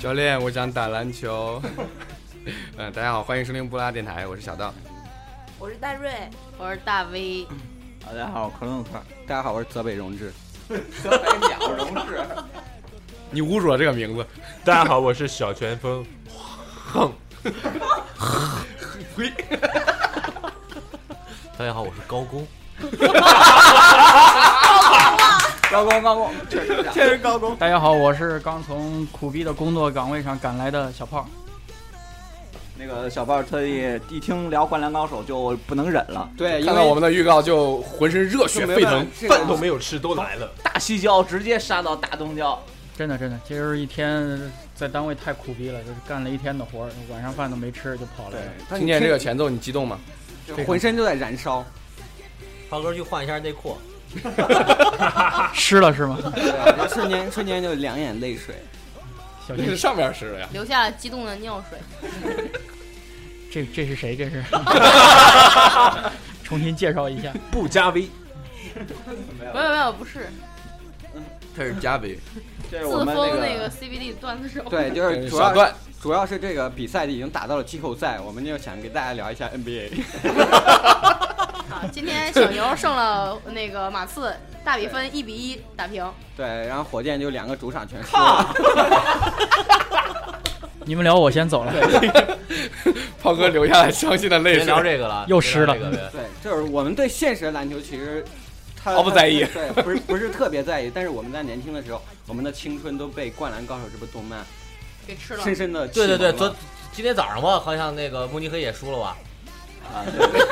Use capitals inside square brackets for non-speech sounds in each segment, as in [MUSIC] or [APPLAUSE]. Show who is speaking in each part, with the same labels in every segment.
Speaker 1: 教练，我想打篮球。 [LAUGHS] 嗯，大家好，欢迎收听布拉电台，我是小道。
Speaker 2: 我是戴瑞，
Speaker 3: 我是大 V，
Speaker 4: 大家好，我克伦克。大家好，我是泽北荣志。
Speaker 1: 你侮辱了这个名字，
Speaker 5: 大家好，我是小旋风。
Speaker 1: 呸！
Speaker 5: 大家好，我是高工。
Speaker 4: 高光，高光，确实
Speaker 1: 天人高工。
Speaker 6: 大家好，我是刚从苦逼的工作岗位上赶来的小胖。
Speaker 4: 那个小豹特意一听聊《灌篮高手》就不能忍了，
Speaker 6: 对，因
Speaker 1: 看到
Speaker 6: 为
Speaker 1: 我们的预告就浑身热血沸腾，
Speaker 5: 饭都没
Speaker 1: [LAUGHS]
Speaker 5: 有吃都来了，
Speaker 4: 大西郊直接杀到大东郊，
Speaker 6: 真的真的，今儿一天在单位太苦逼了，就是干了一天的活儿，晚上饭都没吃就跑来了。
Speaker 1: 听见这个前奏你激动 [LAUGHS] 吗？
Speaker 4: 浑身就在燃烧。
Speaker 7: 胖哥去换一下内裤。
Speaker 6: 湿啊了是吗？ [LAUGHS]
Speaker 4: 对，啊瞬间瞬间就两眼泪水。
Speaker 6: 小
Speaker 1: 那
Speaker 6: 心
Speaker 1: 是，上面吃的呀。
Speaker 3: 留下了激动的尿水。
Speaker 6: 这这是谁？这是？ [LAUGHS] 重新介绍一下，
Speaker 5: 不加 V。
Speaker 3: 没有没有，不是
Speaker 1: 他是加维，
Speaker 4: 这是
Speaker 3: 自
Speaker 4: 我
Speaker 3: 封
Speaker 4: 们
Speaker 3: 那
Speaker 4: 个，
Speaker 3: CBD 段子手。
Speaker 4: 对，就是主
Speaker 1: 小
Speaker 4: 要
Speaker 1: 段
Speaker 4: 主要是这个比赛已经打到了季后赛，我们就想给大家聊一下 NBA。
Speaker 3: 啊，今天小牛胜了那个马刺，大比分一比一打平。
Speaker 4: [LAUGHS] 对，然后火箭就两个主场全输了。
Speaker 6: 你们聊，我先走了。
Speaker 1: 胖哥流下来伤心的泪
Speaker 7: 别
Speaker 1: 水
Speaker 7: 聊。这个了，
Speaker 6: 又湿了
Speaker 7: 别聊这个
Speaker 4: [LAUGHS] 对，就是我们对现实的篮球其实他
Speaker 1: 毫不在意
Speaker 4: 对，不是不是特别在意。但是我们在年轻的时候，我们的青春都被《灌篮高手》这部动漫
Speaker 3: 给吃了，
Speaker 4: 深深的
Speaker 7: [LAUGHS] 对对对，昨今天早上吧，好像那个慕尼黑也输了吧？
Speaker 4: 啊，对对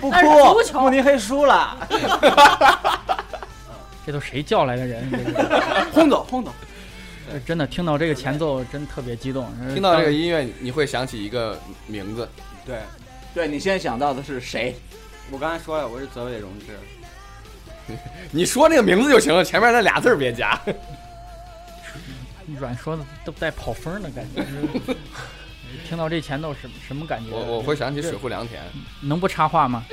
Speaker 4: 不
Speaker 3: 但是足
Speaker 4: 哭，慕尼黑输了，
Speaker 6: 这都谁叫来的人？这是
Speaker 4: 轰走轰走。
Speaker 6: 这真的听到这个前奏，真特别激动。呃
Speaker 1: 听到这个音乐，你会想起一个名字，
Speaker 4: 对，
Speaker 8: 对你现在想到的是谁？
Speaker 4: 我刚才说了，我是泽北荣治。
Speaker 1: 你说那个名字就行了，前面那俩字儿别加。
Speaker 6: 当软说的都带跑风儿的感
Speaker 1: [LAUGHS]
Speaker 6: 觉。听到这前奏什么什么感觉？
Speaker 1: [LAUGHS] 我我会想起水户良田，
Speaker 6: 能不插话吗？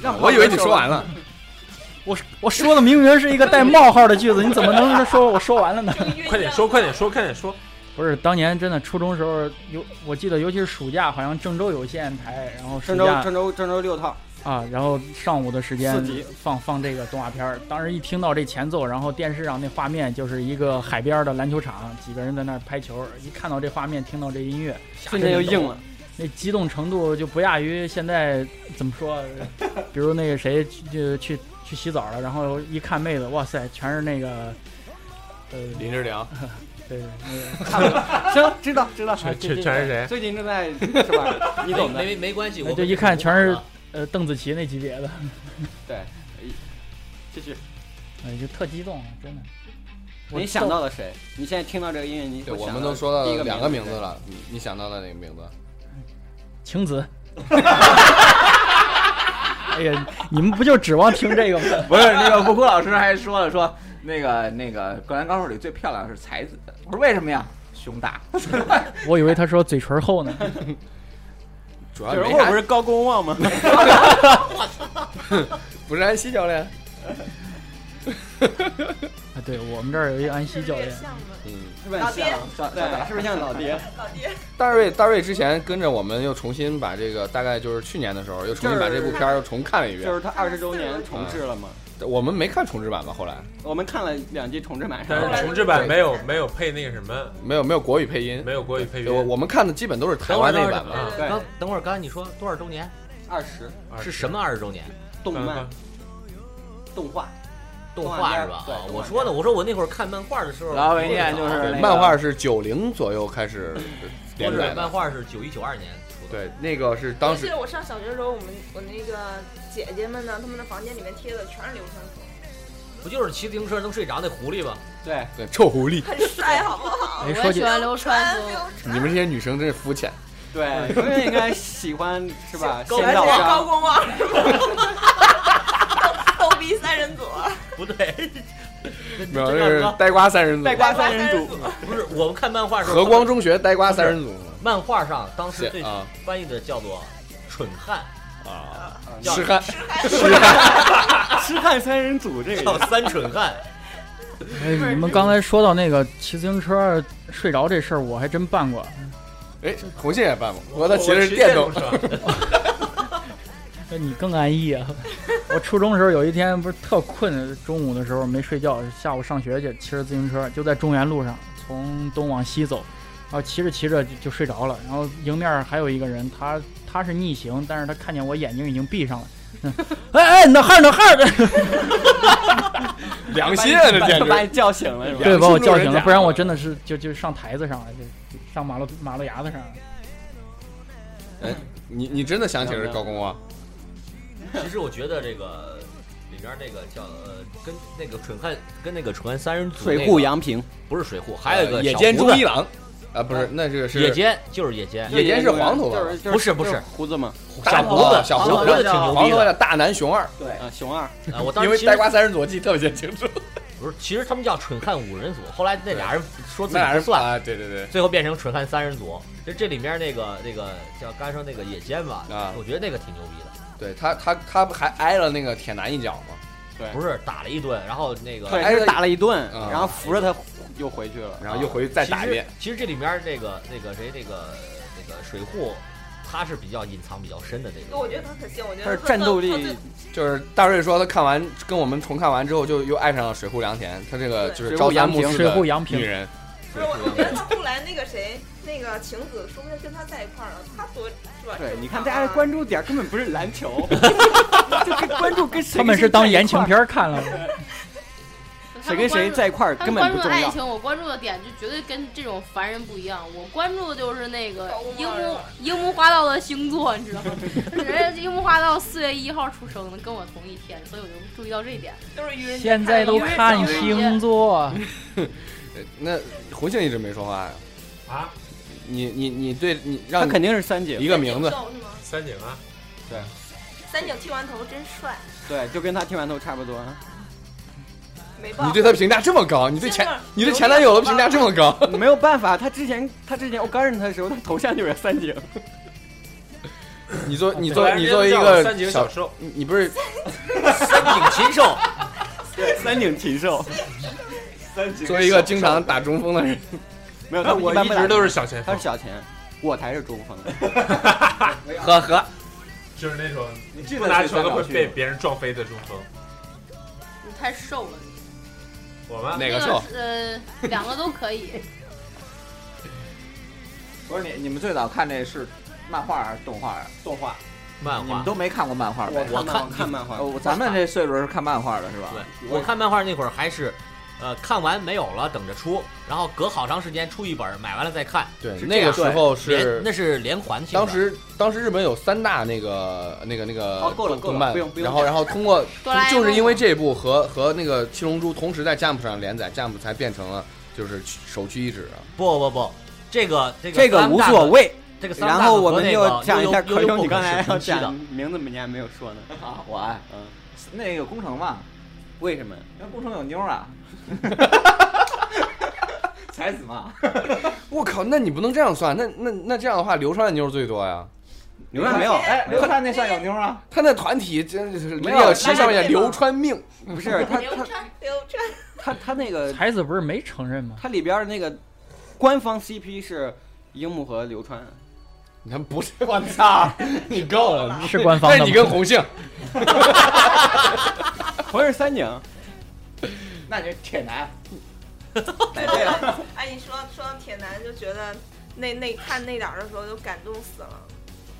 Speaker 4: 让
Speaker 1: [LAUGHS] 我以为你说完了。
Speaker 6: 我我说的明明是一个带冒号的句子，你怎么能说我说完了呢？ [LAUGHS]
Speaker 5: 快点说，快点说，快点说！
Speaker 6: 不是，当年真的初中时候有，我记得尤其是暑假，好像郑州有线台，然后暑
Speaker 4: 郑州
Speaker 6: 假
Speaker 4: 郑州郑州六套，
Speaker 6: 啊，然后上午的时间
Speaker 4: 四级
Speaker 6: 放放这个动画片儿。当时一听到这前奏，然后电视上那画面就是一个海边的篮球场，几个人在那儿拍球，一看到这画面，听到这音乐，
Speaker 4: 瞬间就硬了。
Speaker 6: 那激动程度就不亚于现在怎么说，比如那个谁就去去洗澡了，然后一看妹子，哇塞，全是那个，呃，
Speaker 1: 林志良，
Speaker 6: 对，那个
Speaker 4: 行，知道知道。
Speaker 5: 全全全是谁？
Speaker 4: 最近正在是 [LAUGHS] 吧？你
Speaker 7: 没
Speaker 4: 懂的。
Speaker 7: 没没关系，
Speaker 6: 那
Speaker 7: 我
Speaker 6: 就一看全是呃邓紫棋那级别的，
Speaker 4: 继续。
Speaker 6: 哎，就特激动，真的。
Speaker 4: 你想到了谁？你现在听到这个音乐，你
Speaker 1: 对，
Speaker 4: 会
Speaker 1: 我
Speaker 4: 想
Speaker 1: 们
Speaker 4: 到
Speaker 1: 都说
Speaker 4: 第一
Speaker 1: 到
Speaker 4: 个
Speaker 1: 两个名
Speaker 4: 名
Speaker 1: 字。了，你你想到了哪个名字？
Speaker 6: 晴子。 [LAUGHS] 哎呀，你们不就指望听这个吗？
Speaker 8: [LAUGHS] 不是那个不哭老师还说了说那个那个《灌篮高手》里最漂亮的是才子，我说为什么呀？胸大，
Speaker 6: [LAUGHS] 我以为他说嘴唇厚呢。
Speaker 1: 主要
Speaker 4: 九
Speaker 1: 没
Speaker 4: 十后
Speaker 1: 啥
Speaker 4: 不，是高公望吗？
Speaker 1: 不是安西教练。
Speaker 6: 啊，对我们这儿有一个安西教练，
Speaker 1: 嗯，
Speaker 4: 是不是
Speaker 2: 老
Speaker 4: 很
Speaker 2: 爹
Speaker 4: 像？对，是不是像老
Speaker 1: [LAUGHS]
Speaker 4: 爹？
Speaker 2: 老爹，
Speaker 1: 大瑞，大瑞之前跟着我们又重新把这个，大概就是去年的时候，又重新把这部片儿又重看了一
Speaker 4: 就
Speaker 1: 遍。
Speaker 4: 是他二十周年重置了嘛。
Speaker 1: 我们没看重制版吧？后来
Speaker 4: 我们看了两集重置版，
Speaker 5: 但是重制版没有没有配那个什么，
Speaker 1: 没有没有国语配音
Speaker 5: 没，有国语配
Speaker 1: 对我
Speaker 5: 乐。
Speaker 1: 我们看的基本都是台湾那版吧。
Speaker 5: 啊，
Speaker 4: 对
Speaker 7: 刚等会儿，刚才你说多少周年？
Speaker 4: 二十
Speaker 7: 是什么二十周年？
Speaker 4: 动
Speaker 5: 嗯？
Speaker 4: 漫
Speaker 5: 嗯
Speaker 4: 动画，
Speaker 7: 动
Speaker 4: 动画
Speaker 7: 画
Speaker 4: 片
Speaker 7: 是吧？
Speaker 4: 对
Speaker 7: 啊
Speaker 4: 动画片
Speaker 7: 我说呢，我说我那会儿看漫画的时候，
Speaker 8: 然后文件就
Speaker 7: 我
Speaker 8: 是那
Speaker 1: 对
Speaker 8: 个
Speaker 1: 漫画是九零左右开始连
Speaker 7: 是
Speaker 1: 载
Speaker 7: 漫
Speaker 1: 的，
Speaker 7: 画是九一九二年出的。
Speaker 1: 对，那个是当
Speaker 2: 我记
Speaker 1: 时
Speaker 2: 得我上小学的时候，我们我那个姐姐们呢，她们的房间里面贴的全是流川枫，
Speaker 7: 不就是骑自行车能睡着那狐狸吗？
Speaker 4: 对，
Speaker 1: 对臭狐狸，
Speaker 2: 很帅，好不好？
Speaker 6: 哎，
Speaker 3: 我
Speaker 6: 说
Speaker 3: 也
Speaker 6: 起
Speaker 3: 喜欢流川
Speaker 2: 流
Speaker 3: 枫，
Speaker 2: 川
Speaker 1: 你们这些女生真是肤浅。
Speaker 4: 对，所以应该喜欢是吧？
Speaker 7: 高
Speaker 4: 仙
Speaker 2: 而
Speaker 4: 道
Speaker 2: 且高
Speaker 4: 章，
Speaker 2: 光望是吧？逗逼三人组，
Speaker 7: 不对，
Speaker 1: 没
Speaker 7: [LAUGHS]
Speaker 1: 有，这是呆瓜三人组，
Speaker 4: 瓜
Speaker 2: 三
Speaker 4: 三
Speaker 2: 人
Speaker 4: 人
Speaker 2: 组
Speaker 4: 组，
Speaker 7: 不是我们看漫画的时候，
Speaker 1: 和光中学呆瓜三人组
Speaker 7: 漫画上当时
Speaker 1: 写
Speaker 7: 最
Speaker 1: 啊
Speaker 7: 翻译的叫做“蠢汉
Speaker 1: 啊，
Speaker 7: 叫
Speaker 1: 痴汉
Speaker 4: 痴汉三人组这个
Speaker 1: [LAUGHS]
Speaker 7: 叫三蠢汉，
Speaker 6: 哎，你们刚才说到那个骑自行车睡着这事儿，我还真办过。
Speaker 1: 哎，红线也办过，我的骑的是电动车。
Speaker 9: 车，
Speaker 6: 那你更安
Speaker 1: [LAUGHS]
Speaker 6: 逸啊！我初中时候有一天不是特困，中午的时候没睡觉，下午上学去，骑着自行车就在中原路上从东往西走，然后骑着骑着就就睡着了。然后迎面还有一个人，他他是逆行，但是他看见我眼睛已经闭上了，嗯哎哎，哪哈儿哪哈儿，
Speaker 1: [LAUGHS] 良心啊，这简
Speaker 4: [LAUGHS]
Speaker 1: 直！
Speaker 4: 把你叫醒了是吧？
Speaker 6: 对，把我叫醒了，不然我
Speaker 1: 真
Speaker 6: 真的是就就上台子上了，就就上马路马路牙子上了。
Speaker 1: 你你真的想起了是高工啊？
Speaker 7: [LAUGHS] 其实我觉得这个里边那个叫呃，跟那个蠢汉跟那个蠢汉三人组、那个、
Speaker 4: 水户洋平，
Speaker 7: 不是水户，还有一个
Speaker 1: 呃野
Speaker 7: 小
Speaker 1: 间
Speaker 7: 胡
Speaker 1: 朱
Speaker 7: 子
Speaker 1: 一郎啊，不是，那这个是
Speaker 7: 野间就是野间，
Speaker 1: 野间是黄啊
Speaker 4: 就
Speaker 1: 头发
Speaker 4: 是，就是
Speaker 7: 不是不是
Speaker 4: 就胡子嘛？
Speaker 7: 小胡
Speaker 1: 胡
Speaker 7: 子
Speaker 1: 子，啊小
Speaker 7: 小
Speaker 1: 胡
Speaker 7: 胡
Speaker 1: 子
Speaker 7: 子挺牛
Speaker 1: 黄
Speaker 7: 逼
Speaker 1: 头
Speaker 7: 的
Speaker 1: 发叫大男熊二，
Speaker 4: 对啊，熊二
Speaker 7: 啊！我当
Speaker 1: 因
Speaker 7: 时
Speaker 1: 为
Speaker 7: 其
Speaker 1: 呆
Speaker 7: 实
Speaker 1: 瓜三人佐记特别清
Speaker 7: [LAUGHS]
Speaker 1: 楚，
Speaker 7: 不是，其实他们叫蠢汉五人组，后来那俩人说自
Speaker 1: 那俩
Speaker 7: 己
Speaker 1: 人
Speaker 7: 不算，
Speaker 1: 啊，对对对，
Speaker 7: 最后变成蠢汉三人组。就这里面那个那个叫刚才说那个野间吧，
Speaker 1: 啊
Speaker 7: 我觉得那个挺牛逼的，
Speaker 1: 对他他他不还挨了那个铁男一脚吗？
Speaker 7: 不是打了一顿，然后那个
Speaker 4: 对，
Speaker 1: 挨
Speaker 4: 挨
Speaker 1: 着
Speaker 4: 着打了一顿，
Speaker 1: 嗯
Speaker 4: 然后扶着他又回去了。
Speaker 1: 然后又回去再打一遍。
Speaker 7: 啊其实。其实这里面那个那个谁那个那个水户，他是比较隐藏比较深的那种。
Speaker 2: 我觉得他可行，我觉
Speaker 4: 他
Speaker 2: 得
Speaker 4: 是战斗
Speaker 2: 他
Speaker 4: 力，
Speaker 1: 就是大瑞说他看完跟我们重看完之后，就又爱上了水户良田，他这个就是朝三暮四
Speaker 6: 水户
Speaker 1: 的
Speaker 6: 洋平
Speaker 1: 女人，
Speaker 2: 不是我，我觉得他后来那个谁，那个晴子，说不定跟他在一块儿了，他多是吧？
Speaker 4: 对，你看大家的关注点根本不是篮球，就跟关注跟谁
Speaker 6: 他们是当言情片儿
Speaker 1: [LAUGHS]
Speaker 6: 看了，
Speaker 4: 谁跟谁在一块儿
Speaker 3: 他
Speaker 4: 根
Speaker 3: 们
Speaker 4: 本
Speaker 3: 关
Speaker 4: 不
Speaker 3: 注的
Speaker 4: 重
Speaker 3: 爱
Speaker 4: 要。
Speaker 3: 情，我关注的点就绝对跟这种凡人不一样。我关注的就是那个樱木樱木花道的星座，你知道吗？人家樱木花道四月一号出生的，跟我同一天，所以我就注意到这一点。
Speaker 2: 都是愚人节
Speaker 6: 现在都
Speaker 2: 看
Speaker 6: 看
Speaker 2: 的
Speaker 6: 星座。
Speaker 1: 呃那胡杏一直没说话呀？
Speaker 9: 啊，
Speaker 1: 你你你对你
Speaker 4: 他
Speaker 1: 让
Speaker 4: 肯定是三姐，
Speaker 1: 一个名字
Speaker 2: 三井，瘦是吗
Speaker 9: 三井啊，
Speaker 2: 三井剃完头真帅，
Speaker 4: 对，就跟他剃完头差不多。
Speaker 2: 没报。
Speaker 1: 你对他评价这么高，你对前
Speaker 2: 真的
Speaker 1: 你对前男友的评价这么高，
Speaker 4: 没有办法，他之前他之前我刚认识他的时候，他头像就是三井，
Speaker 1: 你作你作你
Speaker 9: 人家
Speaker 1: 作为一
Speaker 9: 叫
Speaker 1: 个
Speaker 9: 三井小寿，
Speaker 1: 你你不是
Speaker 7: 三井禽
Speaker 1: [LAUGHS]
Speaker 7: 兽，
Speaker 4: [LAUGHS] 三井禽兽。三井
Speaker 1: 作为一个经常打中锋的人，
Speaker 4: 没有，他
Speaker 9: 我
Speaker 4: 般
Speaker 9: 一
Speaker 4: 不打
Speaker 9: 直都是小前
Speaker 4: 他
Speaker 9: 锋
Speaker 4: 是，小前，我才是中锋。
Speaker 1: 呵呵，
Speaker 9: 就是那种
Speaker 4: 你记
Speaker 9: 不拿球都会被别人撞飞的中锋。
Speaker 3: 你太瘦了，
Speaker 9: 我吗？
Speaker 1: 哪
Speaker 3: 那
Speaker 1: 个瘦？
Speaker 3: 是呃，两个都可
Speaker 2: [LAUGHS]
Speaker 3: 以。
Speaker 4: 不是你，你们最早看这是漫画还是动画？动画，
Speaker 7: 漫
Speaker 4: 你们
Speaker 7: 画。
Speaker 4: 都没看过漫画呗？
Speaker 7: 我看
Speaker 10: 看漫画，
Speaker 4: 哦咱们这岁数是看漫画的是吧？
Speaker 7: 对，我看漫画那会儿还是，呃，看完没有了，等着出，然后隔好长时间出一本，买完了再看。
Speaker 1: 对，
Speaker 7: 是这
Speaker 1: 那个
Speaker 7: 样
Speaker 1: 时候
Speaker 7: 连
Speaker 1: 是
Speaker 7: 那是连环性的。
Speaker 1: 当时当时日本有三大那个那个那个
Speaker 4: 哦够了
Speaker 1: 动
Speaker 4: 够了
Speaker 1: 动漫
Speaker 4: 不用，不用
Speaker 1: 然后然后通过
Speaker 3: 哆啦 A 梦
Speaker 1: 就是因为这部和和那个七龙珠同时在 Jump 上连载，Jump 才变成了就是首屈一指啊。
Speaker 7: 不不不，这个这个
Speaker 4: 这个
Speaker 7: 三
Speaker 4: 无
Speaker 7: 大
Speaker 4: 所
Speaker 7: 的，
Speaker 4: 谓。
Speaker 7: 这个三
Speaker 4: 然
Speaker 7: 大
Speaker 4: 后
Speaker 7: 的
Speaker 4: 我
Speaker 7: 和
Speaker 4: 们
Speaker 7: 那
Speaker 4: 又
Speaker 7: 个
Speaker 4: 讲一下
Speaker 7: 悠悠
Speaker 4: 可
Speaker 7: 悠悠
Speaker 4: 兄，你刚才
Speaker 7: 不
Speaker 4: 要
Speaker 7: 可是同期的
Speaker 4: 讲名字，你还没有说呢。 [LAUGHS] 啊，我爱，嗯，那个工程嘛，
Speaker 10: 为什么？
Speaker 4: 因为工程有妞 [LAUGHS] 啊，才子嘛，
Speaker 1: 我靠，那你不能这样算，那那那这样的话，流川的妞最多呀。
Speaker 4: 流川没 [LAUGHS] 有，哎，
Speaker 2: 没有
Speaker 4: 流川那算有妞啊？
Speaker 1: 他那团体真是
Speaker 4: 没
Speaker 1: 没
Speaker 4: 有
Speaker 1: 有旗上
Speaker 2: 那
Speaker 1: 面
Speaker 2: 是
Speaker 1: 流川命，
Speaker 4: 不是
Speaker 2: [LAUGHS]
Speaker 4: 他
Speaker 2: 流
Speaker 4: 他
Speaker 2: 川流川，
Speaker 4: 他他那个
Speaker 6: 才子不是没
Speaker 1: [LAUGHS]
Speaker 6: 承认吗？
Speaker 4: 他里边儿那个官方 CP 是樱木和流川，
Speaker 1: 你看不是？我操，你够了！
Speaker 6: [LAUGHS] 是官方
Speaker 1: 那
Speaker 6: 的吗。
Speaker 1: 你跟红杏， [LAUGHS]
Speaker 4: 不是三井， [LAUGHS] 那你是铁男。 [LAUGHS] 哎对了，
Speaker 2: [LAUGHS] 哎，你说说到铁男就觉得那那看那点儿的时候就感动死了，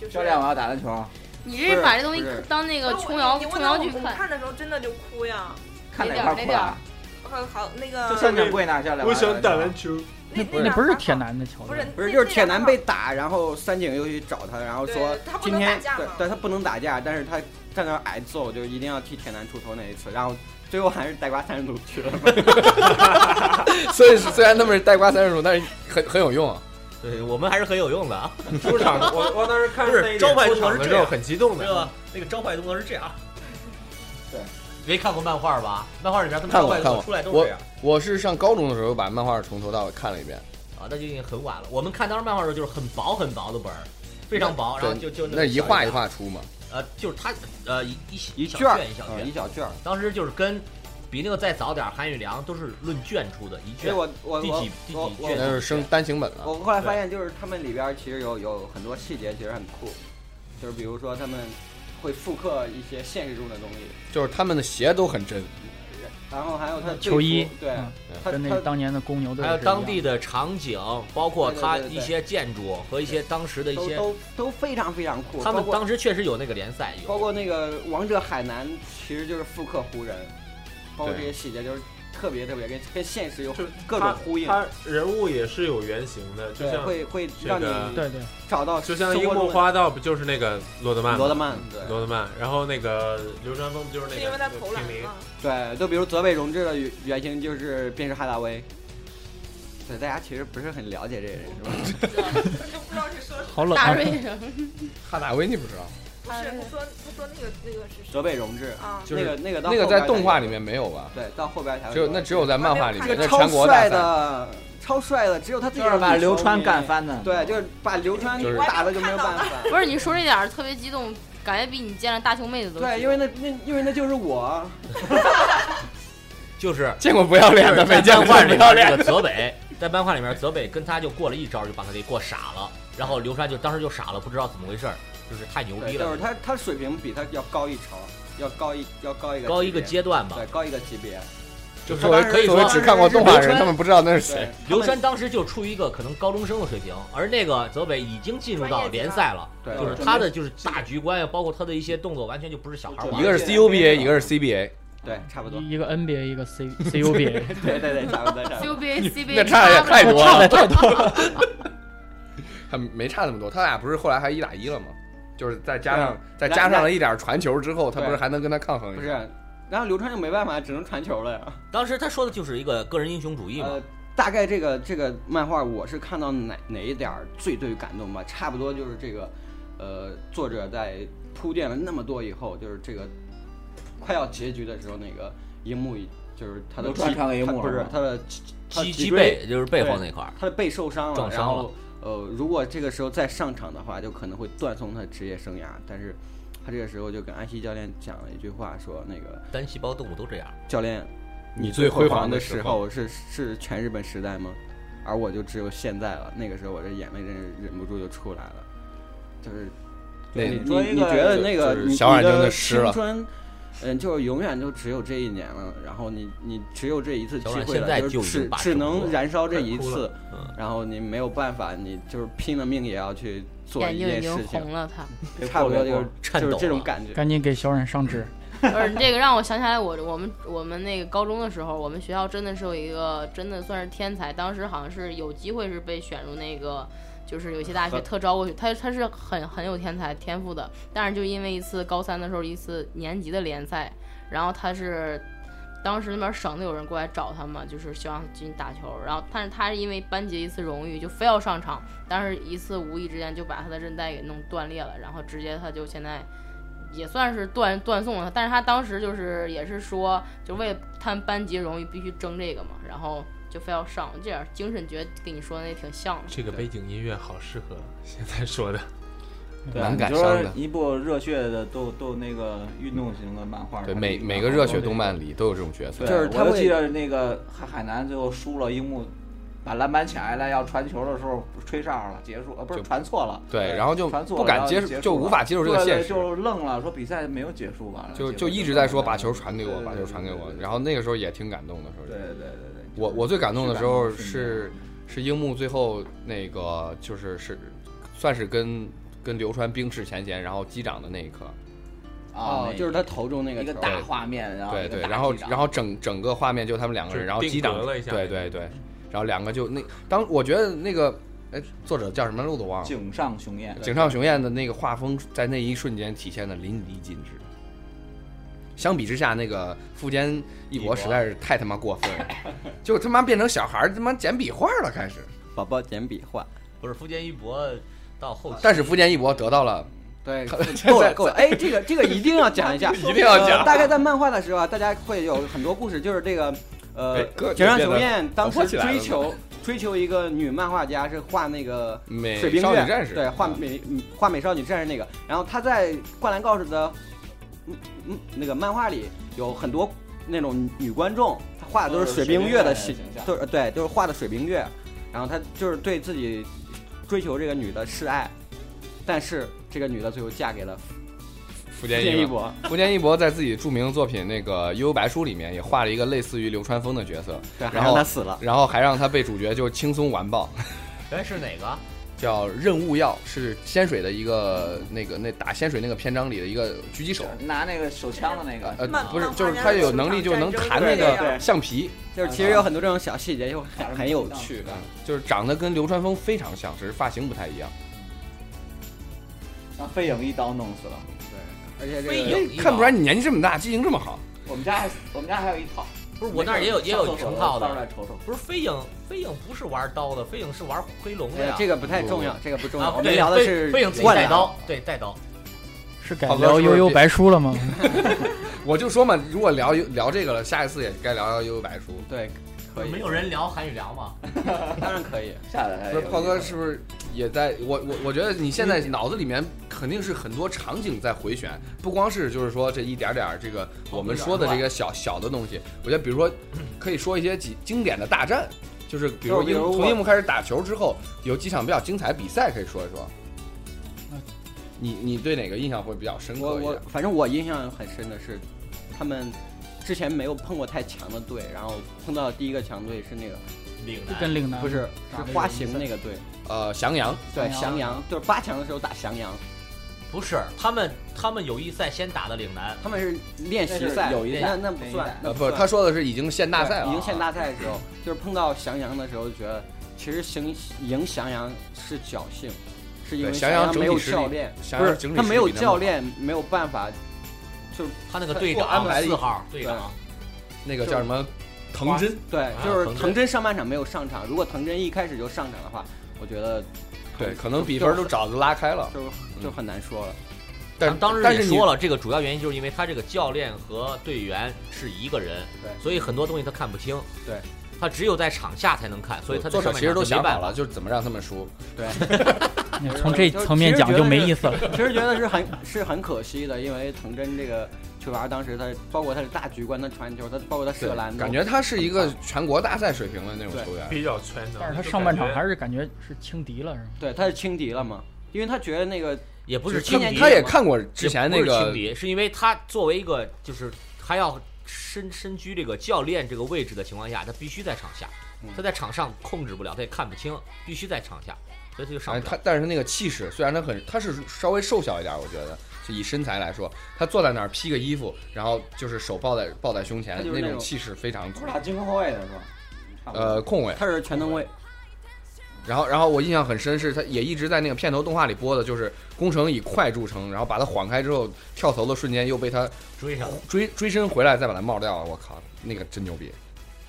Speaker 2: 就是
Speaker 4: 教练，我要打篮球，
Speaker 3: 你这是把这东西
Speaker 4: 不是
Speaker 3: 当那
Speaker 2: 那
Speaker 3: 个琼瑶
Speaker 2: 你
Speaker 3: 琼
Speaker 2: 问
Speaker 3: 瑶
Speaker 2: 我
Speaker 3: 剧
Speaker 2: 我
Speaker 3: 看，
Speaker 2: 看的时候真的就哭呀，
Speaker 4: 看
Speaker 3: 哪
Speaker 4: 哪块儿裤
Speaker 3: 点儿哪点儿
Speaker 4: 啊？？
Speaker 2: 好好那个
Speaker 4: 就三井贵那教练，
Speaker 9: 我想打篮
Speaker 4: 球。
Speaker 9: 球，
Speaker 2: 那
Speaker 6: 那
Speaker 2: 俩
Speaker 6: 不是
Speaker 2: 还好
Speaker 6: 铁，男的桥
Speaker 2: 不是
Speaker 6: 段，
Speaker 2: 那
Speaker 10: 不是，就是
Speaker 2: 那
Speaker 10: 铁
Speaker 2: 俩
Speaker 10: 男
Speaker 2: 还
Speaker 10: 被
Speaker 2: 好
Speaker 10: 打，然后三井又去找他，然后说
Speaker 2: 对他不
Speaker 10: 今
Speaker 2: 能
Speaker 10: 天
Speaker 2: 打架
Speaker 10: 对
Speaker 2: 嘛
Speaker 10: 对他不能打架，但是他站那儿挨揍，就一定要替铁男出头那一次，然后最后还是呆瓜三人组去
Speaker 7: [LAUGHS]
Speaker 10: 了。
Speaker 1: 所以虽然他们是呆瓜三人组，但是很很有用啊。
Speaker 7: 对我们还是很有用的啊。
Speaker 9: 出场
Speaker 7: [LAUGHS]
Speaker 9: 我我当时看
Speaker 7: 不是
Speaker 9: 那一
Speaker 7: 招
Speaker 9: 点
Speaker 7: 牌
Speaker 9: 出
Speaker 7: 图
Speaker 9: 场
Speaker 7: 是
Speaker 9: 的
Speaker 7: 这
Speaker 9: 时候
Speaker 7: 样
Speaker 9: 很激动
Speaker 7: 那个
Speaker 9: 的，
Speaker 7: 那个招牌动作是这样。
Speaker 4: 对，
Speaker 7: 没看过漫画吧？漫画里边他们
Speaker 1: 看
Speaker 7: 招
Speaker 1: 过
Speaker 7: 牌动作出来都是
Speaker 1: 我
Speaker 7: 这样
Speaker 1: 我是上高中的时候把漫画从头到尾看了一遍，
Speaker 7: 啊，那就已经很晚了。我们看当时漫画的时候就是很薄很薄的本儿，非常薄，然后就就
Speaker 1: 那
Speaker 7: 么
Speaker 1: 一
Speaker 7: 小
Speaker 1: 画一，画出嘛。
Speaker 7: 呃，就是它呃一一
Speaker 4: 一
Speaker 7: 小
Speaker 4: 卷儿
Speaker 7: 一小
Speaker 4: 嗯
Speaker 7: 卷
Speaker 4: 一，小卷儿，
Speaker 7: 当时就是跟比那个再早点儿韩宇良都是论卷出的，一
Speaker 4: 所以
Speaker 7: 卷
Speaker 4: 哎我我
Speaker 7: 第
Speaker 4: 我
Speaker 7: 几第
Speaker 4: 我
Speaker 7: 几
Speaker 4: 我
Speaker 7: 卷
Speaker 1: 那是升单行本了。
Speaker 4: 我后来发现，就是他们里边儿其实有有很多细节，其实很酷，就是比如说他们会复刻一些现实中的东西，
Speaker 1: 就是他们的鞋都很真，
Speaker 4: 然后还有他
Speaker 6: 球衣
Speaker 4: 队服对
Speaker 6: 嗯，
Speaker 4: 他
Speaker 6: 跟那
Speaker 4: 他
Speaker 6: 当年的公牛队
Speaker 7: 还有
Speaker 6: 是一
Speaker 7: 当
Speaker 6: 样
Speaker 7: 地的场景，包括
Speaker 4: 对对
Speaker 7: 它
Speaker 4: 对对
Speaker 7: 一些建筑和一些当时的一
Speaker 4: 都
Speaker 7: 些，
Speaker 4: 都都非常非常酷，
Speaker 7: 他
Speaker 4: 包
Speaker 7: 们
Speaker 4: 括
Speaker 7: 当时确实有那个联赛，有
Speaker 4: 包括那个王者海南，其实就是复刻湖人，包括
Speaker 1: 对
Speaker 4: 这些细节就是特别特别跟跟现实有
Speaker 11: [LAUGHS] 就是
Speaker 4: 各种
Speaker 11: 他
Speaker 4: 呼应，
Speaker 11: 他人物也是有原型的，就
Speaker 4: 对，
Speaker 11: 像
Speaker 4: 会会
Speaker 11: 这
Speaker 4: 让你
Speaker 11: 个
Speaker 6: 对对，
Speaker 4: 找到
Speaker 11: 就像
Speaker 4: 生
Speaker 11: 樱
Speaker 4: 活中
Speaker 11: 木
Speaker 4: 的
Speaker 11: 花道不就是那个罗德曼吗？
Speaker 4: 罗德曼，对
Speaker 11: 罗德曼，然后那个流川枫不就是那
Speaker 2: 是
Speaker 11: 个
Speaker 2: 因为他投篮
Speaker 11: 平民
Speaker 2: 嘛，
Speaker 4: 对，就比如泽北荣治的原原型就是便是哈达威。对，大家其实不是很了解这个人，是吧？
Speaker 2: [LAUGHS]
Speaker 11: [LAUGHS]
Speaker 2: 就不知道是说
Speaker 6: 好冷
Speaker 3: 大 [LAUGHS]
Speaker 6: 啊！
Speaker 3: 瑞什么
Speaker 1: 哈达威你不知道？
Speaker 2: 不是，他说他说那个那个是
Speaker 4: 泽北荣治，
Speaker 2: 啊，
Speaker 1: 就是
Speaker 4: 那个那个到
Speaker 1: 那个
Speaker 4: 后
Speaker 1: 在
Speaker 4: 边
Speaker 1: 动画
Speaker 4: 才
Speaker 1: 里面没有吧？
Speaker 4: 对，到后边才会
Speaker 1: 只有那只有在漫画里面，
Speaker 2: 这
Speaker 1: 那
Speaker 4: 这
Speaker 1: 是
Speaker 4: 超
Speaker 1: 全国大
Speaker 4: 帅
Speaker 1: 赛。
Speaker 4: 的，超帅的，只有他自己
Speaker 12: 就是把
Speaker 4: 女球
Speaker 12: 刘川
Speaker 4: 迷
Speaker 12: 干，翻的。
Speaker 4: 对，就是把刘川
Speaker 1: 就是
Speaker 4: 打的就没有办法。
Speaker 3: 不是你说这点儿特别激动，感觉比你见了大胸妹子都
Speaker 1: 啊
Speaker 3: 激
Speaker 4: 对，
Speaker 3: 动
Speaker 4: 因为那那因为那就是我，
Speaker 7: 就是
Speaker 1: 见过不要脸的，没见
Speaker 7: 在漫
Speaker 1: 过
Speaker 7: 画
Speaker 1: 不
Speaker 7: 里
Speaker 1: 要
Speaker 7: 面
Speaker 1: 脸
Speaker 7: 这个泽北，在漫画里面泽北跟他就过了一招就把他给过傻了，然后流川就当时就傻了，不知道怎么回事儿，就是太牛
Speaker 4: 对，
Speaker 7: 逼
Speaker 4: 就
Speaker 7: 了
Speaker 4: 是，他他水平比他要高一筹，要高一要高一个
Speaker 7: 高一个
Speaker 4: 级
Speaker 7: 阶段
Speaker 4: 别，
Speaker 7: 吧。
Speaker 4: 对，高一个级别。
Speaker 7: 就
Speaker 1: 作为
Speaker 7: 可以
Speaker 1: 作为
Speaker 7: 说
Speaker 1: 只看过动画的
Speaker 7: 流
Speaker 1: 人，
Speaker 7: 川
Speaker 1: 他们不知道那是谁
Speaker 4: 对。，他
Speaker 7: 刘
Speaker 4: 们
Speaker 7: 川当时就处于一个可能高中生的水平，而那个泽北已经进入到联赛了，
Speaker 4: 对
Speaker 7: 就是他的就是大局观呀，啊包括他的一些动作，完全就不是小孩
Speaker 4: 就
Speaker 7: 玩
Speaker 1: 一
Speaker 7: 的。
Speaker 1: 个是 CUBA，一个是 CBA，
Speaker 4: 对，差不多， [LAUGHS]
Speaker 6: 一一个 NBA 一个 C CUBA，
Speaker 4: 对对对，差不多，差
Speaker 7: [LAUGHS]
Speaker 4: 不多。
Speaker 3: CBA CBA
Speaker 1: 那差的也太多
Speaker 6: 差的
Speaker 1: 了。
Speaker 6: 太多了。
Speaker 1: [LAUGHS] 他没差那么多，他俩不是后来还一打一了吗？就是再加上
Speaker 12: 啊
Speaker 1: 再
Speaker 4: 那
Speaker 1: 加上了一点传球之后，他
Speaker 4: 对
Speaker 1: 不是还能跟他抗衡
Speaker 4: 不
Speaker 1: 一
Speaker 4: 是
Speaker 1: 下？，
Speaker 4: 然后刘川就没办法，只能传球了呀。
Speaker 7: 当时他说的就是一个个人英雄主义嘛
Speaker 4: 呃，，大概这个这个漫画，我是看到哪哪一点儿最最感动吧？差不多就是这个，呃，作者在铺垫了那么多以后，就是这个快要结局的时候，那个樱木就是他的
Speaker 12: 流川
Speaker 4: 脊
Speaker 12: 看到樱木
Speaker 4: 他不
Speaker 12: 了
Speaker 4: 是
Speaker 12: 吗
Speaker 4: 他的他
Speaker 7: 击
Speaker 4: 脊
Speaker 7: 击
Speaker 4: 椎
Speaker 7: 背就是背后那块儿，
Speaker 4: 他的背受伤了，
Speaker 7: 撞
Speaker 4: 然
Speaker 7: 伤了
Speaker 4: 后呃，如果这个时候再上场的话，就可能会断送他的职业生涯。但是他这个时候就跟安西教练讲了一句话，说那个
Speaker 7: 单细胞动物都这样。
Speaker 4: 教练，
Speaker 1: 你
Speaker 4: 最
Speaker 1: 最辉
Speaker 4: 煌
Speaker 1: 煌的
Speaker 4: 时
Speaker 1: 时
Speaker 4: 候是是全日本时代吗？而我就只有现在了。那个时候我这眼泪真是忍不住就出来了，就是
Speaker 1: 那
Speaker 4: 你
Speaker 12: 说
Speaker 4: 你
Speaker 12: 一
Speaker 4: 你
Speaker 12: 个
Speaker 4: 觉得那个
Speaker 1: 就是
Speaker 4: 你
Speaker 1: 小眼睛
Speaker 4: 你的
Speaker 1: 就湿了
Speaker 4: 青春，嗯，就是永远就只有这一年了。然后你你只有这一次机
Speaker 7: 小冉
Speaker 4: 会
Speaker 7: 现在
Speaker 4: 了，
Speaker 7: 就已经
Speaker 4: 是只
Speaker 7: 把
Speaker 4: 只
Speaker 7: 这么
Speaker 4: 能
Speaker 7: 做
Speaker 4: 燃烧这
Speaker 11: 快
Speaker 4: 一
Speaker 11: 哭了
Speaker 4: 次
Speaker 7: 嗯。
Speaker 4: 然后你没有办法，你就是拼了命也要去做
Speaker 3: 眼
Speaker 4: 一
Speaker 3: 睛已
Speaker 4: 件事
Speaker 3: 经红
Speaker 4: 情，
Speaker 3: 了他。
Speaker 4: 差不多就是
Speaker 7: 颤
Speaker 4: 就是
Speaker 7: 抖
Speaker 4: 这种
Speaker 7: 了
Speaker 4: 感觉。
Speaker 6: 赶紧给小冉上纸。
Speaker 3: 不是你这个让我想起来我，我们我们那个高中的时候，我们学校真的是有一个真的算是天才，当时好像是有机会是被选入那个，就是有些大学特招过去，他他是很很有天才天赋的，但是就因为一次高三的时候一次年级的联赛，然后他是。当时那边省的有人过来找他嘛，就是希望进去打球，然后但是他是因为班级一次荣誉就非要上场，但是一次无意之间就把他的韧带给弄断裂了，然后直接他就现在也算是断断送了他，但是他当时就是也是说，就为了他们班级荣誉必须争这个嘛，然后就非要上，这点精神觉得跟你说的那挺像的。
Speaker 11: 这个背景音乐好适合现在说的，
Speaker 12: 对
Speaker 1: 蛮
Speaker 12: 你
Speaker 1: 感
Speaker 12: 就
Speaker 1: 伤
Speaker 12: 说
Speaker 1: 的
Speaker 12: 一部热血的都都那个运动型的漫画，
Speaker 1: 对，
Speaker 12: 它
Speaker 1: 每
Speaker 12: 里面
Speaker 1: 每个
Speaker 12: 好
Speaker 1: 热
Speaker 12: 多
Speaker 1: 血
Speaker 12: 这
Speaker 1: 动
Speaker 12: 个
Speaker 1: 漫里都有这种角色
Speaker 12: 对，。
Speaker 4: 就是他
Speaker 12: 我就
Speaker 4: 会
Speaker 12: 记得那个海海南最后输了，樱木把篮板抢下来要传球的时候吹哨了，结束呃不是
Speaker 1: 就
Speaker 12: 传错了，
Speaker 1: 对，然后就
Speaker 12: 传错了
Speaker 1: 不敢接
Speaker 12: 然后就结束
Speaker 1: 受，
Speaker 12: 了
Speaker 1: 就无法接受这个
Speaker 12: 对对
Speaker 1: 现实，
Speaker 12: 就愣了，说比赛没有结束吧，
Speaker 1: 就
Speaker 12: 结果
Speaker 1: 就一直在说把球传给
Speaker 12: 对
Speaker 1: 我，
Speaker 12: 对
Speaker 1: 把球传给我
Speaker 12: 对。对
Speaker 1: 然后那个时候也挺感动的，说
Speaker 12: 对
Speaker 1: 是。
Speaker 12: 对对对，
Speaker 1: 我
Speaker 12: 就是
Speaker 1: 我最感动的时候
Speaker 12: 去感动瞬
Speaker 1: 是
Speaker 12: 间
Speaker 1: 是樱木最后那个就是是算是跟跟流川冰释前嫌，然后击掌的那一刻，哦
Speaker 12: 啊，那
Speaker 4: 哦就是他头中那
Speaker 12: 一
Speaker 4: 个
Speaker 12: 个
Speaker 4: 球
Speaker 12: 大画面，然后
Speaker 1: 对
Speaker 12: 一个
Speaker 1: 对，
Speaker 12: 大
Speaker 1: 然后
Speaker 12: 臂展
Speaker 1: 然后整整个画面就他们两个人，
Speaker 11: 就
Speaker 1: 然后
Speaker 11: 定
Speaker 1: 击掌
Speaker 11: 格了一下
Speaker 1: 对对对，然后两个就那当我觉得那个哎作者叫什么来着我都忘了，
Speaker 12: 井上雄彦，
Speaker 1: 井上雄彦的那个画风在那一瞬间体现的淋漓尽致。相比之下，那个富坚义博实在是太他妈过分
Speaker 12: [LAUGHS]
Speaker 1: 了，就他妈变成小孩儿，他妈简笔画了开始。
Speaker 4: 宝宝简笔画，
Speaker 7: 不是福建一博到后期，
Speaker 1: 但是福建义博得到了 [LAUGHS]
Speaker 4: 对，
Speaker 1: 现
Speaker 4: 够了
Speaker 1: 在
Speaker 4: 够了，哎，这个这个一定要讲一下，
Speaker 1: [LAUGHS] 一定要讲
Speaker 4: 呃大概在漫画的时候啊，大家会有很多故事，就是这个，呃
Speaker 1: 哎哥，
Speaker 4: 井上
Speaker 1: 别
Speaker 4: 雄
Speaker 1: 的
Speaker 4: 彦当
Speaker 1: 我
Speaker 4: 时
Speaker 1: 说起来了
Speaker 4: 追求追求一个女漫画家，是画那个
Speaker 1: 美
Speaker 4: 水冰
Speaker 1: 少
Speaker 4: 月
Speaker 1: 女战士，嗯
Speaker 4: 对，画美嗯画美少女战士那个。然后他在《灌篮高手》的，嗯嗯，那个漫画里有很多那种女观众，她画的都是水冰月的形，都是对，都是画的水冰月。然后她就是对自己追求这个女的示爱，但是这个女的最后嫁给了
Speaker 1: 福
Speaker 4: 福
Speaker 1: 建
Speaker 4: 建
Speaker 1: 一
Speaker 4: 一
Speaker 1: 博。
Speaker 4: 博，
Speaker 1: 福建一博在自己著名的作品那个《幽游白书》里面也画了一个类似于流川枫的角色，
Speaker 4: 对，还
Speaker 1: 然后
Speaker 4: 让她死了。
Speaker 1: 然后还让他被主角就轻松完爆， [LAUGHS]
Speaker 7: 哎，是哪个？
Speaker 1: 叫任务药，是仙水的一个那个那打仙水那个篇章里的一个狙击手，
Speaker 12: 拿那个手枪的那个，
Speaker 1: 呃
Speaker 2: 漫，
Speaker 1: 不是
Speaker 2: 漫，画
Speaker 1: 就是
Speaker 2: 家
Speaker 1: 他
Speaker 2: 的
Speaker 1: 有
Speaker 2: 出
Speaker 1: 能力
Speaker 2: 场
Speaker 1: 就
Speaker 2: 战
Speaker 1: 能
Speaker 2: 争
Speaker 1: 弹
Speaker 2: 对
Speaker 1: 那个
Speaker 2: 对对
Speaker 1: 橡皮，
Speaker 4: 就是其实有很多这种小细节，就很很有趣。
Speaker 1: 就是长得跟流川枫非常像，只是发型不太一样，
Speaker 12: 让飞影一刀弄死了。
Speaker 4: 而且
Speaker 2: 飞
Speaker 4: 这
Speaker 2: 影
Speaker 4: 个
Speaker 7: 影
Speaker 1: 哎看不出来你年纪这么大，记性这么好。
Speaker 12: 我们家还我们家还有一套，
Speaker 7: 不是我那儿也有也有成套
Speaker 12: 出
Speaker 7: 的
Speaker 12: 来，瞅瞅。
Speaker 7: 不是飞影，飞影不是玩刀的，飞影是玩回龙的
Speaker 4: 呃
Speaker 7: 呀。
Speaker 4: 这个不太重要，这个不重要。
Speaker 7: 啊，
Speaker 4: 我
Speaker 7: 对
Speaker 4: 们聊的
Speaker 7: 飞
Speaker 4: 是
Speaker 7: 飞影自己
Speaker 4: 灌
Speaker 7: 带
Speaker 4: 篮
Speaker 7: 刀，对带刀。
Speaker 6: 是改
Speaker 1: 好哥
Speaker 6: 聊
Speaker 1: 是不
Speaker 6: 悠
Speaker 1: 是
Speaker 6: 悠
Speaker 1: 别
Speaker 6: 白书了吗？
Speaker 1: 我就说嘛，如果聊聊这个了，下一次也该聊聊《幽游白书
Speaker 4: 对，可以
Speaker 7: 没，有人聊韩语聊吗？
Speaker 4: 当然可以。
Speaker 12: 下来》。
Speaker 4: 哎
Speaker 1: 不是炮哥是不是也在？我我我觉得你现在
Speaker 4: 嗯
Speaker 1: 脑子里面肯定是很多场景在回旋，不光是就是说这一点点儿这个我们说的这个小小的东西。我觉得比如说可以说一些几经典的大战，就是比如
Speaker 4: 就是比
Speaker 1: 樱
Speaker 4: 如我
Speaker 1: 从樱木开始打球之后，有几场比较精彩比赛可以说一说
Speaker 6: 嗯。
Speaker 1: 你你对哪个印象会比较深
Speaker 4: 我
Speaker 1: 刻一
Speaker 4: 我
Speaker 1: 点？
Speaker 4: 反正我印象很深的是，他们之前没有碰过太强的队，然后碰到第一个强队是那个
Speaker 7: 岭
Speaker 6: 就
Speaker 7: 南
Speaker 6: 跟岭南
Speaker 4: 不是
Speaker 6: 啊打那
Speaker 4: 是花
Speaker 6: 种
Speaker 4: 形那个队，
Speaker 1: 呃，翔阳
Speaker 4: 对
Speaker 6: 襄
Speaker 4: 襄阳，就是八强的时候打襄阳，
Speaker 7: 不是，他们他们友谊赛先打的岭南，
Speaker 4: 他们是练习
Speaker 12: 那
Speaker 4: 赛，
Speaker 12: 是友谊
Speaker 4: 那
Speaker 12: 赛
Speaker 4: 那不
Speaker 12: 联谊
Speaker 4: 算
Speaker 12: 赛，
Speaker 4: 那
Speaker 1: 呃不是，
Speaker 4: 算
Speaker 1: 他说的是已经县大赛啊
Speaker 4: 对已
Speaker 1: 了
Speaker 4: 经。县大赛的时候，就是碰到襄阳的时候，就觉得其实赢赢襄阳是侥幸，是因为
Speaker 1: 对襄阳
Speaker 4: 阳
Speaker 1: 整
Speaker 4: 没
Speaker 1: 体
Speaker 4: 有
Speaker 1: 实
Speaker 4: 教
Speaker 1: 力
Speaker 4: 练，
Speaker 1: 翔
Speaker 4: 不
Speaker 1: 阳
Speaker 4: 是
Speaker 1: 整体
Speaker 4: 他
Speaker 1: 实
Speaker 4: 没
Speaker 1: 力
Speaker 4: 有
Speaker 1: 比咱们
Speaker 4: 教
Speaker 1: 好
Speaker 4: 练，没有办法，就是
Speaker 7: 他那个队长
Speaker 4: 哎我安排了一
Speaker 7: 四号队长，
Speaker 1: 那个叫什么藤
Speaker 4: 花
Speaker 1: 真，
Speaker 4: 对
Speaker 7: 啊，
Speaker 4: 就是
Speaker 7: 藤真
Speaker 4: 藤真上半场没有上场，如果藤真一开始就上场的话，我觉得
Speaker 1: 对，可能比分都早就拉开了。
Speaker 4: 就就很难说了。
Speaker 7: 咱
Speaker 1: 但
Speaker 7: 当时
Speaker 1: 但
Speaker 7: 也
Speaker 1: 是
Speaker 7: 说了，这个主要原因就是因为他这个教练和队员是一个人，
Speaker 4: 对
Speaker 7: 所以很多东西他看不清，
Speaker 4: 对，
Speaker 7: 他只有在场下才能看，所以他在
Speaker 1: 作
Speaker 7: 上
Speaker 1: 者
Speaker 7: 面
Speaker 1: 其实都
Speaker 7: 就没
Speaker 1: 想
Speaker 7: 办
Speaker 1: 好
Speaker 7: 法
Speaker 1: 了，。就是怎么让他们输。
Speaker 6: 你从这层面讲就没意思了。
Speaker 4: 其实觉得是很 [LAUGHS] 是很可惜的，因为藤真这个球员当时他包括他的大局观，他传球，他包括他
Speaker 1: 对
Speaker 4: 射篮，
Speaker 1: 感觉他是一
Speaker 7: 啊
Speaker 1: 个全国大赛水平的那种
Speaker 4: 对
Speaker 1: 球员。
Speaker 11: 比较全能。
Speaker 6: 但是他
Speaker 11: 就
Speaker 6: 上半
Speaker 11: 感
Speaker 6: 场
Speaker 11: 觉
Speaker 6: 还是感觉是轻敌了，是吗？
Speaker 4: 对他是轻敌了嘛，因为他觉得那个
Speaker 7: 也不是
Speaker 4: 今
Speaker 7: 轻
Speaker 4: 年
Speaker 7: 敌，
Speaker 1: 他也看过之前那
Speaker 7: 也不是轻
Speaker 1: 个，
Speaker 7: 敌，是因为他作为一个就是他要身身居这个教练这个位置的情况下，他必须在场下
Speaker 4: 嗯，
Speaker 7: 他在场上控制不了，他也看不清，必须在场下，所以他就上
Speaker 1: 哎，
Speaker 7: 不
Speaker 1: 他
Speaker 7: 了。
Speaker 1: 但是他那个气势，虽然他很，他是稍微瘦小一点，我觉得就以身材来说，他坐在那儿披个衣服，然后就是手抱在抱在胸前
Speaker 4: 他，就是
Speaker 1: 那
Speaker 4: 那
Speaker 1: 种
Speaker 4: 种
Speaker 1: 气势非常
Speaker 12: 不是打进攻后卫的是吧？差不多，
Speaker 1: 呃控卫。
Speaker 4: 他是全能卫，
Speaker 1: 然后，然后我印象很深是，他也一直在那个片头动画里播的，就是宫城以快著称，然后把他晃开之后跳投的瞬间又被他
Speaker 7: 追上。
Speaker 1: 追追身回来，再把他帽掉了。我靠，那个真牛逼！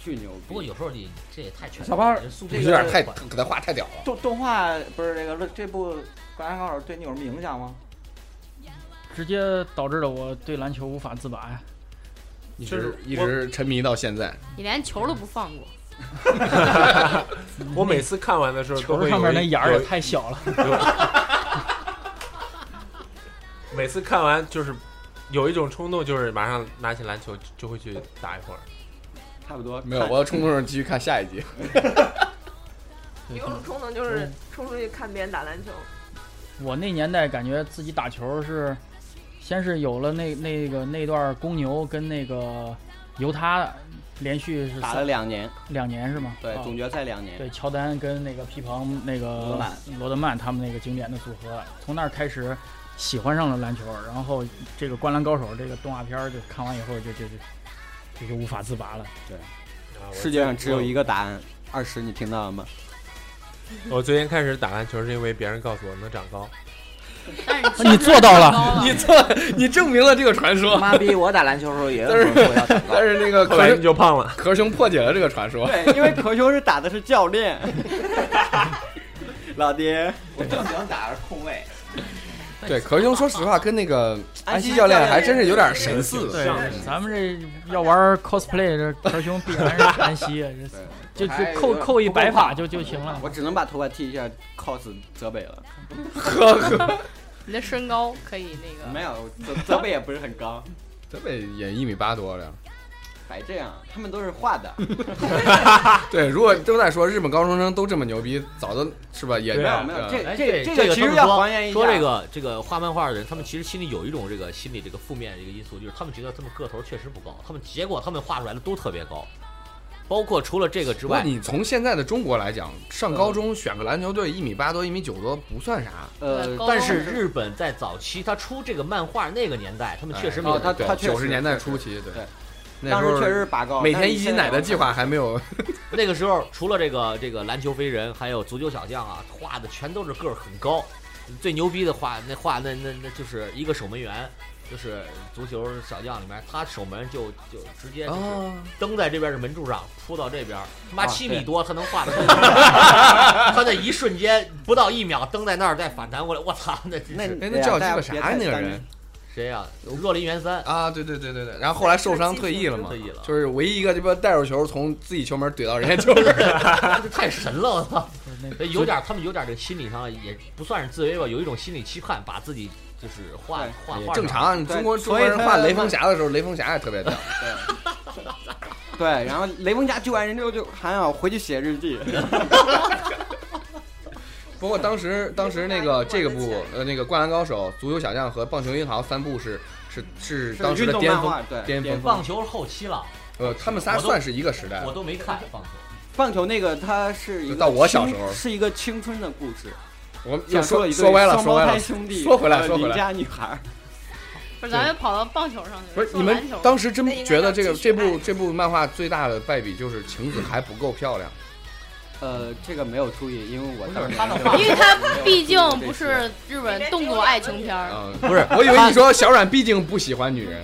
Speaker 4: 巨牛逼。
Speaker 7: 不过有时候你这也太全了，
Speaker 12: 小胖
Speaker 7: 人速度
Speaker 12: 这
Speaker 1: 有
Speaker 12: 个
Speaker 1: 点太给他画太屌了。
Speaker 12: 动动画不是这个这部《灌篮高手》对你有什么影响吗？
Speaker 6: 直接导致了我对篮球无法自拔呀。
Speaker 1: 一
Speaker 11: 就
Speaker 1: 直
Speaker 11: 是
Speaker 1: 一直沉迷到现在。
Speaker 3: 你连球都不放过，
Speaker 11: 我每次看完的时候都
Speaker 6: 球
Speaker 11: 会
Speaker 6: 上
Speaker 11: 有
Speaker 6: 面
Speaker 11: 一
Speaker 6: 那眼儿也
Speaker 11: 有
Speaker 6: 太小了，
Speaker 11: [LAUGHS] 每次看完就是有一种冲动，就是马上拿起篮球就就会去打一会儿。
Speaker 4: 差不多
Speaker 1: 没有，我要冲动着继续看下一集。 [LAUGHS]
Speaker 6: 对
Speaker 2: 有种冲动就是冲出去看别人打篮球，
Speaker 6: 我那年代感觉自己打球是，先是有了那那个那段公牛跟那个犹他连续是
Speaker 4: 打
Speaker 6: 三
Speaker 4: 了两年，
Speaker 6: 两年是吗？
Speaker 4: 对
Speaker 6: 啊
Speaker 4: 总决赛两年，
Speaker 6: 对，乔丹跟那个皮蓬、那个
Speaker 12: 罗德曼
Speaker 6: 罗德曼他们那个经典的组合，从那儿开始喜欢上了篮球，然后这个《灌篮高手》这个动画片儿就看完以后就就就就就无法自拔了。
Speaker 11: 啊我
Speaker 4: 世界上只有一
Speaker 11: 我
Speaker 4: 个答案。二十，你听到了吗？
Speaker 11: 我最近开始打篮球是因为别人告诉我能长高。
Speaker 3: 但是
Speaker 6: 啊你做到了
Speaker 3: 了
Speaker 1: 你错，你证明了这个传
Speaker 4: [LAUGHS]
Speaker 1: 说，
Speaker 12: 妈逼，我打篮球的时候也有人说我要长
Speaker 1: [LAUGHS]
Speaker 12: 高
Speaker 1: 但。是那个
Speaker 11: [LAUGHS] 后
Speaker 1: 壳
Speaker 11: 来你
Speaker 1: 兄
Speaker 11: 就胖了，
Speaker 1: 壳兄破解了这个传说。
Speaker 4: 对，因为可修是打的是教练，老爹，
Speaker 12: 我正经打着控卫，
Speaker 1: 对，壳兄说实话跟那个
Speaker 4: 安
Speaker 1: 安
Speaker 4: 西
Speaker 1: 西教
Speaker 4: 教
Speaker 1: 练
Speaker 4: 练
Speaker 1: 还真是有点神似。
Speaker 6: 对
Speaker 11: 像，
Speaker 6: 咱们这要玩 cosplay，这壳兄必然是安西，这就
Speaker 12: 还
Speaker 6: 就扣扣一
Speaker 12: 不够
Speaker 6: 百把
Speaker 12: 胖
Speaker 6: 就就行了
Speaker 4: 我。只能把头发剃一下，cos 泽北了。
Speaker 3: 你的身高可以那个。
Speaker 4: 没有，泽泽北也不是很高，
Speaker 1: 泽北也一米八多了，
Speaker 4: 还这样，他们都是画的，
Speaker 1: 对，如果都在说日本高中生都这么牛逼，早都是吧？也
Speaker 11: 对
Speaker 4: 没有
Speaker 11: 啊
Speaker 4: 没有，
Speaker 1: [LAUGHS] 对
Speaker 7: 哎
Speaker 4: 这这
Speaker 7: 这
Speaker 4: 这
Speaker 7: 个
Speaker 4: 其
Speaker 7: 都
Speaker 4: 实
Speaker 7: 是
Speaker 4: 要
Speaker 7: 说
Speaker 4: 还原一下，
Speaker 7: 说这个这个画漫画的人，他们其实心里有一种这个心理这个负面这个因素，就是他们觉得他们个头确实不高，他们结果他们画出来的都特别高，包括除了这个之
Speaker 1: 不过
Speaker 7: 外，
Speaker 1: 你从现在的中国来讲，上高中选个篮球队一米八多、一米九多不算啥，
Speaker 4: 呃
Speaker 3: 对高
Speaker 7: 但是日本在早期他出这个漫画那个年代，他们确实没有
Speaker 4: 哦他
Speaker 7: 人高
Speaker 4: 他确实
Speaker 1: 哎九十年代初期，对
Speaker 4: 对，
Speaker 1: 那
Speaker 4: 当
Speaker 1: 时
Speaker 4: 时
Speaker 1: 候
Speaker 4: 确实是拔高，
Speaker 1: 每
Speaker 4: 但
Speaker 1: 天
Speaker 4: 是
Speaker 1: 一斤
Speaker 4: 现在
Speaker 1: 奶的计划还没有，
Speaker 7: 那个时候除了这个这个篮球飞人，还有足球小将啊，画的全都是个儿很高。最牛逼的画，那画那那那就是一个守门员，就是足球小将里面，他守门就就直接就是
Speaker 4: 哦
Speaker 7: 蹬在这边的门柱上，扑到这边，他妈
Speaker 4: 啊
Speaker 7: 七
Speaker 4: 对
Speaker 7: 米多，他能画出
Speaker 4: [LAUGHS]
Speaker 7: 来。他在一瞬间不到一秒蹬在那儿，再反弹过来，我操，那真
Speaker 4: 那
Speaker 7: 是
Speaker 1: 哎，
Speaker 4: 对
Speaker 1: 那
Speaker 4: 呀
Speaker 1: 叫鸡
Speaker 4: 大家
Speaker 1: 巴
Speaker 4: 别
Speaker 1: 啥啊
Speaker 4: 太
Speaker 1: 呀？那个
Speaker 4: 担
Speaker 1: 人
Speaker 4: 心
Speaker 7: 谁呀、若林元三，
Speaker 1: 啊，对对对对对，然后后来受伤退役了嘛
Speaker 7: 退役了，
Speaker 1: 就是唯一一个鸡巴带入球从自己球门怼到人家
Speaker 4: [LAUGHS]
Speaker 1: 球门，
Speaker 7: [LAUGHS] 这太神了，我操！
Speaker 6: 就是那
Speaker 7: 所以有点儿，他们有点儿这个心理上也不算是自卑吧，有一种心理期盼，把自己就是画
Speaker 4: 对
Speaker 7: 画画
Speaker 1: 正
Speaker 7: 上。
Speaker 1: 常。
Speaker 4: 对
Speaker 1: 中国中
Speaker 4: 所
Speaker 1: 国
Speaker 4: 以
Speaker 1: 人
Speaker 4: 他
Speaker 1: 画雷锋侠的时候，雷锋侠也特别屌。
Speaker 4: [LAUGHS] 对对，然后雷锋家救完人之后就还要回去写日
Speaker 1: [LAUGHS]
Speaker 4: 记，
Speaker 1: 不过当时当时那个这个部呃那个《灌篮高手》《足球小将》和《棒球银行》三部是是是
Speaker 4: 是
Speaker 1: 当时
Speaker 4: 运
Speaker 1: 的
Speaker 4: 动
Speaker 1: 巅
Speaker 4: 漫
Speaker 1: 峰，
Speaker 4: 画对
Speaker 1: 巅峰
Speaker 4: 巅
Speaker 7: 棒球后期了，
Speaker 1: 呃，他们仨
Speaker 7: 我都
Speaker 1: 算是一个时代
Speaker 7: 我。都没看棒球。
Speaker 4: 棒球那个它是一个
Speaker 1: 就到我小
Speaker 4: 青
Speaker 1: 时候
Speaker 4: 是一个青春的故事，
Speaker 1: 我们又
Speaker 4: 讲述了
Speaker 1: 说
Speaker 4: 一
Speaker 1: 说
Speaker 4: 对
Speaker 1: 歪了，
Speaker 4: 双
Speaker 1: 说
Speaker 4: 胞
Speaker 1: 歪了
Speaker 4: 胎，兄弟，
Speaker 1: 说回来
Speaker 4: 呃
Speaker 1: 说回来
Speaker 4: 邻家女孩，
Speaker 3: 不是咱们跑到棒球上去
Speaker 1: 不
Speaker 3: 了，
Speaker 1: 是
Speaker 3: 说
Speaker 1: 你们
Speaker 3: 篮球
Speaker 1: 当时真
Speaker 2: 那应该
Speaker 1: 觉得
Speaker 2: 要
Speaker 1: 这个
Speaker 2: 继续
Speaker 1: 这部
Speaker 2: 爱
Speaker 1: 这部漫画最大的败笔就是晴子还不够漂亮，
Speaker 4: 呃，这个没有注意，因为我当时
Speaker 7: 他的画
Speaker 3: 因为它毕竟不是日本动作爱情片儿，
Speaker 1: 嗯，不是， [LAUGHS] 我以为你说小阮毕竟不喜欢女人，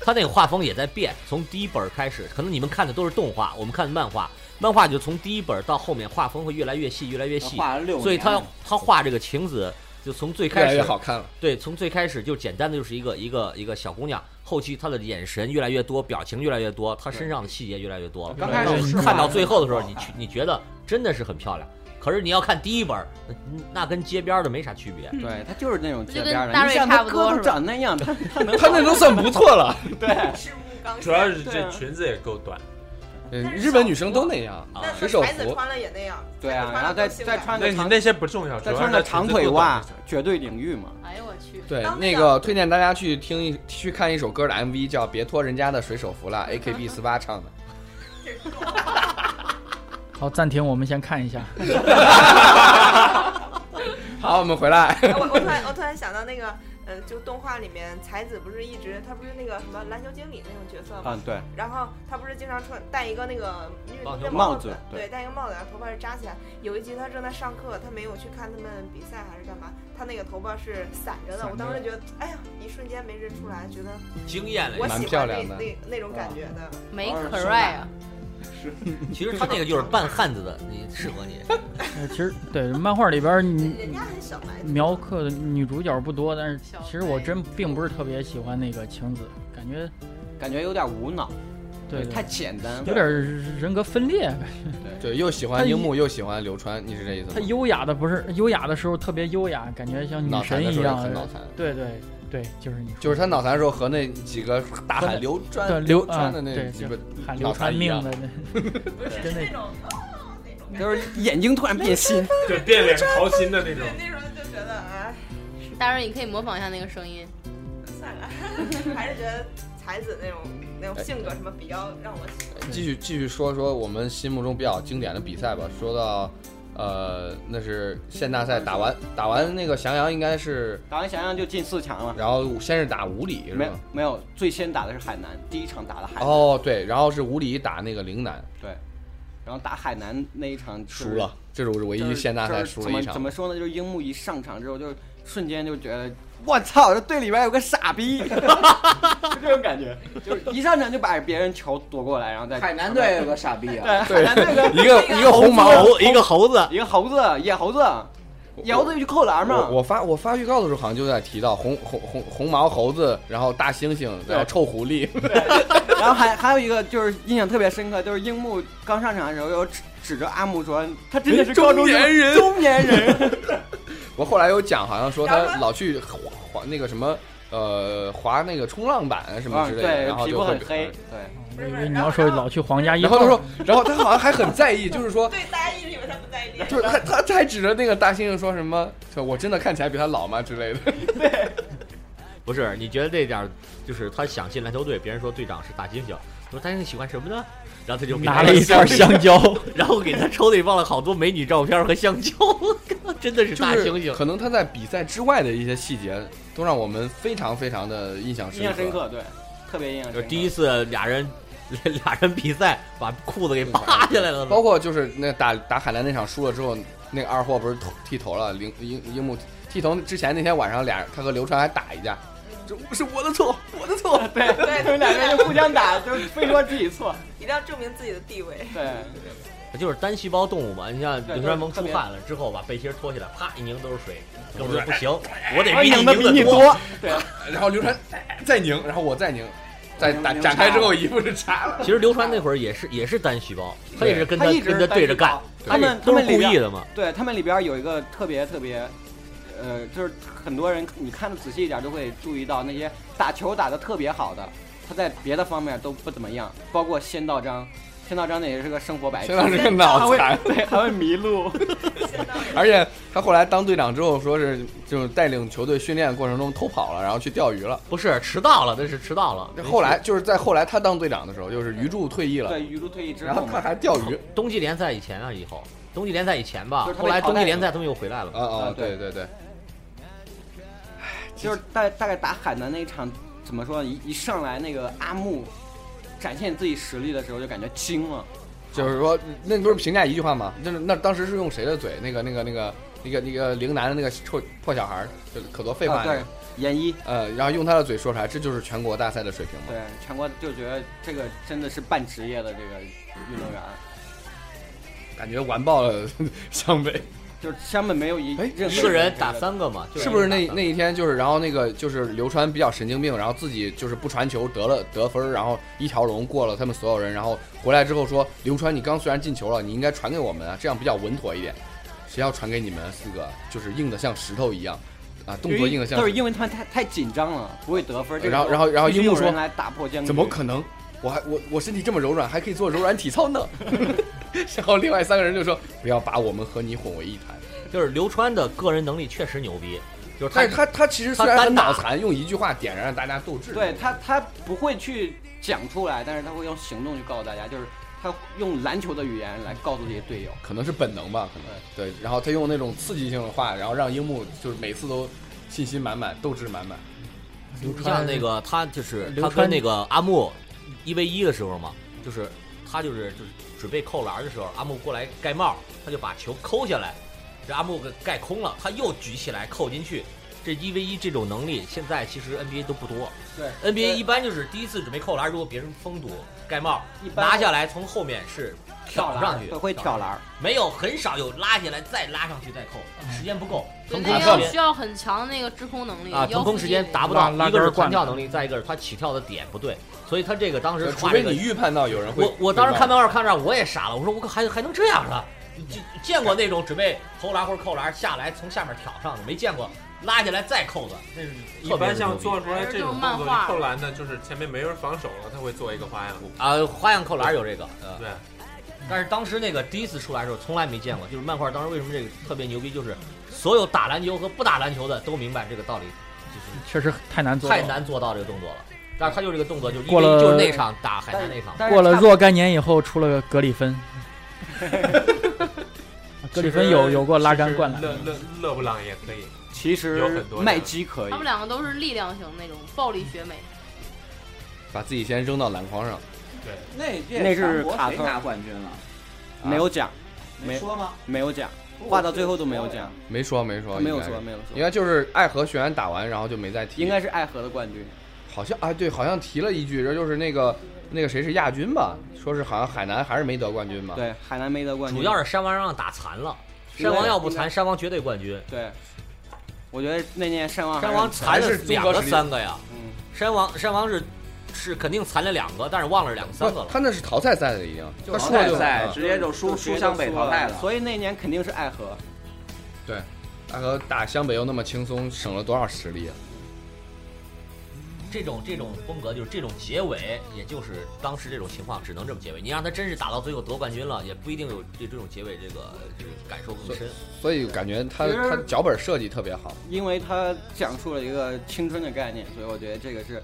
Speaker 7: [LAUGHS] 他那个画风也在变，从第一本儿开始，可能你们看的都是动画，我们看的漫画。漫画就从第一本儿到后面，画风会越来越细，越来越细。
Speaker 12: 画了六
Speaker 7: 所以
Speaker 12: 年
Speaker 7: 他
Speaker 12: 了，
Speaker 7: 他画这个晴子，就从最
Speaker 1: 越
Speaker 7: 开
Speaker 1: 来
Speaker 7: 始
Speaker 1: 越好看了。
Speaker 7: 对，从最开始就简单的就是一个一个一个小姑娘，后期她的眼神越来越多，表情越来越多，她身上的细节越来越多了。
Speaker 12: 刚开
Speaker 7: 到
Speaker 12: 始是
Speaker 7: 看
Speaker 12: 画
Speaker 7: 到
Speaker 12: 得
Speaker 7: 最后的时候，
Speaker 12: 很
Speaker 7: 你
Speaker 12: 好
Speaker 7: 去你觉得真的是很漂亮。可是你要看第一本儿，那那跟街边儿的没啥区
Speaker 3: [LAUGHS]
Speaker 7: 别。
Speaker 4: 对他就是那种街
Speaker 3: 就
Speaker 4: 边
Speaker 3: 跟
Speaker 4: 儿的，
Speaker 3: 大
Speaker 4: 你
Speaker 3: 瑞
Speaker 4: 像
Speaker 3: 差
Speaker 4: 他
Speaker 3: 不
Speaker 4: 哥
Speaker 3: 多
Speaker 4: 都
Speaker 3: 是吧
Speaker 4: 长那样，他他能
Speaker 1: 他那都算不错了，
Speaker 4: 对
Speaker 2: [LAUGHS] 赤木刚
Speaker 11: 主要是
Speaker 4: 对
Speaker 11: 这
Speaker 4: 啊
Speaker 11: 裙子也够短，
Speaker 1: 嗯，日本女生都那样，
Speaker 7: 啊
Speaker 2: 那
Speaker 1: 水手
Speaker 2: 那才子
Speaker 1: 服
Speaker 2: 穿了也那样，
Speaker 4: 对
Speaker 3: [LAUGHS]
Speaker 4: 啊，
Speaker 2: 才子穿
Speaker 4: 然后
Speaker 2: 了
Speaker 4: 再
Speaker 2: 更性
Speaker 4: 再
Speaker 2: 感
Speaker 4: 穿
Speaker 11: 那
Speaker 4: 个
Speaker 11: 你
Speaker 4: 长
Speaker 11: 那些不重要，主
Speaker 4: 再
Speaker 11: 要
Speaker 4: 穿
Speaker 11: 是
Speaker 4: 个
Speaker 11: 她裙
Speaker 4: 长
Speaker 11: 子够
Speaker 4: 腿
Speaker 11: 短
Speaker 4: 袜
Speaker 11: 就行，
Speaker 4: 绝对领域嘛。
Speaker 3: 哎呦我去，
Speaker 1: 对，
Speaker 2: 当
Speaker 1: 那
Speaker 2: 那
Speaker 1: 个
Speaker 2: 个
Speaker 1: 推荐大家去听一去看一首歌的 MV，叫《别拖人家的水手
Speaker 6: [LAUGHS]
Speaker 1: 服了》，AKB 四八唱的。
Speaker 6: 好，暂停，我们先看一下。
Speaker 1: 好，我们回
Speaker 6: [LAUGHS]
Speaker 1: 来。
Speaker 2: [LAUGHS] 我我突然我突然想到那个，呃，就动画里面才子不是一直他不是那个什么篮球经理那种角色
Speaker 4: 啊，
Speaker 2: 吗？
Speaker 4: 对，
Speaker 2: 然后他不是经常穿戴一个那个运
Speaker 7: 棒球
Speaker 2: 那
Speaker 4: 帽
Speaker 2: 子
Speaker 4: 子，对
Speaker 2: 戴一个帽子，然后头发是扎起来。有一集他正在上课，他没有去看他们比赛还是干嘛，他那个头发是散着
Speaker 6: 散
Speaker 2: 的。
Speaker 6: 着
Speaker 2: 我当时觉得，哎呀，一瞬间没认出来，觉得
Speaker 7: 惊艳
Speaker 2: 我
Speaker 7: 了。
Speaker 1: 蛮
Speaker 2: 喜
Speaker 1: 漂
Speaker 2: 欢
Speaker 1: 亮
Speaker 2: 那
Speaker 1: 的
Speaker 2: 那那种感觉的。
Speaker 3: 没可爱啊！
Speaker 7: 其实他那个就是半汉子的，你适合你。
Speaker 6: 呃其实对漫画里边儿你
Speaker 2: 人家很小白，
Speaker 6: 嗯描刻的女主角不多，但是
Speaker 3: 小
Speaker 6: 其实我
Speaker 3: 白
Speaker 6: 真并不是特别喜欢那个晴子，感觉
Speaker 4: 感觉有点无脑，
Speaker 6: 对
Speaker 4: 太简单，
Speaker 6: 有点儿人格分裂。
Speaker 1: 对，又喜欢樱木，又喜欢流川，你是这意思
Speaker 6: 她
Speaker 1: 吗？
Speaker 6: 优雅的不是优雅的时候特别优雅，感觉像女
Speaker 1: 脑残
Speaker 6: 神
Speaker 1: 的
Speaker 6: 一
Speaker 1: 时候
Speaker 6: 样哎
Speaker 1: 也。很脑残，
Speaker 6: 对对对，就是你说
Speaker 1: 就是他脑残的时候和那几个大喊流
Speaker 6: 对
Speaker 1: 川
Speaker 6: 流
Speaker 1: 川的
Speaker 6: 啊
Speaker 1: 那
Speaker 6: 对
Speaker 1: 几个
Speaker 6: 喊
Speaker 1: 脑
Speaker 6: 流
Speaker 1: 残
Speaker 6: 传
Speaker 1: 一
Speaker 6: 命
Speaker 1: 样
Speaker 6: 的那。
Speaker 2: 不是
Speaker 6: 真的
Speaker 2: 是那种啊那种感觉。
Speaker 4: 就是眼睛突然变
Speaker 3: [LAUGHS]
Speaker 4: 心，
Speaker 11: 对，变脸桃心的那种
Speaker 2: 对，。那时候就觉 [LAUGHS] 得哎，
Speaker 3: 大瑞，你可以模仿一下那个声音，
Speaker 2: 算了， [LAUGHS] 还是觉得才子那种那
Speaker 1: 哎
Speaker 2: 种性格什么比较让我喜欢。
Speaker 1: 继续继续说说我们心目中比较经典的比赛吧。说到，呃，那是县大赛打完打完那个翔阳应该是，
Speaker 4: 打完想想就进四强了。
Speaker 1: 然后先是打五里是
Speaker 4: 没有
Speaker 1: 吧？
Speaker 4: 没有，最先打的是海南，第一场打的海南，
Speaker 1: 哦，对，然后是五里打那个陵南
Speaker 4: 对，然后打海南那一场就是
Speaker 1: 输了，这是我是唯
Speaker 4: 就是
Speaker 1: 一县大赛
Speaker 4: 就是
Speaker 1: 输了
Speaker 4: 怎么
Speaker 1: 一场
Speaker 4: 怎。么说呢？就是樱木一上场之后，就是瞬间就觉得，我操，这队里边有个傻逼，就这种感觉，就是一上场就把别人球夺过来，然后再
Speaker 12: 海南队有个傻逼啊，
Speaker 4: 对 [LAUGHS] 海南队的
Speaker 1: 一个一个红毛，
Speaker 7: 猴一个猴子，
Speaker 4: 一个猴子，野猴子，野猴子就扣篮嘛
Speaker 1: 我。我发我发预告的时候好像就在提到红红红红毛猴子，然后大猩猩，然后臭狐狸，
Speaker 4: 然后还还有一个就是印象特别深刻，就是樱木刚上场的时候，又指指着阿木说，他真的是
Speaker 7: 哎
Speaker 4: 高中生
Speaker 1: 年人。
Speaker 4: 中年人，
Speaker 1: 我后来有讲，好像说
Speaker 2: 然后
Speaker 1: 他
Speaker 2: 他
Speaker 1: 老去黄黄那个什么呃滑那个冲浪板什么
Speaker 4: 啊
Speaker 1: 之类的，
Speaker 4: 对，
Speaker 1: 然后
Speaker 4: 皮
Speaker 1: 就
Speaker 4: 肤
Speaker 1: 会嗯
Speaker 4: 很黑，对。
Speaker 7: 啊
Speaker 6: 我以为你要说老去皇家一
Speaker 1: 然
Speaker 6: 号
Speaker 1: 后他说，然后他好像还很在意， [LAUGHS] 就是说，
Speaker 2: 对，大家一以为他不在意，
Speaker 1: 就是他他他还指着那个大猩猩说什么，说我真的看起来比他老吗之类的。
Speaker 7: 不是，你觉得这点儿就是他想进篮球队，别人说队长是大猩猩，说大猩猩喜欢什么呢？然后他就给
Speaker 6: 拿了一
Speaker 7: [LAUGHS]
Speaker 6: 串
Speaker 7: 香，
Speaker 6: 香蕉，
Speaker 7: 然后给他抽屉放了好多美女照片和香蕉， [LAUGHS] 真的是
Speaker 1: 就
Speaker 7: 大
Speaker 1: 是
Speaker 7: 猩
Speaker 1: [LAUGHS]
Speaker 7: 猩。
Speaker 1: 可能他在比赛之外的一些细节，都让我们非常非常的印象
Speaker 4: 印象深刻，对，特别印象
Speaker 7: 就
Speaker 4: 深刻。
Speaker 7: 第一次俩人俩人比赛把裤子给扒下来了呢，
Speaker 1: [LAUGHS] 包括就是那打打海南那场输了之后，那个二货不是投剃头了，铃樱樱木剃头之前那天晚上俩他和刘川还打一架，这是我的错，我的错。
Speaker 4: 对，对，他们两个人就互相打，就非说自己错。
Speaker 2: 一定要证明自己的地位。
Speaker 4: 对，
Speaker 7: 就是单细胞动物嘛。你像
Speaker 4: 对
Speaker 7: 刘山萌
Speaker 4: 特
Speaker 7: 出
Speaker 4: 别
Speaker 7: 汗了之后，把背心脱下来，啪一拧都是水，哥们儿说不行，我得
Speaker 4: 我
Speaker 7: 比
Speaker 4: 赢
Speaker 7: 你
Speaker 4: 的比
Speaker 7: 赢
Speaker 4: 你
Speaker 7: 得多。
Speaker 4: 多，对，
Speaker 1: 然后刘川再拧，然后我再拧，再打
Speaker 4: 拧
Speaker 1: 展开
Speaker 4: 拧
Speaker 1: 之后
Speaker 4: 叉
Speaker 1: 一步就叉了。
Speaker 7: 其实流川那会儿也是也是单细胞，他也是跟他
Speaker 4: 一直
Speaker 7: 跟他对着干，，
Speaker 4: 他们他
Speaker 7: 都是
Speaker 4: 们里
Speaker 7: 故
Speaker 4: 边
Speaker 7: 意的嘛。
Speaker 4: 对他们里边有一个特别特别，呃，就是很多人你看的仔细一点就会注意到那些打球打的特别好的，他在别的方面都不怎么样，包括仙道章，仙道章那也是个生活白痴
Speaker 1: 现，在这个
Speaker 4: 还
Speaker 1: 脑
Speaker 4: 会
Speaker 1: 残，
Speaker 4: 对还会迷路，
Speaker 1: [LAUGHS] 而且他后来当队长之后，说是就是带领球队训练过程中偷跑了，然后去钓鱼了。
Speaker 7: 不是迟到了，那是迟到了。
Speaker 1: 后来就是在后来他当队长的时候，就是鱼柱退役
Speaker 4: [LAUGHS]
Speaker 1: 了
Speaker 4: 对，，鱼路退役之
Speaker 1: 然
Speaker 4: 后
Speaker 1: 后
Speaker 4: 嘛
Speaker 1: 他，还钓鱼。
Speaker 7: 冬季联赛以前啊，以后冬季联赛以前吧
Speaker 4: 就是，他
Speaker 7: 后
Speaker 4: 被
Speaker 7: 来
Speaker 4: 淘汰
Speaker 7: 冬季联赛他们又回来了。
Speaker 1: 啊啊，
Speaker 4: 啊
Speaker 1: 对
Speaker 4: 对
Speaker 1: 对对，
Speaker 4: 就是大大概打海南那一场，怎么说呢？一一上来那个阿木展现自己实力的时候，就感觉惊了。
Speaker 1: 就是说那不是评价一句话吗？那那当时是用谁的嘴？那个那个那个那个那个陵南的那个臭破小孩儿，就可多废话
Speaker 4: 啊，
Speaker 1: 那
Speaker 4: 对
Speaker 1: 个。，
Speaker 4: 研一，
Speaker 1: 呃，然后用他的嘴说出来，这就是全国大赛的水平嘛。
Speaker 4: 对全国就觉得这个真的是半职业的这个运动员，
Speaker 1: 感觉完爆了湘北。
Speaker 4: 就是湘北没有一
Speaker 1: 哎
Speaker 4: 任何
Speaker 7: 一个人打三个嘛，就是
Speaker 1: 不是那
Speaker 7: 打三个
Speaker 1: 那一天就是，然后那个就是刘川比较神经病，然后自己就是不传球得了得分儿，然后一条龙过了他们所有人，然后回来之后说刘川，你刚虽然进球了，你应该传给我们啊，这样比较稳妥一点。谁要传给你们四个，就是硬的像石头一样，啊，动作硬的像
Speaker 4: 就
Speaker 1: 石
Speaker 4: 是因为他们太太紧张了，不会得分。这个
Speaker 1: 然后然后然后
Speaker 4: 必须
Speaker 1: 樱木
Speaker 4: 有人
Speaker 1: 说
Speaker 4: 来嗯打破僵局，
Speaker 1: 怎么可能？我还我我身体这么柔软，还可以做柔软体操呢。 [LAUGHS] 然后另外三个人就说不要把我们和你混为一谈。
Speaker 7: 就是刘川的个人能力确实牛逼，就是他
Speaker 1: 但是他他其实虽
Speaker 7: 他
Speaker 1: 然很
Speaker 7: 单打
Speaker 1: 脑残，用一句话点燃了大家斗志。
Speaker 4: 对他他不会去讲出来，但是他会用行动去告诉大家，就是他用篮球的语言来告诉这些队友。
Speaker 1: 可能是本能吧，可能对。然后他用那种刺激性的话，然后让樱木就是每次都信心满满、斗志满满。
Speaker 6: 流川
Speaker 7: 像那个他就是
Speaker 6: 流
Speaker 7: 他
Speaker 6: 川
Speaker 7: 跟那个阿木一 v 一的时候嘛，就是他就是就是准备扣篮的时候，阿木过来盖帽，他就把球抠下来，这阿木给盖空了，他又举起来扣进去。这一 v 一这种能力，现在其实 NBA 都不多。
Speaker 4: 对
Speaker 7: NBA 一般就是第一次准备扣篮，如果别人封堵盖帽
Speaker 4: 一，般
Speaker 7: 拿下来从后面是挑上去，
Speaker 4: 对会挑篮儿。
Speaker 7: 没有很少有拉下来再拉上去再扣，时间不够，
Speaker 6: 嗯
Speaker 3: 对，
Speaker 7: 腾
Speaker 3: 那
Speaker 1: 他
Speaker 7: 空
Speaker 3: 要
Speaker 7: 时
Speaker 1: 们
Speaker 7: 间
Speaker 3: 需要很强的那个制空能力
Speaker 7: 啊，
Speaker 3: 腰
Speaker 7: 腾空
Speaker 3: 腹
Speaker 7: 时
Speaker 3: 肌
Speaker 7: 间达不
Speaker 6: 拉
Speaker 7: 到，
Speaker 6: 拉
Speaker 7: 一个
Speaker 6: 根
Speaker 7: 是
Speaker 6: 儿
Speaker 7: 弹
Speaker 6: 灌
Speaker 7: 跳能力，再一个是他起跳的点不对，所以他这个当时
Speaker 1: 呃除
Speaker 7: 画这
Speaker 1: 非
Speaker 7: 个
Speaker 1: 你，预判到有人会，
Speaker 7: 我我当时
Speaker 1: 会
Speaker 7: 看漫
Speaker 1: 到
Speaker 7: 画看这儿我也傻了，我说我可还还能这样的，就见过那种准备投篮或者扣篮下来从下面挑上的，没见过拉下来再扣的，那是
Speaker 11: 一
Speaker 7: 特别
Speaker 11: 般
Speaker 7: 牛
Speaker 11: 像
Speaker 7: 逼
Speaker 11: 做出来
Speaker 3: 还
Speaker 11: 这种
Speaker 3: 是这种漫
Speaker 11: 动作
Speaker 3: 画
Speaker 11: 扣篮的，就是前面没人防守了，他会做一个花样。
Speaker 7: 啊花样扣篮有这个，呃
Speaker 11: 对，
Speaker 7: 但是当时那个第一次出来的时候，从来没见过。就是漫画当时为什么这个特别牛逼，就是所有打篮球和不打篮球的都明白这个道理，就
Speaker 6: 确实太难
Speaker 7: 是
Speaker 6: 做到
Speaker 7: 太
Speaker 6: 了。
Speaker 7: 难做到这个动作了。但是他就这个动作，就是因
Speaker 6: 过
Speaker 7: 为
Speaker 6: 了
Speaker 7: 就是那场打海南那场，
Speaker 4: 但是
Speaker 6: 过了
Speaker 4: 差不
Speaker 6: 若干年以后，出了个格里
Speaker 1: [LAUGHS]
Speaker 6: 芬。格里芬有有过拉杆灌篮
Speaker 11: 其实，勒勒勒布朗也可以，
Speaker 4: 其实
Speaker 11: 有很多
Speaker 4: 麦基可以
Speaker 3: 他们，两个都是力量型那种暴力学美，
Speaker 1: 把自己先扔到篮筐上。
Speaker 12: 那届
Speaker 4: 那是
Speaker 12: 全国
Speaker 4: 卡
Speaker 12: 谁
Speaker 4: 特
Speaker 12: 拿冠军了？
Speaker 4: 没有讲，没
Speaker 12: 没说吗？
Speaker 4: 没有讲，话到最后都没有讲，
Speaker 1: 没说没说，
Speaker 4: 没有
Speaker 1: 应该是
Speaker 4: 说，没有
Speaker 1: 应
Speaker 4: 说，
Speaker 1: 该就是爱和学员打完，然后就没再提。
Speaker 4: 应该是爱河的冠军。
Speaker 1: 好像啊，对，好像提了一句，这就是那个那个谁是亚军吧？说是好像海南还是没得冠军嘛？，
Speaker 4: 对，海南没得冠军，
Speaker 7: 主要是山王让打残了，
Speaker 4: 对
Speaker 7: 山王要不残，山王绝对冠军。
Speaker 4: 对，我觉得那年山王还
Speaker 7: 山
Speaker 4: 是
Speaker 7: 王残了
Speaker 1: 还是
Speaker 7: 两
Speaker 1: 综合
Speaker 7: 个
Speaker 1: 实力
Speaker 7: 三个呀，
Speaker 4: 嗯
Speaker 7: 山王山王是是肯定残了两个，但是忘了两个三个
Speaker 1: 不，
Speaker 7: 了。
Speaker 1: 他那是淘汰赛的已经，
Speaker 12: 就
Speaker 1: 他
Speaker 12: 淘
Speaker 1: 输了
Speaker 12: 汰
Speaker 1: 就
Speaker 12: 赛
Speaker 1: 嗯
Speaker 12: 直接就输输湘北淘汰了。
Speaker 4: 所以那年肯定是爱河。
Speaker 1: 爱和打湘北又那么轻松，省了多少实力啊？
Speaker 7: 这种这种风格就是这种结尾，也就是当时这种情况只能这么结尾。你让他真是打到最后得冠军了，也不一定有这这种结尾这个这个感受更深。
Speaker 1: 所以感觉他
Speaker 4: 其实
Speaker 1: 他脚本设计特别好，
Speaker 4: 因为它讲述了一个青春的概念，所以我觉得这个是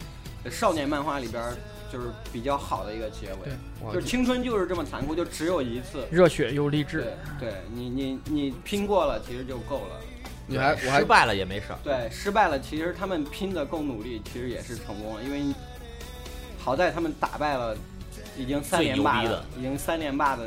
Speaker 4: 少年漫画里边儿就是比较好的一个结尾。
Speaker 1: 哇
Speaker 4: 就是青春就是这么残酷，就只有一次。
Speaker 6: 热血又励志。
Speaker 4: 对，对你你你拼过了，其实就够了。
Speaker 1: 你还我还
Speaker 7: 失败了也没事儿，
Speaker 4: 对，失败了，其实他们拼的够努力，其实也是成功了，因为你好在他们打败了已经三
Speaker 7: 最
Speaker 4: 连
Speaker 7: 牛
Speaker 4: 霸
Speaker 7: 逼
Speaker 4: 的，已经三连霸的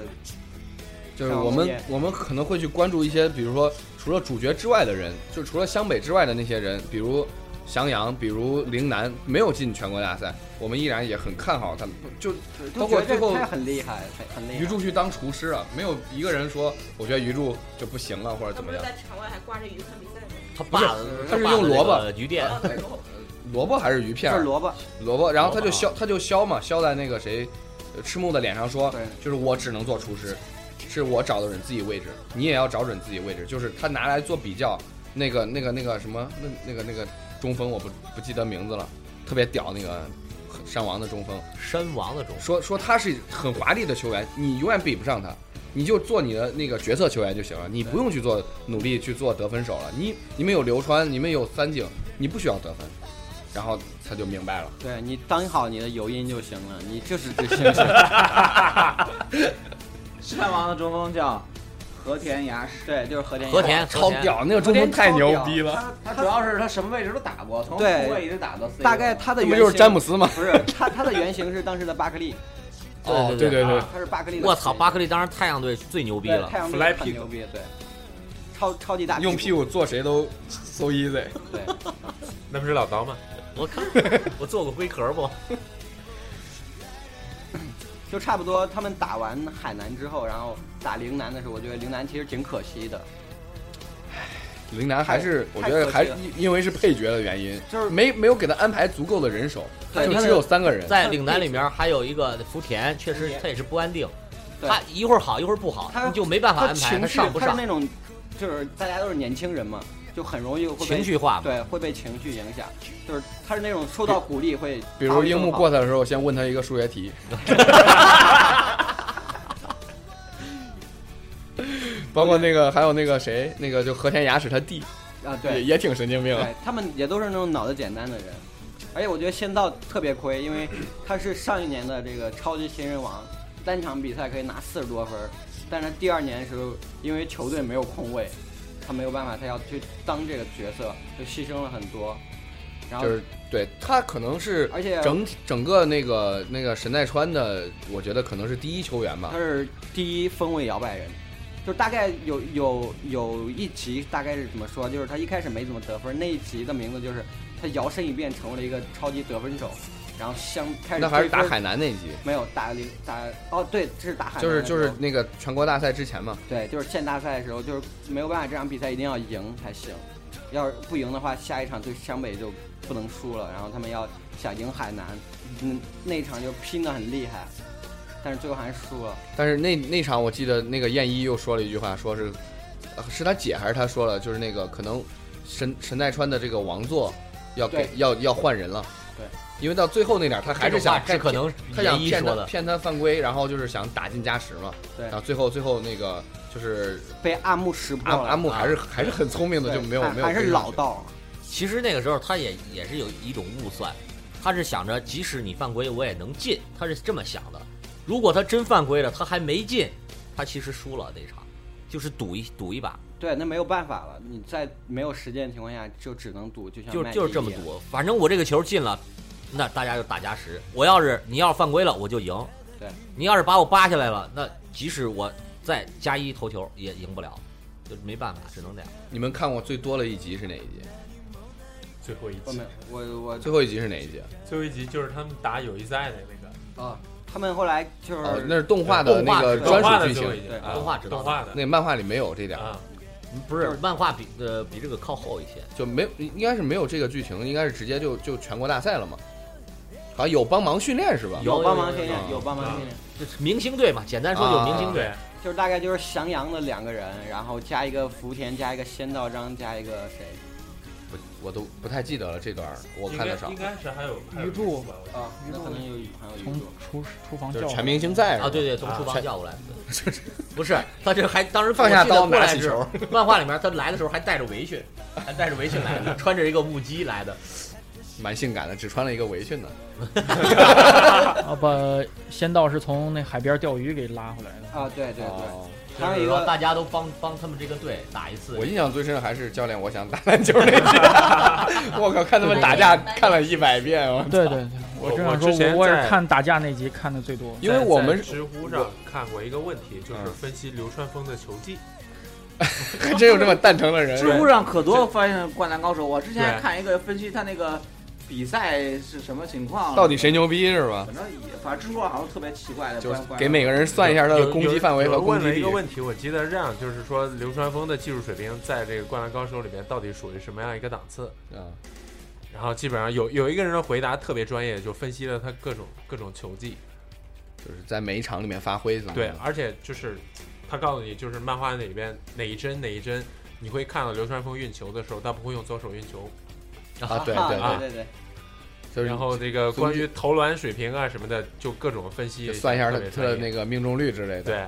Speaker 1: 就是我们我们可能会去关注一些，比如说除了主角之外的人，就除了湘北之外的那些人，比如翔阳，比如陵南，没有进全国大赛，我们依然也很看好他们。就
Speaker 4: 就
Speaker 1: 包
Speaker 4: 觉
Speaker 1: 括
Speaker 4: 得
Speaker 1: 最后
Speaker 4: 他很厉害，很很厉害。
Speaker 1: 鱼柱去当厨师啊，没有一个人说我觉得鱼柱就不行了或者
Speaker 2: 他
Speaker 1: 怎
Speaker 2: 不
Speaker 1: 么样。
Speaker 2: 是在场外还挂着鱼看比赛吗？
Speaker 7: 他爸
Speaker 1: 他是
Speaker 7: 爸的
Speaker 1: 用萝卜
Speaker 7: 那个鱼
Speaker 1: 呃
Speaker 7: 店，
Speaker 2: 啊，对
Speaker 1: [LAUGHS]
Speaker 2: 我
Speaker 1: 萝卜还是鱼片
Speaker 4: 这
Speaker 1: 儿
Speaker 4: 是？萝卜，
Speaker 1: 萝卜，然后他就
Speaker 7: 萝卜啊
Speaker 1: 削，他就削嘛，削在那个谁，呃赤木的脸上说
Speaker 4: 对，
Speaker 1: 就是我只能做厨师，是我找的准自己位置，你也要找准自己位置，就是他拿来做比较，那个那个那个什么，那那个那个中锋我不不记得名字了，特别屌那个山王的中锋，
Speaker 7: 山王的种族。
Speaker 1: 说说他是很华丽的球员，你永远比不上他，你就做你的那个角色球员就行了，你不用去做努力去做得分手了，你你们有流川，你们有三井，你不需要得分，然后他就明白了。
Speaker 4: 对你当好你的油印就行了，你就是只行。
Speaker 12: 山王的中锋叫和田牙史，
Speaker 4: 对，就是和田。
Speaker 7: 和田
Speaker 1: 超。屌，那个中锋太牛逼了，
Speaker 12: 了。他他主要是他什么位置都打过，从
Speaker 4: 对
Speaker 12: 后卫一直打到 C 位
Speaker 4: 大概他的
Speaker 1: 那不
Speaker 4: 原
Speaker 1: 就是詹姆
Speaker 4: 斯？
Speaker 1: 斯吗？
Speaker 4: 不是，他他的原型是当时的巴克利，
Speaker 1: 哦，
Speaker 7: 对
Speaker 1: 对对，
Speaker 4: 他是巴克利的。
Speaker 7: 我操，巴克利当时太阳队最牛逼
Speaker 4: 对
Speaker 7: 了
Speaker 4: 太，阳
Speaker 11: Fly
Speaker 4: 队很
Speaker 11: pick
Speaker 4: 牛逼，对，超超级 [LAUGHS] 大。
Speaker 1: 用屁股做
Speaker 4: [LAUGHS]
Speaker 1: 谁都 so [LAUGHS] easy。
Speaker 4: 对，
Speaker 11: 那不是老刀吗？
Speaker 7: 我看我做过龟壳不？
Speaker 4: 就差不多。他们打完海南之后，然后打陵南的时候，我觉得陵南其实挺可惜的，
Speaker 1: 陵南还是我
Speaker 4: 太
Speaker 1: 觉得还
Speaker 4: 太可惜
Speaker 1: 因因为是配角的原因，
Speaker 4: 就是
Speaker 1: 没没有给他安排足够的人手，
Speaker 4: 对
Speaker 1: 就
Speaker 4: 他
Speaker 1: 只
Speaker 4: 的
Speaker 1: 有三个人。
Speaker 7: 在岭南里面还有一个福田，确实他也是不安定，
Speaker 4: 对
Speaker 7: 他一会儿好一会儿不好，
Speaker 4: 他
Speaker 7: 你就没办法
Speaker 4: 他
Speaker 7: 安排
Speaker 4: 情绪
Speaker 7: 上不
Speaker 4: 他是
Speaker 7: 上，
Speaker 4: 那种，就是大家都是年轻人嘛，就很容易会被
Speaker 7: 情绪化嘛。
Speaker 4: 对会被情绪影响，就是他是那种受到鼓励会，
Speaker 1: 比如樱木过他的时候，先问他一个数学
Speaker 4: [LAUGHS]
Speaker 1: 题，包括那个还有那个谁，那个就和田雅史他弟
Speaker 4: 啊，
Speaker 1: 也
Speaker 4: 对，
Speaker 1: 也挺神经病的。
Speaker 4: 对他们也都是那种脑子简单的人，而且我觉得仙道特别亏，因为他是上一年的这个超级新人王，单场比赛可以拿四十多分儿，但是第二年的时候，因为球队没有空位，他没有办法，他要去当这个角色，就牺牲了很多。然后，
Speaker 1: 就是对他可能是
Speaker 4: 而且
Speaker 1: 整体整个那个那个神奈川的，我觉得可能是第一球员吧
Speaker 4: 他。是第一锋卫摇摆人，就是大概有有有一集大概是怎么说，就是他一开始没怎么得分，那一集的名字就是他摇身一变成为了一个超级得分手，然后相开始
Speaker 1: 那还是
Speaker 4: 追
Speaker 1: 打
Speaker 4: 分
Speaker 1: 海南那一集，
Speaker 4: 没有打零打哦，对，这是打海南
Speaker 1: 就
Speaker 4: 的
Speaker 1: 是
Speaker 4: 时
Speaker 1: 就
Speaker 4: 候，
Speaker 1: 是那个全国大赛之前嘛。
Speaker 4: 对，就是县大赛的时候，就是没有办法，这场比赛一定要赢才行。要是不赢的话，下一场对湘北就不能输了。然后他们要想赢海南，嗯，那一场就拼得很厉害，但是最后还是输了。
Speaker 1: 但是那那场我记得那个燕一又说了一句话，说是呃是他姐还是他说了，就是那个可能神神奈川的这个王座要给
Speaker 4: 对
Speaker 1: 要要换人了。
Speaker 4: 对，
Speaker 1: 因为到最后那点儿他还是想
Speaker 7: 这
Speaker 1: 骗
Speaker 7: 可能
Speaker 1: 他想
Speaker 7: 严一
Speaker 1: 骗
Speaker 7: 说
Speaker 1: 他
Speaker 7: 的，
Speaker 1: 骗他犯规，然后就是想打进加时嘛。
Speaker 4: 对
Speaker 1: 然后最后最后那个就是
Speaker 4: 被阿木识破
Speaker 1: 阿
Speaker 4: 了，
Speaker 1: 阿木还是还是很聪明的，
Speaker 4: 对
Speaker 1: 就没有
Speaker 4: 还
Speaker 1: 没有
Speaker 4: 还是
Speaker 1: 追上
Speaker 4: 老
Speaker 1: 去
Speaker 4: 道，
Speaker 7: 其实那个时候他也也是有一种误算，他是想着即使你犯规我也能进，他是这么想的。如果他真犯规了，他还没进，他其实输了那场，就是赌一赌一把，
Speaker 4: 对，那没有办法了。你在没有实践的情况下，就只能赌，就像
Speaker 7: 就
Speaker 4: 麦
Speaker 7: 就是
Speaker 4: 迪
Speaker 7: 这么
Speaker 4: 一样。
Speaker 7: 赌。反正我这个球进了，那大家就打加时。我要是你要是犯规了，我就赢。
Speaker 4: 对，
Speaker 7: 你要是把我扒下来了，那即使我再加一投球也赢不了，就没办法，只能这样。
Speaker 1: 你们看过最多的一集是哪一集？
Speaker 11: 最后一
Speaker 4: 我
Speaker 11: 集
Speaker 4: 没，，我我
Speaker 1: 最后一集是哪一集？
Speaker 11: 最后一集就是他们打友谊赛的那个
Speaker 4: 啊，他们后来就是、
Speaker 1: 哦，那是动画的
Speaker 7: 动
Speaker 1: 那
Speaker 7: 画
Speaker 1: 个
Speaker 7: 是
Speaker 11: 动画
Speaker 1: 专属
Speaker 11: 的
Speaker 1: 剧
Speaker 11: 最后
Speaker 1: 情，
Speaker 11: 一集
Speaker 4: 对，
Speaker 11: 啊
Speaker 7: 动画知道
Speaker 11: 动画的
Speaker 1: 那漫画里没有这点儿。
Speaker 11: 啊，
Speaker 7: 不是漫画比呃比这个靠后一些，
Speaker 1: 就没有，应该是没有这个剧情，应该是直接就就全国大赛了嘛。好像有帮忙训练是吧？
Speaker 7: 有
Speaker 4: 帮忙训练，
Speaker 1: 有
Speaker 4: 有帮忙
Speaker 11: 啊
Speaker 4: 训练。
Speaker 7: 就是明星队嘛，简单说就是明星队。
Speaker 11: 对，
Speaker 4: 就是大概就是翔阳的两个人，然后加一个福田，加一个仙道章，加一个谁，
Speaker 1: 我我都不太记得了这段儿，我看的少
Speaker 11: 应。该是还有
Speaker 6: 鱼肚
Speaker 11: 吧？我
Speaker 4: 啊，那可能有一还有一
Speaker 6: 从
Speaker 4: 个。
Speaker 6: 厨厨房
Speaker 1: 就
Speaker 6: 叫
Speaker 1: 是全
Speaker 6: 来。
Speaker 1: 明星在
Speaker 7: 啊，对
Speaker 1: 对，
Speaker 7: 对，从厨
Speaker 1: 啊
Speaker 7: 房叫过来的，不是他这还当时
Speaker 1: 放下刀
Speaker 7: 我记得过
Speaker 1: 拿
Speaker 7: 来
Speaker 1: 起
Speaker 7: 是
Speaker 1: 球，
Speaker 7: 漫画里面他来的时候还带着围裙，还带着围裙来的，穿着一个木屐来的，
Speaker 1: 蛮性感的，只穿了一个围裙呢。
Speaker 6: 啊，把仙道是从那海边钓鱼给拉回来的。
Speaker 4: 啊，对对对，
Speaker 1: 哦
Speaker 4: 还有
Speaker 7: 就是
Speaker 4: 一
Speaker 7: 说
Speaker 4: 个
Speaker 7: 大家都帮帮他们这个队打一次
Speaker 1: 我，印象最深还是教练，我想打篮球那集，我靠，看他们打架看了一百遍，我
Speaker 6: 对对对，我这
Speaker 11: 我
Speaker 6: 样
Speaker 11: 之
Speaker 6: 说，
Speaker 11: 前
Speaker 6: 我我也
Speaker 11: 在
Speaker 6: 是看打架那集看的最多。
Speaker 1: 因为我
Speaker 11: 在
Speaker 1: 们
Speaker 11: 知乎上看过一个问题，就是
Speaker 1: 嗯
Speaker 11: 分析流川枫的球技。
Speaker 1: 还真有这么蛋疼的人。
Speaker 12: 知乎上可多发现《灌篮高手》，我之前还
Speaker 11: 对
Speaker 12: 看一个分析他那个比赛是什么情况，
Speaker 1: 到底谁牛逼是吧？
Speaker 12: 反正也反正知乎上好像特别奇怪的，
Speaker 1: 就是
Speaker 12: 关
Speaker 1: 给每个人算一下他的
Speaker 11: 有
Speaker 1: 攻击范围
Speaker 11: 有
Speaker 1: 和
Speaker 11: 人
Speaker 1: 攻
Speaker 11: 问
Speaker 1: 击
Speaker 11: 了一
Speaker 1: 力
Speaker 11: 个。问题，我记得是这样，就是说流川枫的技术水平在这个《灌篮高手》里面到底属于什么样一个档次？
Speaker 1: 嗯
Speaker 11: 然后基本上有有一个人的回答特别专业，就分析了他各种各种球技。
Speaker 1: 就是在每一场里面发挥怎么
Speaker 11: 对
Speaker 1: 样，
Speaker 11: 而且就是他告诉你，就是漫画里边哪一帧哪一帧，你会看到流川枫运球的时候，他不会用左手运球。
Speaker 1: 啊，对
Speaker 12: 啊
Speaker 1: 对
Speaker 11: 啊
Speaker 1: 对，
Speaker 12: 对对
Speaker 1: 就是
Speaker 11: 然后这个关于投篮水平啊什么的，就各种分析
Speaker 1: 就，算一下他
Speaker 11: 特别
Speaker 1: 他
Speaker 11: 专
Speaker 1: 的
Speaker 11: 业
Speaker 1: 那个命中率之类的。，
Speaker 11: 对，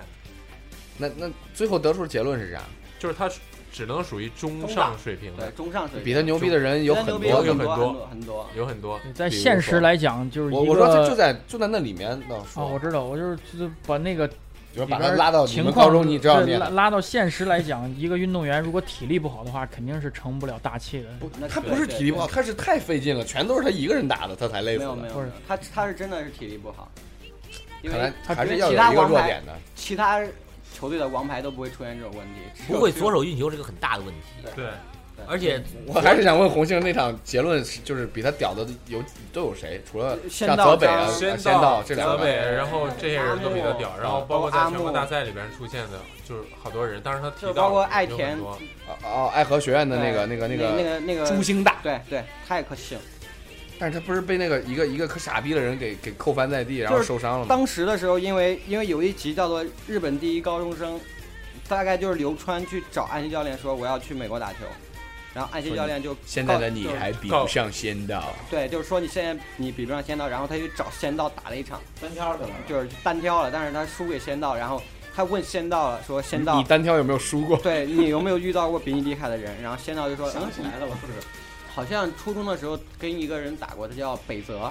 Speaker 1: 那那最后得出结论是啥？
Speaker 11: 就是他只能属于中
Speaker 12: 中
Speaker 11: 上
Speaker 12: 档
Speaker 11: 水平
Speaker 12: 对
Speaker 11: 的
Speaker 12: 对，，中上水平
Speaker 1: 比他牛逼的人有很
Speaker 12: 比
Speaker 1: 多
Speaker 12: 他牛
Speaker 11: 有
Speaker 12: 逼
Speaker 11: 很
Speaker 12: 很
Speaker 11: 多
Speaker 12: 多很多
Speaker 11: 有很多。
Speaker 6: 对在
Speaker 1: 比如
Speaker 6: 现
Speaker 1: 说
Speaker 6: 实来讲，就是
Speaker 1: 我
Speaker 6: 一
Speaker 1: 我说他就
Speaker 6: 个
Speaker 1: 在就在那里面倒
Speaker 6: 啊，
Speaker 4: 哦
Speaker 1: 说，
Speaker 6: 我知道，我就是就是把那个
Speaker 1: 就是
Speaker 6: 里
Speaker 1: 把他
Speaker 6: 边
Speaker 1: 拉到你
Speaker 6: 情
Speaker 1: 们高
Speaker 6: 况
Speaker 1: 中，你只要
Speaker 6: 对
Speaker 1: 念
Speaker 6: 拉拉到现实来讲，一个运动员如果体力不好的话，肯定是成不了大器的。
Speaker 4: 那
Speaker 1: 他
Speaker 4: 对
Speaker 1: 不是
Speaker 4: 对
Speaker 1: 体力不好，他是太费劲了，全都是他一个人打的，他才累
Speaker 4: 对
Speaker 1: 死
Speaker 4: 没有没
Speaker 1: 的。
Speaker 4: 有
Speaker 6: 不
Speaker 4: 没
Speaker 6: 是
Speaker 4: 有，他他是真的是体力不好，因
Speaker 1: 看来
Speaker 4: 为
Speaker 1: 还
Speaker 4: 因
Speaker 1: 是
Speaker 4: 为其他
Speaker 1: 要有一个
Speaker 4: 王
Speaker 1: 弱
Speaker 4: 牌
Speaker 1: 点的。
Speaker 4: 其他球队的王牌都不会出现这种问题， [LAUGHS] 只有
Speaker 7: 不会
Speaker 4: 只有
Speaker 7: 左手运球是个很大的问题，
Speaker 11: 对，
Speaker 7: 而且
Speaker 1: 我还是想问红杏那场结论是，就是比他屌的有都有谁？除了
Speaker 4: 呃仙
Speaker 1: 像
Speaker 4: 道
Speaker 1: 泽北
Speaker 4: 张
Speaker 1: 啊、啊
Speaker 11: 仙
Speaker 1: 仙道这两
Speaker 11: 泽
Speaker 1: 个
Speaker 11: 北，
Speaker 1: 吧，
Speaker 11: 然后这些人都比较屌，然后包括在全国大赛里边出现的，就是好多人。当时他提到
Speaker 4: 就包括爱田
Speaker 11: 有很多
Speaker 1: 哦哦，爱河学院的那个
Speaker 4: 对
Speaker 1: 那个
Speaker 4: 那
Speaker 1: 个
Speaker 4: 个那个
Speaker 1: 朱星大，
Speaker 4: 对对，太可惜了。
Speaker 1: 但是他不是被那个一个一个可傻逼的人给给扣翻在地，然后
Speaker 4: 就是
Speaker 1: 受伤了吗？
Speaker 4: 当时的时候，因为因为有一集叫做《日本第一高中生》，大概就是流川去找安西教练说我要去美国打球，然后安西教练就
Speaker 1: 现在的你还比不上仙
Speaker 12: 哦
Speaker 1: 道，
Speaker 4: 对，就是说你现在你比不上仙道，然后他去找仙道打了一场，
Speaker 12: 单挑去了。
Speaker 4: 就是单挑了，但是他输给仙道，然后他问仙道了，说仙
Speaker 1: 你
Speaker 4: 道，
Speaker 1: 单挑有没有输过？ [LAUGHS]
Speaker 4: [LAUGHS] 对你有没有遇到过比你厉害的人？然后仙道就说，嗯
Speaker 12: 想起来了，我是不是？
Speaker 4: 好像初中的时候跟一个人打过，他叫北泽，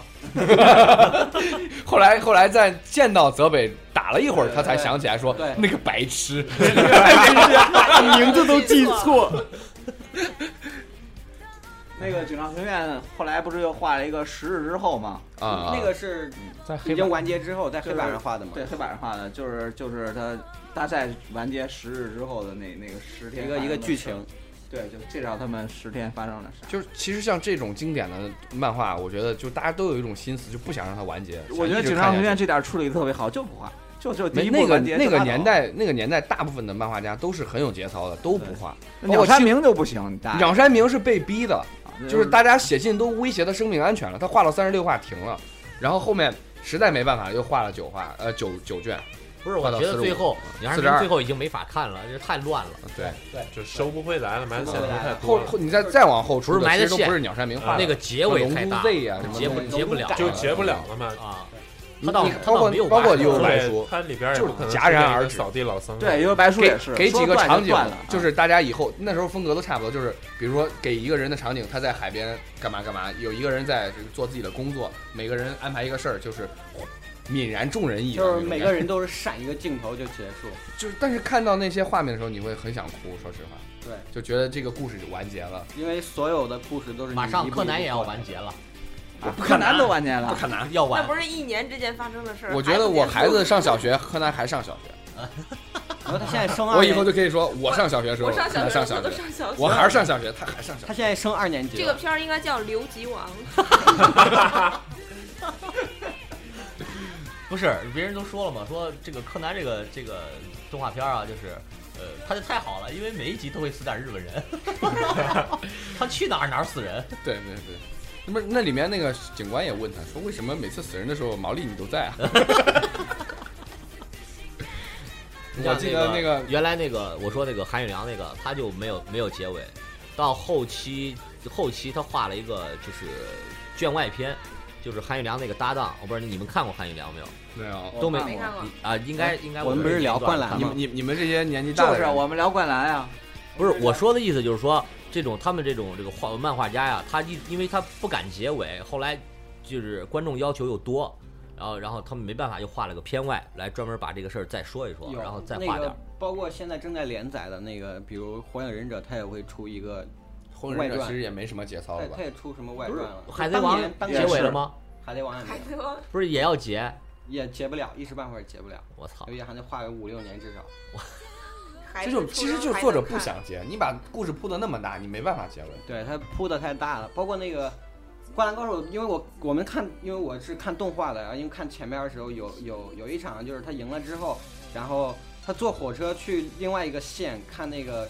Speaker 1: 后来后来在见到泽北打了一会儿，他才想起来说
Speaker 4: 对
Speaker 1: 那个白痴，
Speaker 3: 名字都记错，
Speaker 12: 那个警察学院后来不是又画了一个十日之后吗？
Speaker 1: 啊
Speaker 4: 那个是
Speaker 6: 在黑
Speaker 4: 已
Speaker 6: 板
Speaker 4: 经完结之后在黑板上画的嘛？
Speaker 12: 对，黑板上画的，就是就是他大赛完结十日之后的那那个十天
Speaker 4: 一个一个
Speaker 12: 发生的
Speaker 4: 剧
Speaker 12: 事儿
Speaker 4: 情，，
Speaker 12: 对，就介绍他们十天发生了啥。
Speaker 1: 就是其实像这种经典的漫画，我觉得就大家都有一种心思，就不想让它完结。
Speaker 12: 我觉
Speaker 1: 想一
Speaker 12: 得警
Speaker 1: 直
Speaker 12: 察
Speaker 1: 看
Speaker 12: 学
Speaker 1: 下
Speaker 12: 院
Speaker 1: 去
Speaker 12: 这点处理得特别好，就不画，就就第
Speaker 1: 没
Speaker 12: 一
Speaker 1: 那
Speaker 12: 部
Speaker 1: 个
Speaker 12: 完结
Speaker 1: 那
Speaker 12: 就拉
Speaker 1: 个
Speaker 12: 倒
Speaker 1: 年，代那个年代，大部分的漫画家都是很有节操的，都不画。包
Speaker 12: 嗯鸟
Speaker 1: 括
Speaker 12: 山
Speaker 1: 青
Speaker 12: 明就不行，你大爷
Speaker 1: 鸟山明是被逼的，就是
Speaker 12: 大
Speaker 1: 大家写信都威胁他生命安全了，他画到三十六话停了，然后后面实在没办法又画了九话，呃九九卷，
Speaker 7: 不是，我
Speaker 1: 画到
Speaker 7: 觉得
Speaker 1: 45
Speaker 7: 最后你还是
Speaker 1: 42
Speaker 7: 最后已经没法看了，这太乱了。
Speaker 1: 对，
Speaker 11: 就收不回来了，埋的线头太
Speaker 1: 后
Speaker 11: 多了，
Speaker 1: 后你再再往后出的，
Speaker 7: 不是埋的
Speaker 1: 其实都
Speaker 7: 线
Speaker 1: 不是鸟山明画的，
Speaker 7: 那个结尾太大，
Speaker 1: 哎龙珠 Z 啊什么的
Speaker 7: 结不结不了，
Speaker 11: 就结不了了嘛。
Speaker 7: 啊。
Speaker 1: 你
Speaker 7: 他倒
Speaker 1: 你
Speaker 7: 他
Speaker 1: 包括
Speaker 7: 倒没有
Speaker 1: 包括
Speaker 7: 完
Speaker 1: 有
Speaker 7: 对
Speaker 1: 白
Speaker 11: 对
Speaker 1: 书，，
Speaker 11: 它里边也不可能
Speaker 1: 就是戛然而止
Speaker 11: 出现一个扫地老僧。
Speaker 12: 对，因为白书
Speaker 1: 给
Speaker 12: 也是
Speaker 1: 给几
Speaker 12: 说
Speaker 1: 个
Speaker 12: 断就
Speaker 1: 场景
Speaker 12: 断了，啊
Speaker 1: 就是是大家以后那时候风格都差不多，就是比如说给一个人的场景，他在海边干嘛干嘛，有一个人在这个做自己的工作，每个人安排一个事儿，就是泯然众人矣的那
Speaker 4: 就
Speaker 1: 种感
Speaker 4: 是每
Speaker 1: 觉。
Speaker 4: 个人都是闪一个镜头就结束。
Speaker 1: 就是，但是看到那些画面的时候，你会很想哭，说实话，
Speaker 4: 对，
Speaker 1: 就觉得这个故事完结了。
Speaker 4: 因为所有的故事都是
Speaker 7: 马上柯南也要完
Speaker 4: 结。
Speaker 7: 结了，
Speaker 12: 啊柯南都完结了，
Speaker 7: 柯南要完
Speaker 2: 那不是一年之间发生的事儿。
Speaker 1: 我觉得我孩子上小学，柯南还上小学，
Speaker 4: 然后他现在升二年，
Speaker 1: 我以后就可以说，我上小学的时候，
Speaker 2: 我上小
Speaker 1: 柯南
Speaker 2: 学，
Speaker 1: 上小
Speaker 2: 我都
Speaker 1: 学，
Speaker 2: 上小学。
Speaker 1: 我还是上小学，他还上小学
Speaker 4: 他。现在升二年级
Speaker 2: 这
Speaker 4: 了
Speaker 2: 个片儿应该叫《留级王》，
Speaker 7: 不是别人都说了嘛，说这个柯南这个这个动画片啊，就是呃，他就太好了，因为每一集都会死点日本
Speaker 2: [LAUGHS]
Speaker 7: 人， [LAUGHS] 他去哪儿哪儿死人，
Speaker 1: 对对对，那不是那里面那个警官也问他说，为什么每次死人的时候毛利你都在啊？我记得那
Speaker 7: 那
Speaker 1: 个
Speaker 7: 原来那个我说那个韩宇良那个他就没有没有结尾，到后期后期他画了一个就是卷外篇，就是韩玉良那个搭档，我不知道你们看过韩玉良没有？
Speaker 1: 没有，
Speaker 7: 都没
Speaker 2: 没看过。
Speaker 7: 啊，应该应该
Speaker 4: 嗯哎我们不是聊灌篮
Speaker 7: 吗？
Speaker 1: 你们你你们这些年纪大
Speaker 12: 就
Speaker 1: 的
Speaker 12: 是啊
Speaker 1: 人，
Speaker 12: 我们聊灌篮呀，
Speaker 7: 不是我说的意思，就是说这种他们这种这个画漫画家呀，他一因为他不敢结尾，后来就是观众要求又多，然后然后他们没办法，又画了个片外来专门把这个事儿再说一说，
Speaker 4: 有
Speaker 7: 然后再
Speaker 4: 那
Speaker 7: 画
Speaker 4: 个
Speaker 7: 点儿。
Speaker 4: 包括现在正在连载的那个，比如《火影忍者》，它也会出一个，
Speaker 1: 火影忍者
Speaker 4: 外传
Speaker 1: 其实也没什么节操
Speaker 4: 它
Speaker 1: 了吧
Speaker 4: 它？也出什么外
Speaker 7: 不
Speaker 4: 传
Speaker 7: 是
Speaker 4: 了？
Speaker 7: 海贼
Speaker 4: 当
Speaker 7: 王
Speaker 4: 年当
Speaker 7: 结
Speaker 4: 年
Speaker 7: 尾了？吗？
Speaker 4: 海贼王也没
Speaker 2: 海
Speaker 4: 有
Speaker 2: 贼王
Speaker 7: 不是也要结？
Speaker 4: 也结不了，一时半会儿结不了，
Speaker 7: 我操！
Speaker 4: 所以还得画个五六年至少。
Speaker 2: 还
Speaker 1: 这
Speaker 2: 是
Speaker 1: 种
Speaker 2: 初
Speaker 1: 其实
Speaker 2: 中
Speaker 1: 就是
Speaker 2: 还
Speaker 1: 作者
Speaker 2: 能
Speaker 1: 不
Speaker 2: 看
Speaker 1: 想结，你把故事铺的那么大，你没办法结尾。
Speaker 4: 对，它铺的太大了，包括那个《灌篮高手》，因为我我们看，因为我是看动画的，然后因为看前边的时候有有有一场就是他赢了之后，然后他坐火车去另外一个县看那个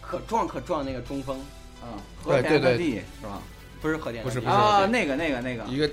Speaker 4: 可撞可撞那个中锋，
Speaker 12: 嗯，
Speaker 1: 对
Speaker 12: 和田
Speaker 1: 对对
Speaker 12: 大地是吧？
Speaker 4: 不是核电
Speaker 1: 不是不是
Speaker 12: 啊，那个那个那个，
Speaker 1: 一个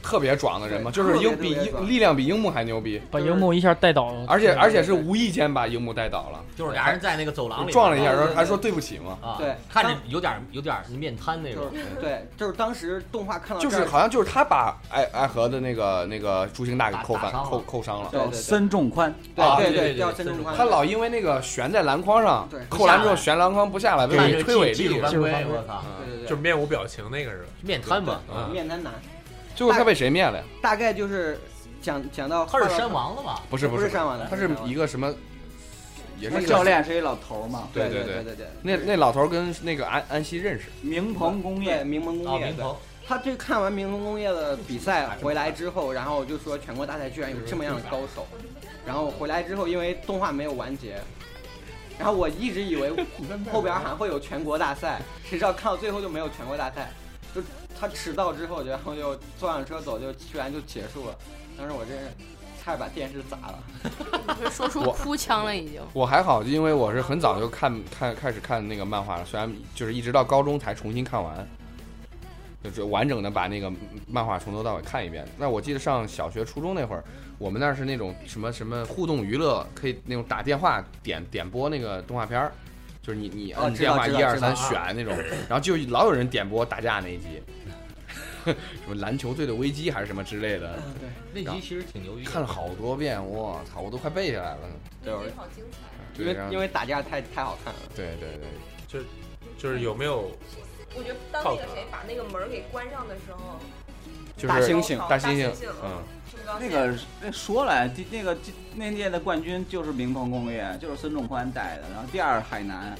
Speaker 1: 特别壮的人嘛，
Speaker 4: 对
Speaker 1: 就是
Speaker 4: 特别
Speaker 1: 英比
Speaker 4: 特别壮
Speaker 1: 英力量比樱木还牛逼，
Speaker 6: 把樱木一下带倒了，
Speaker 1: 而且而且是无意间把樱木带倒了，
Speaker 7: 就是俩人在那个走廊里
Speaker 1: 撞了一下，
Speaker 4: 对
Speaker 1: 然
Speaker 4: 对
Speaker 1: 后还说对不起嘛，
Speaker 7: 啊，
Speaker 4: 对
Speaker 7: 看着有点有点面瘫那
Speaker 4: 就
Speaker 7: 种
Speaker 4: 是。对，就是当时动画看到
Speaker 1: 就是
Speaker 4: 这儿
Speaker 1: 好像就是他把爱爱和的那个那个朱星大给扣
Speaker 7: 打
Speaker 1: 翻
Speaker 7: 打伤了
Speaker 1: 扣扣伤了，
Speaker 4: 对对
Speaker 12: 叫
Speaker 4: 对
Speaker 12: 森重宽，
Speaker 1: 啊
Speaker 4: 对
Speaker 7: 对对对
Speaker 4: 叫
Speaker 7: 对
Speaker 4: 孙中宽，
Speaker 1: 他老因为那个悬在篮筐上
Speaker 4: 对，
Speaker 1: 扣篮之后悬篮筐不下来，
Speaker 7: 看
Speaker 1: 被
Speaker 7: 着
Speaker 1: 推诿
Speaker 7: 技
Speaker 1: 力
Speaker 7: 术
Speaker 1: 了，
Speaker 7: 犯
Speaker 6: 技术
Speaker 7: 规，
Speaker 6: 犯规
Speaker 7: 我操！
Speaker 1: 嗯
Speaker 4: 对对对
Speaker 11: 就是面无表情那个是，
Speaker 7: 面瘫嘛，
Speaker 11: 啊，
Speaker 4: 面瘫男，
Speaker 1: 最后他被谁灭了呀？
Speaker 4: 大概就是讲讲到
Speaker 7: 他
Speaker 4: 画
Speaker 7: 是
Speaker 4: 到
Speaker 7: 山王的吧？
Speaker 1: 不是
Speaker 4: 不
Speaker 1: 是
Speaker 4: 是山王的
Speaker 1: 他是一个什么，也
Speaker 12: 那
Speaker 1: 是
Speaker 12: 教，练是一老头儿嘛，
Speaker 1: 对
Speaker 4: 对
Speaker 1: 对
Speaker 4: 对对对，
Speaker 1: 那那老头跟那个安安西认识，
Speaker 12: 明鹏工
Speaker 4: 对
Speaker 12: 业
Speaker 4: 明盟
Speaker 7: 啊，
Speaker 4: 工业
Speaker 7: 明
Speaker 4: 对。
Speaker 7: 鹏，
Speaker 4: 他这看完明龙工业的比赛回来之后，然后就说全国大赛居然有这么样的高手，然后回来之后因为动画没有完结，然后我一直以为后边还会有全国大赛，谁知道看到最后就没有全国大赛，就他迟到之后，然后就坐上车走，就居然就结束了。当时我真是差点把电视砸了。
Speaker 3: 就说出
Speaker 1: 我
Speaker 3: 哭腔了已 [LAUGHS] 经。
Speaker 1: 我还好，因为我是很早就看看开始看那个漫画了，虽然就是一直到高中才重新看完，就是完整的把那个漫画从头到尾看一遍。那我记得上小学、初中那会儿，我们那儿是那种什么什么互动娱乐，可以那种打电话点点播那个动画片儿，就是你你
Speaker 4: 哦
Speaker 1: 按
Speaker 4: 知
Speaker 1: 电
Speaker 4: 道
Speaker 1: 话
Speaker 4: 知道
Speaker 1: 一二
Speaker 4: 知道
Speaker 1: 三选那种，然后就老有人点播打架那一集。 [LAUGHS] 什么篮球队的危机还是什么之类的，
Speaker 4: 对，
Speaker 7: 那集其实挺牛逼的。
Speaker 1: 看了好多遍，我操，我都快背下来了。
Speaker 4: 对，我
Speaker 2: 好精彩。
Speaker 4: 因
Speaker 1: 对，然
Speaker 4: 为
Speaker 1: 后
Speaker 4: 因为打架太太好看了。
Speaker 1: 对对对，
Speaker 11: 就是有没有
Speaker 2: 我觉得当那个谁把那个门儿给关上的时候，
Speaker 1: 就是
Speaker 4: 大猩猩
Speaker 1: 大猩猩
Speaker 2: 哦猩，啊
Speaker 1: 嗯，
Speaker 2: 这么高
Speaker 12: 那
Speaker 2: 兴
Speaker 12: 个那说来，第那个第那届的冠军就是明鹏工业，就是孙仲宽带的，然后第二海南，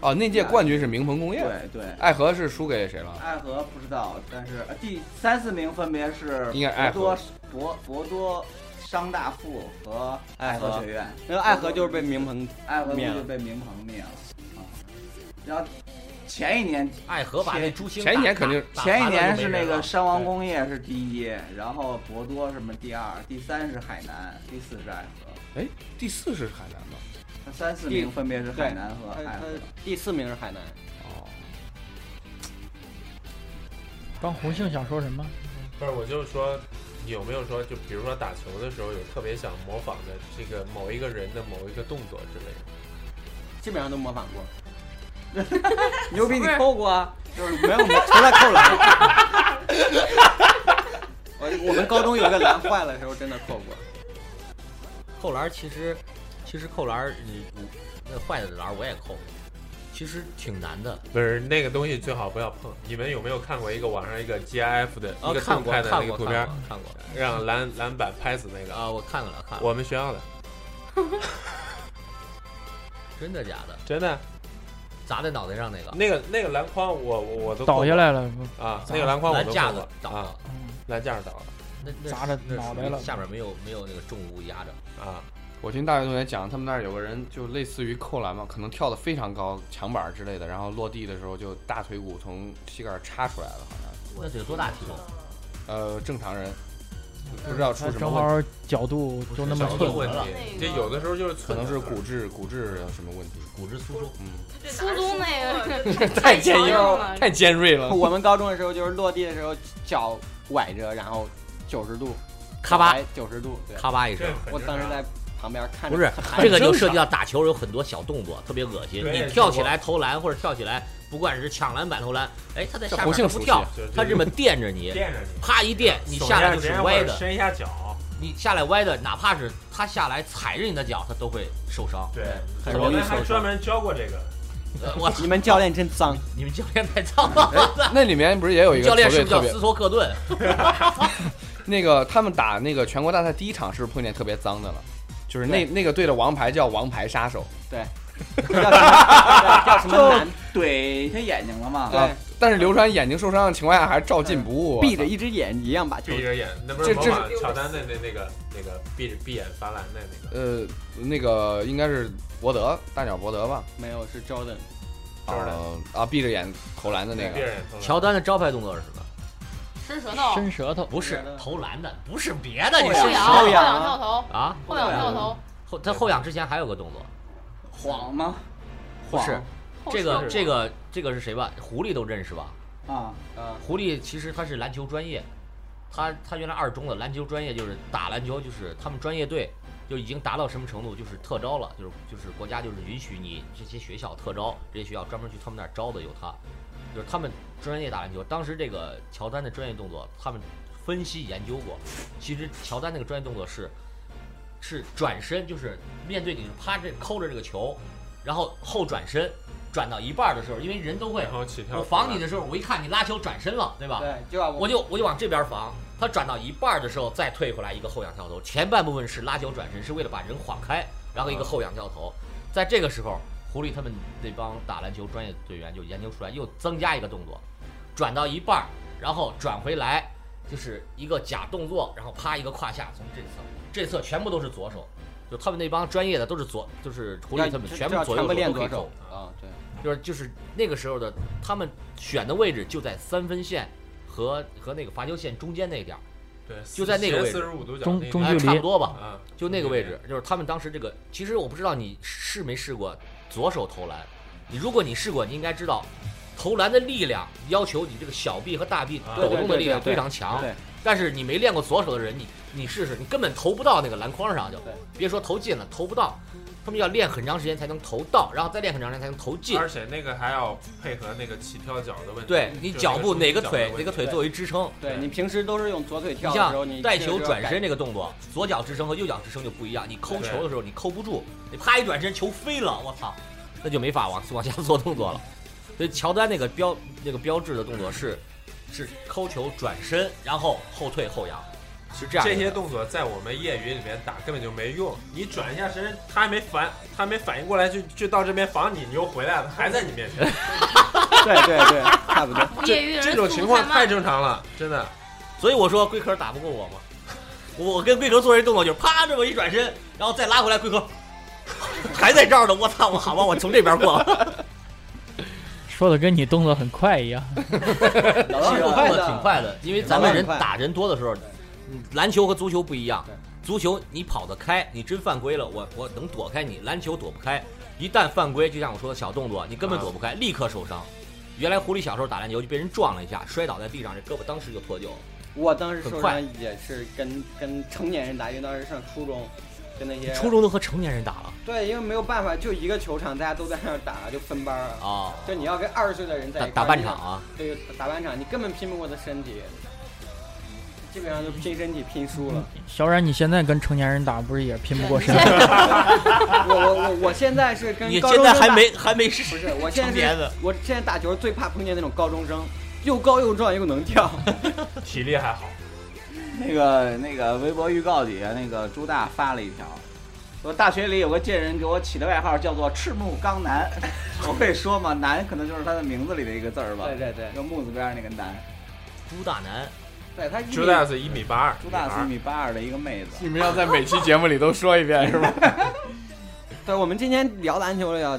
Speaker 1: 哦，那届冠军是明鹏工业，
Speaker 12: 对对，
Speaker 1: 爱和是输给谁了？
Speaker 12: 爱河不知道，但是呃第三四名分别是
Speaker 1: 应该爱
Speaker 12: 博
Speaker 1: 河
Speaker 12: 多博博多商大附和
Speaker 4: 爱
Speaker 12: 爱河
Speaker 4: 河
Speaker 12: 学，
Speaker 1: 啊
Speaker 12: 院，
Speaker 4: 那个爱河就是被明鹏
Speaker 12: 爱河估
Speaker 4: 灭
Speaker 12: 计
Speaker 4: 了
Speaker 12: 被明鹏灭了啊。然后前一年
Speaker 7: 爱河把那朱星
Speaker 1: 前一年肯定
Speaker 7: 打
Speaker 12: 前一年是那
Speaker 7: 打
Speaker 12: 个
Speaker 7: 了
Speaker 12: 山王工业是第一，然后博多什么第二，第三是海南，第四是爱河。
Speaker 1: 哎，第四是海南吧？
Speaker 12: 那三四名
Speaker 4: 第
Speaker 12: 分别是海
Speaker 4: 对呃
Speaker 12: 南和
Speaker 4: 他
Speaker 12: 爱
Speaker 4: 他
Speaker 12: 河。
Speaker 4: 第四名是海南，
Speaker 1: 哦，
Speaker 6: 刚红杏想说什么？
Speaker 11: 不是，我就是说，有没有说，就比如说打球的时候，有特别想模仿的这个某一个人的某一个动作之类的？
Speaker 4: 基本上都模仿过。 [LAUGHS]
Speaker 12: 牛逼，你
Speaker 3: 不是
Speaker 12: 扣过啊？
Speaker 4: 就是没有，除了扣篮。 [LAUGHS] 我我们高中有一个篮坏了的时候，真的扣过。
Speaker 7: 扣篮，其实其实扣篮，你我那坏的篮我也扣，其实挺难的。
Speaker 11: 不是那个东西最好不要碰。你们有没有看过一个网上一个 GIF 的、
Speaker 7: 啊
Speaker 11: 一，个
Speaker 7: 看
Speaker 11: 动
Speaker 7: 过
Speaker 11: 态
Speaker 7: 看
Speaker 11: 的过那
Speaker 7: 看
Speaker 11: 个
Speaker 7: 过
Speaker 11: 图
Speaker 7: 看
Speaker 11: 片，
Speaker 7: 过看过
Speaker 11: 让篮篮板拍死那个？
Speaker 7: 啊，我看了看了，
Speaker 11: 我们学校的，
Speaker 7: 真的假的？
Speaker 11: 真的，
Speaker 7: 砸在脑袋上那个，
Speaker 11: 那个那个篮筐我，我我都
Speaker 6: 倒下来
Speaker 11: 来
Speaker 6: 了，不
Speaker 11: 啊，那个篮筐我
Speaker 7: 篮
Speaker 11: 都
Speaker 7: 架
Speaker 11: 碰
Speaker 7: 子
Speaker 11: 过
Speaker 7: 倒
Speaker 11: 啊
Speaker 7: 了，，
Speaker 6: 嗯
Speaker 11: 篮架子倒
Speaker 7: 那那
Speaker 6: 砸着
Speaker 7: 那
Speaker 6: 脑袋
Speaker 7: 属于
Speaker 6: 了
Speaker 7: 下边没有没有那个重物压着，
Speaker 11: 了啊，
Speaker 1: 我听大学同学讲，他们那儿有个人就类似于扣篮嘛，可能跳得非常高，墙板之类的，然后落地的时候就大腿骨从膝盖插出来了，好像。
Speaker 7: 那得有多大体重？
Speaker 1: 呃，正常人不知道出什
Speaker 6: 他
Speaker 1: 么
Speaker 6: 正
Speaker 1: 问题，
Speaker 6: 好角度就那么
Speaker 7: 不是角
Speaker 6: 寸
Speaker 11: 有
Speaker 7: 度，
Speaker 11: 问
Speaker 7: 了
Speaker 11: 题，
Speaker 3: 那个
Speaker 11: 这有的时候就是
Speaker 1: 可
Speaker 11: 寸
Speaker 1: 能
Speaker 11: 的
Speaker 1: 是
Speaker 11: 事儿，
Speaker 1: 骨质骨质有什么问题。
Speaker 7: 骨质疏松，
Speaker 1: 嗯，
Speaker 3: 初中那个
Speaker 2: 个
Speaker 1: 太
Speaker 3: 强硬了，
Speaker 1: 太尖锐 [LAUGHS] 了。
Speaker 4: 我们高中的时候就是落地的时候脚崴着，然后九十度，
Speaker 7: 咔吧
Speaker 4: 九十度。对，
Speaker 7: 咔吧一声
Speaker 11: 这。很
Speaker 4: 我
Speaker 11: 正
Speaker 4: 当时
Speaker 11: 常
Speaker 4: 在旁边看着。
Speaker 7: 不是
Speaker 4: 看着
Speaker 7: 这个就涉及到打球有很多小动作，特别恶心。
Speaker 11: 对
Speaker 7: 你跳起来投篮或者跳起来不管是抢篮板投篮，哎，他在下
Speaker 1: 侯
Speaker 7: 面
Speaker 1: 信
Speaker 7: 不
Speaker 1: 熟悉
Speaker 7: 跳
Speaker 11: 就，
Speaker 7: 他这么垫着你，
Speaker 11: 垫着你，
Speaker 7: 啪一垫，你下来就是歪的，
Speaker 11: 伸一下脚，
Speaker 7: 你下来歪的，哪怕是他下来踩着你的脚，他都会受伤。
Speaker 11: 对，
Speaker 7: 很
Speaker 11: 我
Speaker 7: 容易
Speaker 11: 们
Speaker 7: 受
Speaker 11: 还
Speaker 7: 伤
Speaker 11: 专门教过这个，
Speaker 4: [LAUGHS]
Speaker 7: 呃我
Speaker 4: 你们教练真
Speaker 7: [LAUGHS]
Speaker 4: 脏，
Speaker 7: 你们教练太脏了，
Speaker 1: 那里面不是也有一个
Speaker 7: 教
Speaker 1: 球
Speaker 7: 练是
Speaker 1: 队
Speaker 7: 不是叫
Speaker 1: 特别
Speaker 7: 斯托克顿？
Speaker 1: 那个他们打那个全国大赛第一场是不是碰见特别脏的了？就是那那个队的王牌叫王牌杀手，
Speaker 4: 叫什么叫什么男？
Speaker 12: 怼他眼睛了嘛。
Speaker 7: 啊
Speaker 4: 对，
Speaker 1: 啊但是流川眼睛受伤的情况下还是照进不误，
Speaker 4: 闭着一只眼一样把球
Speaker 11: 闭着眼，那不
Speaker 1: 这
Speaker 11: 是模
Speaker 1: 这
Speaker 11: 仿乔丹的那那个那个闭着闭眼罚篮的那个，
Speaker 1: 呃，那个应该是博德大鸟博德吧？
Speaker 4: 没有是 Jordan，
Speaker 11: Jordan
Speaker 1: 呃啊，闭着眼投篮的那
Speaker 11: 闭着
Speaker 1: 个，
Speaker 11: 眼投篮
Speaker 7: 乔丹的招牌动作是什么？
Speaker 3: 伸舌头，
Speaker 6: 伸舌头，
Speaker 7: 不是投篮的，不是别的，你
Speaker 3: 后
Speaker 7: 是
Speaker 3: 仰，
Speaker 4: 后
Speaker 3: 后
Speaker 4: 仰
Speaker 3: 仰跳投，
Speaker 7: 啊？
Speaker 3: 后仰跳投，
Speaker 7: 后他后仰之前还有个动作，
Speaker 12: 晃吗？
Speaker 7: 不
Speaker 12: 晃
Speaker 7: 是
Speaker 3: 后
Speaker 7: 这
Speaker 3: 撤
Speaker 7: 个
Speaker 3: 步
Speaker 7: 这个这个是谁吧？狐狸都认识吧？
Speaker 12: 啊，
Speaker 4: 啊，
Speaker 7: 狐狸其实他是篮球专业，他他原来二中的篮球专业就是打篮球，就是他们专业队就已经达到什么程度，就是特招了，就是就是国家就是允许你这些学校特招，这些学校专门去他们那儿招的有他，就是他们专业打篮球。当时这个乔丹的专业动作，他们分析研究过，其实乔丹那个专业动作是是转身，就是面对你是趴着抠着这个球，然后后转身。转到一半儿的时候，因为人都会
Speaker 11: 然后起跳，
Speaker 7: 我防你的时候，我一看你拉球转身了，对吧？
Speaker 4: 对，就要
Speaker 7: 啊我就我就往这边防，他转到一半儿的时候再退回来一个后仰跳投，前半部分是拉球转身，是为了把人晃开，然
Speaker 4: 嗯
Speaker 7: 后一个后仰跳投，在这个时候，狐狸他们那帮打篮球专业队员就研究出来，又增加一个动作，转到一半儿，然后转回来，就是一个假动作，然后啪一个胯下，从这侧这侧全部都是左手，就他们那帮专业的都是左，就是狐
Speaker 4: 要
Speaker 7: 狸他们
Speaker 4: 就
Speaker 7: 全
Speaker 4: 就
Speaker 7: 部
Speaker 4: 要
Speaker 7: 左
Speaker 4: 全
Speaker 7: 右
Speaker 4: 部
Speaker 7: 手
Speaker 4: 练
Speaker 7: 都可
Speaker 4: 左
Speaker 7: 以走
Speaker 4: 手。啊，对，
Speaker 7: 就是就是那个时候的他们选的位置就在三分线和和那个罚球线中间那点儿，
Speaker 11: 对，
Speaker 7: 就在那个位置
Speaker 11: 四十五度角
Speaker 6: 中
Speaker 11: 那个
Speaker 6: 中
Speaker 7: 哎，
Speaker 6: 距离
Speaker 7: 差不多吧，
Speaker 11: 啊，
Speaker 7: 就那个位置，就是他们当时这个，其实我不知道你试没试过左手投篮，你如果你试过，你应该知道，投篮的力量要求你这个小臂和大臂
Speaker 11: 啊
Speaker 7: 抖动的力
Speaker 4: 对对对
Speaker 7: 量
Speaker 4: 对
Speaker 7: 非常强
Speaker 4: 对，
Speaker 7: 但是你没练过左手的人，你你试试，你根本投不到那个篮筐上就
Speaker 4: 对，
Speaker 7: 别说投进了，投不到，他们要练很长时间才能投到，然后再练很长时间才能投进。
Speaker 11: 而且那个还要配合那个起跳脚的问题，
Speaker 7: 对你
Speaker 11: 就是
Speaker 7: 脚步哪个
Speaker 11: 脚的
Speaker 7: 腿
Speaker 11: 问
Speaker 7: 哪个
Speaker 11: 题
Speaker 7: 腿作为支撑，
Speaker 4: 对你平时都是用左腿
Speaker 7: 你
Speaker 4: 跳的时候，
Speaker 7: 像
Speaker 4: 你
Speaker 7: 带
Speaker 4: 这个
Speaker 7: 球
Speaker 4: 时候
Speaker 7: 转
Speaker 4: 改
Speaker 7: 身这个动作，左脚支撑和右脚支撑就不一样。你抠球的时候你抠不住，你啪一转身球飞了，我操，那就没法往往下做动作了。所以乔丹那个标那个标志的动作是是抠球转身，然后后退后仰，是这样的。
Speaker 11: 这些动作在我们业余里面打根本就没用，你转一下身，他还没反，他还没反应过来就就到这边防你，你又回来了，还在你面前，
Speaker 4: 对对 [LAUGHS] 对，差不多。
Speaker 3: 业余人
Speaker 11: 这种
Speaker 3: 速度
Speaker 11: 情况
Speaker 3: 慢
Speaker 11: 太正常了，真的。
Speaker 7: 所以我说龟壳打不过我嘛，我跟龟壳做这动作就是啪这么一转身，然后再拉回来，龟壳还在这儿呢，我操，我好吧，我从这边过。
Speaker 6: 说的跟你动作很快一样。
Speaker 4: 老
Speaker 7: 其
Speaker 4: 师
Speaker 7: 实
Speaker 4: 很
Speaker 7: 我动
Speaker 4: 快
Speaker 7: 作啊挺
Speaker 4: 的，
Speaker 7: 快的，因为咱们人打人多的时候，嗯篮球和足球不一样
Speaker 4: 对。
Speaker 7: 足球你跑得开，你真犯规了，我我能躲开你；篮球躲不开，一旦犯规，就像我说的小动作，你根本躲不开，立刻受伤。原来狐狸小时候打篮球就被人撞了一下，摔倒在地上，这胳膊当时就脱臼了。
Speaker 4: 我当时受
Speaker 7: 很快
Speaker 4: 伤也是跟跟成年人打，因为当时上初中，跟那些
Speaker 7: 初中都和成年人打了
Speaker 4: 对，因为没有办法，就一个球场，大家都在那儿打，就分班儿啊。
Speaker 7: 啊，
Speaker 4: 就你要跟二十岁的人在
Speaker 7: 打
Speaker 4: 一块儿
Speaker 7: 打半场，啊，
Speaker 4: 你想对，打半场，你根本拼不过他身体，基本上就拼身体拼输了。
Speaker 6: 小冉，你现在跟成年人打，不是也拼不过身？
Speaker 4: 我我我我现在是跟
Speaker 7: 你
Speaker 4: 高
Speaker 7: 现
Speaker 4: 中
Speaker 7: 在
Speaker 4: 生
Speaker 7: 还
Speaker 4: 打
Speaker 7: 没还没
Speaker 4: 不
Speaker 7: 是
Speaker 4: 是，我现
Speaker 7: 成
Speaker 4: 在
Speaker 7: 年
Speaker 4: 是
Speaker 7: 的，
Speaker 4: 我现在打球最怕碰见那种高中生，又高又壮又能跳。
Speaker 11: 体力还好，
Speaker 4: 嗯
Speaker 12: 那个那个微博预告底下那个朱大发了一条，说大学里有个贱人给我起的外号叫做赤木刚男， [LAUGHS] 我会说吗？男可能就是他的名字里的一个字儿吧，
Speaker 4: 对对对
Speaker 12: 一，个木字边儿那个哎男。
Speaker 7: 朱大男，
Speaker 4: 对他一米
Speaker 11: 朱大子一米八二，
Speaker 12: 朱大四
Speaker 11: 米
Speaker 12: 米八二的一个妹子，
Speaker 1: 你们要在每期节目里都说一遍是
Speaker 4: [LAUGHS]
Speaker 1: 吧？
Speaker 4: 对，我们今天聊篮球了要，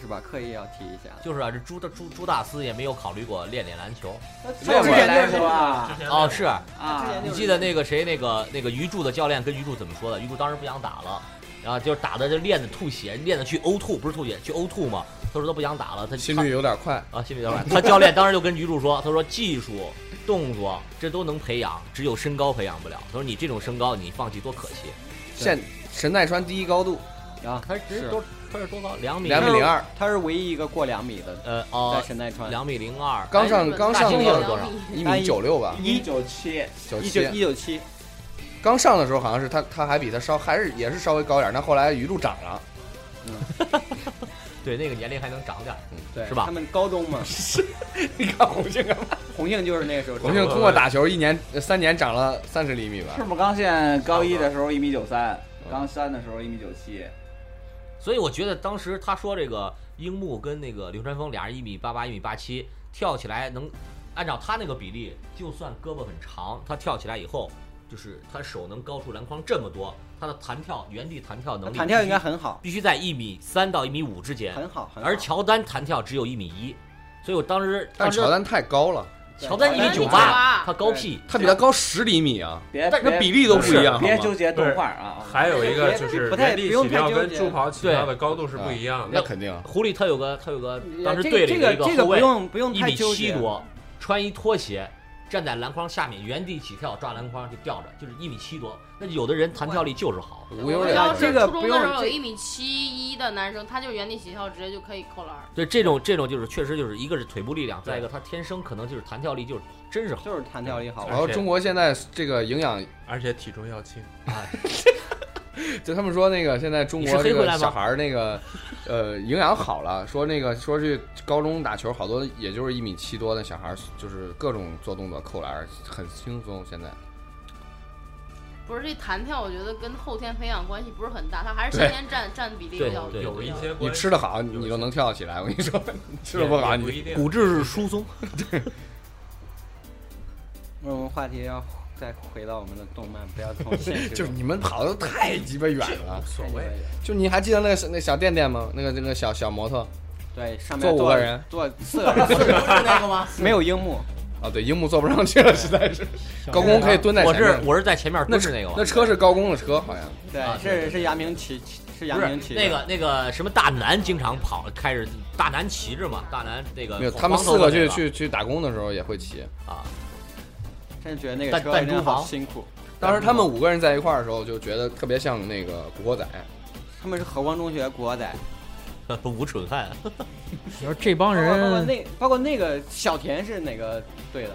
Speaker 4: 是吧？刻意要提一下。
Speaker 7: 就是啊，这朱大朱朱大斯也没有考虑过练练篮球
Speaker 4: 没有
Speaker 12: 之
Speaker 4: 人
Speaker 12: 前
Speaker 4: 认识
Speaker 12: 就是
Speaker 11: 八
Speaker 12: 啊
Speaker 11: 二。之前
Speaker 7: 哦，是。
Speaker 12: 啊
Speaker 4: 之前
Speaker 7: 你记得那个谁，那个那个鱼柱的教练跟鱼柱怎么说的？鱼柱当时不想打了，然后就是打的就练的吐血，练的去呕吐，不是吐血，去呕吐嘛。他说他不想打了，他
Speaker 1: 心率有点快，
Speaker 7: 他啊心率有点快。他教练当时就跟鱼柱说，他说技术、动作这都能培养，只有身高培养不了。他说你这种身高，你放弃多可惜。
Speaker 1: 现神奈川第一高度，
Speaker 4: 啊，
Speaker 7: 他人都他是多高？两米
Speaker 1: 两米零二，
Speaker 4: 他是唯一一个过两米的，
Speaker 7: 呃
Speaker 4: 在
Speaker 7: 哦，
Speaker 4: 神奈川，
Speaker 7: 两米零二，
Speaker 1: 刚上
Speaker 3: 哎
Speaker 1: 刚上
Speaker 7: 大猩猩是
Speaker 1: 个
Speaker 7: 多少？
Speaker 1: 一米九六吧，
Speaker 12: 一九七，
Speaker 1: 九
Speaker 4: 啊一九
Speaker 1: 七，
Speaker 4: 一九七，
Speaker 1: 刚上的时候好像是他他还比他稍还是也是稍微高点儿，但后来鱼露长了，
Speaker 7: 对，那个年龄还能长点儿。
Speaker 4: 对，
Speaker 7: 是吧
Speaker 4: 他们高中嘛，
Speaker 1: 你看红杏干嘛？
Speaker 4: 红杏就是那个时候，
Speaker 1: 红杏通过打球一年呃三年长了三十厘米吧
Speaker 12: 赤，木刚宪高一的时候一米九三，
Speaker 4: 嗯
Speaker 12: 刚三的时候一米九七，
Speaker 7: 所以我觉得当时他说这个樱木跟那个流川枫俩人一米八八、一米八七，跳起来能按照他那个比例，就算胳膊很长，他跳起来以后，就是他手能高出篮筐这么多，他的弹跳原地弹跳
Speaker 4: 他
Speaker 7: 能力
Speaker 4: 啊弹跳应该
Speaker 7: 必须
Speaker 4: 很好，
Speaker 7: 必须在一米三到一米五之间，
Speaker 4: 很好，很好。
Speaker 7: 而乔丹弹跳只有一米一，所以我当时
Speaker 1: 但
Speaker 7: 当时
Speaker 1: 乔丹太高了，
Speaker 7: 乔丹一
Speaker 12: 乔
Speaker 7: 米
Speaker 12: 丹
Speaker 7: 九
Speaker 3: 1.98
Speaker 7: 八，他高屁，
Speaker 1: 他比他高十厘米啊，
Speaker 12: 别
Speaker 1: 但这
Speaker 12: 别
Speaker 1: 比例都不一样，好
Speaker 12: 别
Speaker 1: 吗
Speaker 12: 纠结动画啊，
Speaker 11: 还有一个就是
Speaker 4: 不太
Speaker 11: 原地
Speaker 4: 不用
Speaker 11: 起
Speaker 4: 太
Speaker 11: 跳
Speaker 4: 纠
Speaker 11: 跟
Speaker 4: 结
Speaker 11: 助跑起跳的高度是不一样
Speaker 1: 那
Speaker 11: 的。
Speaker 1: 肯定啊。
Speaker 7: 狐狸他有个他有个
Speaker 4: 也
Speaker 7: 当时
Speaker 4: 呃这
Speaker 7: 队里
Speaker 4: 这
Speaker 7: 的
Speaker 4: 个
Speaker 7: 一
Speaker 4: 这
Speaker 7: 后
Speaker 4: 不
Speaker 7: 卫，
Speaker 4: 用不用
Speaker 7: 一
Speaker 4: 太
Speaker 7: 米
Speaker 4: 纠
Speaker 7: 七
Speaker 4: 结，
Speaker 7: 多，穿一拖鞋，站在篮筐下面原地起跳，抓篮筐就吊着，就是一米七多。那有的人弹跳力就是好，
Speaker 1: 无忧
Speaker 3: 我
Speaker 1: 人
Speaker 3: 要
Speaker 4: 这
Speaker 3: 是
Speaker 4: 个
Speaker 3: 初
Speaker 4: 不
Speaker 3: 中
Speaker 4: 用
Speaker 3: 的时候有
Speaker 4: 这
Speaker 3: 一米七一的男生，他就原地起跳直接就可以扣篮儿。
Speaker 7: 对这种这种就是确实就是一个是腿部力量，再一个他天生可能就是弹跳力就是真是好。
Speaker 4: 就是弹跳力好
Speaker 1: 然。后中国现在这个营养，
Speaker 11: 而且体重要轻，
Speaker 1: 就他们说那个现在中
Speaker 7: 你是
Speaker 1: 国
Speaker 7: 黑
Speaker 1: 这
Speaker 7: 回
Speaker 1: 个
Speaker 7: 来吗
Speaker 1: 小孩儿那个，呃，营养好了，说那个说去高中打球，好多也就是一米七多的小孩儿，就是各种做动作扣篮儿很轻松。现在
Speaker 3: 不是这弹跳，我觉得跟后天培养关系不是很大，他还是
Speaker 1: 对
Speaker 3: 先天占占比例比较
Speaker 7: 对
Speaker 11: 有
Speaker 3: 重
Speaker 11: 一
Speaker 3: 要。
Speaker 11: 些
Speaker 1: 你
Speaker 11: 关系
Speaker 1: 吃的好，你就能跳起来。我跟你说， [LAUGHS] 你吃的不好，
Speaker 11: 也不
Speaker 1: 你
Speaker 11: 一定。
Speaker 7: 骨质疏松，
Speaker 4: 我们话题要再回到我们的动漫，不要从现实
Speaker 1: [LAUGHS] 就是你们跑的太鸡巴远了。
Speaker 11: 所
Speaker 4: 太
Speaker 11: 谓
Speaker 4: 远了
Speaker 1: 就你还记得那个小那小垫垫吗？那个那个小小摩托
Speaker 4: 对上面
Speaker 1: 坐五
Speaker 4: 坐
Speaker 1: 个人，
Speaker 4: 坐四个人，四个人那个吗？没有樱木，
Speaker 1: 啊，对，樱木坐不上去了，实在是。高弓可以蹲在
Speaker 7: 我
Speaker 1: 前
Speaker 7: 是
Speaker 1: 面，
Speaker 7: 我是在前面
Speaker 1: 那
Speaker 7: 蹲着那个
Speaker 1: 那
Speaker 7: 吧。
Speaker 1: 车是高弓的车，好像。
Speaker 4: 对
Speaker 7: 啊，对
Speaker 4: 是是杨明骑，骑是杨
Speaker 7: 不
Speaker 4: 明
Speaker 7: 是
Speaker 4: 骑
Speaker 7: 那个那个什么大南经常跑开着大南骑着嘛，大南那个
Speaker 1: 没有，
Speaker 7: 呃黄
Speaker 1: 他们
Speaker 7: 头
Speaker 1: 四个
Speaker 7: 发那
Speaker 1: 去去去打工的时候也会骑。
Speaker 7: 啊，
Speaker 4: 真觉得那个
Speaker 7: 弹
Speaker 4: 车
Speaker 7: 弹
Speaker 4: 真的
Speaker 7: 珠
Speaker 4: 好
Speaker 7: 房
Speaker 4: 辛苦。
Speaker 1: 当时他们五个人在一块儿的时候，就觉得特别像那个古惑仔。
Speaker 4: 他们是和光中学国仔，
Speaker 7: 无蠢汉。
Speaker 6: 你说这帮
Speaker 4: 包括包括
Speaker 6: 人，
Speaker 4: 那包括那个小田是哪个队的？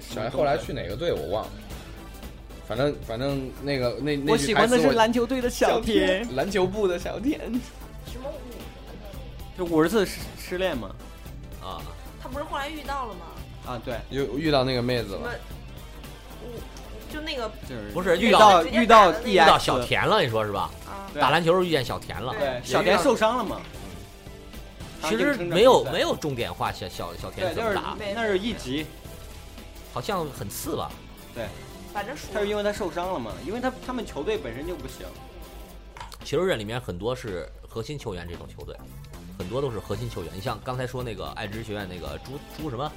Speaker 4: 是什
Speaker 1: 小
Speaker 4: 么
Speaker 1: 孩后来
Speaker 4: 中
Speaker 1: 去哪个队我忘了，反正反正那个那
Speaker 4: 学，
Speaker 1: 那
Speaker 4: 我
Speaker 1: 句
Speaker 4: 喜
Speaker 1: 台
Speaker 4: 欢的
Speaker 1: 词
Speaker 4: 是
Speaker 1: 我
Speaker 4: 篮球队的小田，
Speaker 1: 篮球部的小
Speaker 7: [LAUGHS]
Speaker 1: 天。
Speaker 2: 什么五？
Speaker 4: 就五十次失失恋嘛。
Speaker 7: 啊，
Speaker 2: 他不是后来遇到了吗？
Speaker 4: 啊，对，
Speaker 1: 又遇到那个妹子
Speaker 2: 什么
Speaker 7: [LAUGHS]
Speaker 1: 了，
Speaker 2: 五？就那个
Speaker 4: 就是
Speaker 7: 不是
Speaker 4: 遇
Speaker 7: 遇
Speaker 4: 到
Speaker 7: 到
Speaker 4: 遇到 E
Speaker 2: 直接
Speaker 4: EX
Speaker 2: 打的那个
Speaker 7: 遇到小田了，你说是吧？
Speaker 2: 啊，
Speaker 4: 对
Speaker 7: 打篮球遇见小田了。
Speaker 4: 对小田受伤了嘛？
Speaker 7: 其实没有没
Speaker 4: 有，
Speaker 7: 有重点化小小小田
Speaker 4: 对，就
Speaker 7: 怎么
Speaker 4: 是
Speaker 7: 打，
Speaker 4: 那是一集，
Speaker 7: 好像很次吧？
Speaker 2: 反正输
Speaker 4: 他是因
Speaker 2: 了。
Speaker 4: 为他受伤了嘛，因为他他们球队本身就不行，
Speaker 7: 球员里面很多是核心球员，这种球队很多都是核心球员。你像刚才说那个爱知学院那个朱朱什么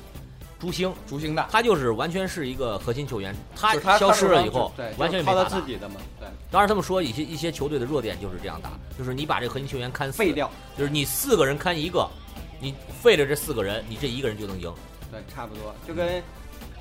Speaker 7: 朱星，
Speaker 1: 竹星大。
Speaker 7: 他就是完全是一个核心球员，他
Speaker 1: 就是他
Speaker 7: 消失了以
Speaker 1: 他受
Speaker 7: 后
Speaker 4: 对，，
Speaker 7: 完
Speaker 4: 就
Speaker 7: 全
Speaker 4: 是
Speaker 7: 没
Speaker 4: 靠
Speaker 7: 法
Speaker 4: 他
Speaker 7: 打
Speaker 4: 自。己的嘛，对，
Speaker 7: 当然，他们说一些一些球队的弱点就是这样打，就是你把这个核心球员看死，
Speaker 4: 废掉，
Speaker 7: 就是你四个人看一个，你废了这四个人，你这一个人就能赢。
Speaker 4: 对，差不多，就
Speaker 7: 嗯
Speaker 4: 跟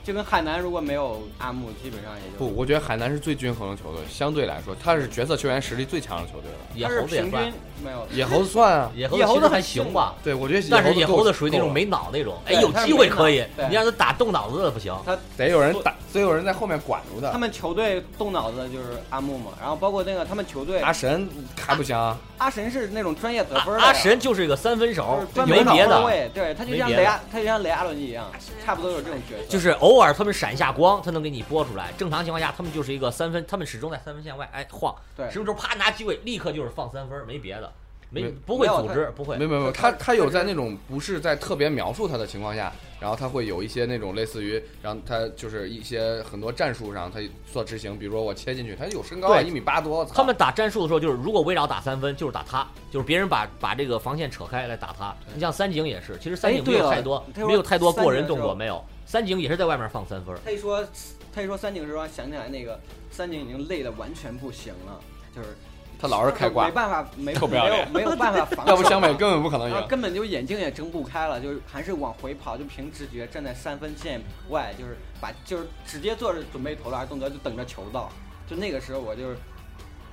Speaker 4: 就跟汉南如果没有阿木，基本上也就
Speaker 1: 不，我觉得海南是最均衡的球队，相对来说，他是角色球员实力最强的球队了。
Speaker 7: 野
Speaker 4: 他是
Speaker 7: 猴子也
Speaker 4: 平
Speaker 7: 算
Speaker 4: 均，没有，
Speaker 1: 野猴子算啊，
Speaker 7: 野
Speaker 4: 野猴子
Speaker 7: 其实
Speaker 4: 很
Speaker 7: 还行吧，
Speaker 1: 对我觉得
Speaker 7: 但是
Speaker 1: 野
Speaker 7: 野
Speaker 1: 猴
Speaker 7: 猴
Speaker 1: 子够
Speaker 7: 子属于那
Speaker 1: 够
Speaker 7: 种
Speaker 1: 了
Speaker 7: 没脑那种，哎，
Speaker 4: 对
Speaker 7: 有
Speaker 4: 他是
Speaker 7: 机会
Speaker 4: 没
Speaker 7: 可以
Speaker 4: 脑，对
Speaker 7: 你让他打动脑子的不行。
Speaker 1: 得有人打，得有人在后面管住
Speaker 7: 啊
Speaker 4: 他
Speaker 1: 的。
Speaker 4: 们球队动脑子的就是阿木嘛，然后包括那个他们球队
Speaker 1: 阿神还不行啊，
Speaker 4: 阿神是那种专业得
Speaker 7: 阿
Speaker 4: 分的呀，
Speaker 7: 啊阿神就是一个三分手
Speaker 4: 就是，专门
Speaker 7: 没
Speaker 4: 跑
Speaker 7: 别
Speaker 4: 后
Speaker 7: 的，
Speaker 4: 卫，对他就
Speaker 7: 没
Speaker 4: 像
Speaker 7: 别
Speaker 4: 雷
Speaker 7: 的
Speaker 4: 阿，他就像雷阿伦一样，差不多有这种角色，
Speaker 7: 就是偶尔他们闪一下光，他能给你拨出来。正常情况下，他们就是一个三分，他们始终在三分线外，哎晃，
Speaker 4: 对
Speaker 7: 什么时候啪拿机会，立刻就是放三分，没别的，没
Speaker 1: 没
Speaker 7: 不会
Speaker 4: 没有
Speaker 7: 组织，不会
Speaker 1: 没有没有没有，他他有在那种不是在特别描述他的情况下，然后他会有一些那种类似于，然后他就是一些很多战术上他做执行，比如说我切进去，他有身高啊，
Speaker 7: 对
Speaker 1: 一米八多，我操
Speaker 7: 他们打战术的时候，就是如果围绕打三分，就是打他，就是别人把把这个防线扯开来打他。你像三井也是，其实三井没
Speaker 4: 哎对
Speaker 7: 有
Speaker 4: 了
Speaker 7: 太多
Speaker 4: 他说
Speaker 7: 没有太多过人
Speaker 4: 三井的时候
Speaker 7: 动作，没有。三井也是在外面放三分，
Speaker 4: 他一说，他一说三井的时候，想起来那个三井已经累得完全不行了，就是
Speaker 1: 他老是开挂
Speaker 4: 没，办法，没
Speaker 1: 臭不要脸
Speaker 4: 没有没有办法防守，
Speaker 1: 要不湘北根本不可能
Speaker 4: 然后
Speaker 1: 赢。
Speaker 4: 根本就眼睛也睁不开了，就是还是往回跑，就凭直觉站在三分线外，就是把就是直接做着准备投篮动作，就等着球到。就那个时候我就是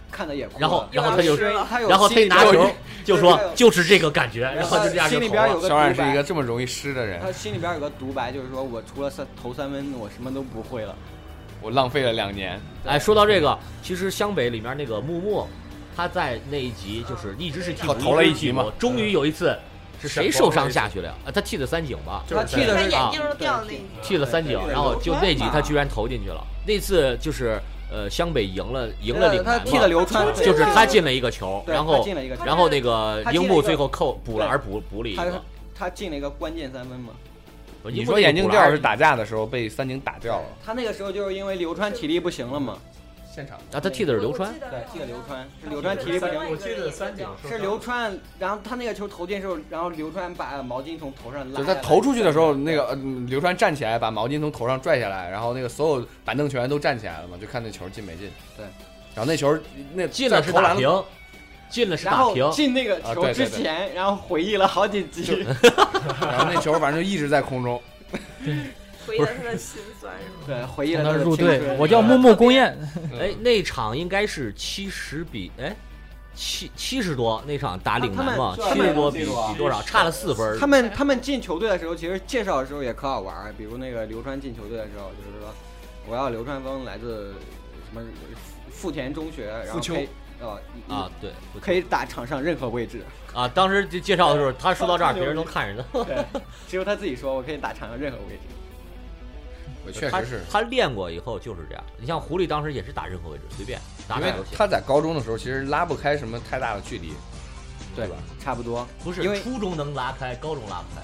Speaker 4: 看的也哭了。
Speaker 7: 然后然后他
Speaker 2: 又
Speaker 7: 就
Speaker 2: 要吃了
Speaker 4: 他有
Speaker 7: 然后他
Speaker 4: 心里
Speaker 7: 一
Speaker 4: 边
Speaker 7: 拿
Speaker 4: 有
Speaker 7: 球就说
Speaker 4: 对他有
Speaker 7: 就是这个感觉，然
Speaker 4: 然
Speaker 7: 后
Speaker 4: 后
Speaker 7: 就这样
Speaker 4: 心
Speaker 7: 就
Speaker 4: 里
Speaker 7: 投
Speaker 4: 边有
Speaker 7: 了。
Speaker 4: 个
Speaker 1: 小冉
Speaker 4: 独
Speaker 1: 是一
Speaker 4: 白
Speaker 1: 个这么容易湿的人，
Speaker 4: 他心里边有个独白，就是说我除了三投三分，我什么都不会了。
Speaker 1: 我浪费了两年。
Speaker 7: 哎，说到这个，其实湘北里面那个木木，他在那一集就是一直是替补，
Speaker 1: 他投了一
Speaker 7: 直是替
Speaker 1: 集
Speaker 7: 补
Speaker 1: 嘛
Speaker 7: 终于有一次是谁受伤下去了呀？啊，他替的啊三井吧，
Speaker 11: 就
Speaker 4: 他
Speaker 11: 是
Speaker 4: 踢
Speaker 2: 他
Speaker 4: 的是
Speaker 2: 眼镜儿掉的那一集
Speaker 7: 替了三井
Speaker 12: 对，对
Speaker 7: 然后就那集
Speaker 12: 流川嘛
Speaker 7: 他居然投进去了。那次就是呃湘北赢了赢了岭
Speaker 4: 呃他
Speaker 7: 南
Speaker 4: 踢的
Speaker 7: 嘛，
Speaker 4: 流川，对
Speaker 7: 就是他进了一个球，
Speaker 4: 对
Speaker 7: 然
Speaker 4: 他
Speaker 7: 后
Speaker 4: 进了一个球，
Speaker 7: 然后那个
Speaker 4: 他进了
Speaker 7: 樱
Speaker 4: 一
Speaker 7: 木
Speaker 4: 个
Speaker 7: 最后扣补篮儿补补了一
Speaker 4: 他
Speaker 7: 个。呃
Speaker 4: 他进了一个关键三分嘛。
Speaker 1: 你
Speaker 7: 樱木
Speaker 1: 说
Speaker 7: 那个
Speaker 1: 眼镜
Speaker 7: 补篮
Speaker 1: 掉
Speaker 7: 儿
Speaker 1: 是打架的时候被三井打掉了，
Speaker 4: 他那个时候就是因为流川体力不行了嘛，
Speaker 1: 现场
Speaker 7: 啊，他替的是 [LAUGHS] 流川，
Speaker 4: 对，踢的流川，是流川体力不行
Speaker 2: 三。
Speaker 11: 我记得三井受伤
Speaker 4: 是流川，然后他那个球投进的时候，然后流川把毛巾从头上拉，
Speaker 1: 就是他投出去的时候，那个呃流川站起来把毛巾从头上拽下来，然后那个所有板凳球员都站起来了嘛，就看那球进没进。
Speaker 4: 对，
Speaker 1: 然后那球那
Speaker 7: 进了是
Speaker 1: 投
Speaker 7: 打
Speaker 1: 篮
Speaker 7: 平，进了是
Speaker 4: 然
Speaker 7: 打
Speaker 4: 后
Speaker 7: 平，
Speaker 4: 进那个
Speaker 1: 啊
Speaker 4: 球
Speaker 1: 对对
Speaker 4: 之
Speaker 1: 对
Speaker 4: 前，然后回忆了好几集。
Speaker 1: 然后那球反正就一直在空中。
Speaker 2: 回忆了他的心酸是吗？
Speaker 4: 对，回忆
Speaker 6: 从
Speaker 4: 了他
Speaker 6: 那
Speaker 4: 的
Speaker 6: 入
Speaker 4: 青
Speaker 6: 队，
Speaker 4: 春
Speaker 6: 我叫木木公彦，
Speaker 7: 哎，那场应该是七十比哎七七十多，那场打岭南嘛，
Speaker 4: 他们
Speaker 7: 七十多比
Speaker 12: 他们
Speaker 7: 比多少？差了四分儿。
Speaker 4: 他们他们进球队的时候，其实介绍的时候也可好玩儿。比如那个流川进球队的时候，就是说我要流川枫来自什么富田中学，然后可以呃
Speaker 7: 啊，，对
Speaker 4: 一可以打场上任何位置。
Speaker 7: 啊，当时就介绍的时候，他说到这儿，别人都看着他。
Speaker 4: 对，只有他自己说我可以打场上任何位置。
Speaker 1: 我确
Speaker 7: 他
Speaker 1: 实是，
Speaker 7: 他练过以后就是这样。你像狐狸当时也是打任何位置，随便打
Speaker 1: 因
Speaker 7: 哪
Speaker 1: 为
Speaker 7: 儿都行。
Speaker 1: 他在高中的时候其实拉不开什么太大的距离，
Speaker 4: 对
Speaker 1: 吧？
Speaker 4: 差不多，
Speaker 7: 不是
Speaker 4: 因为
Speaker 7: 初中能拉开，高中拉不开，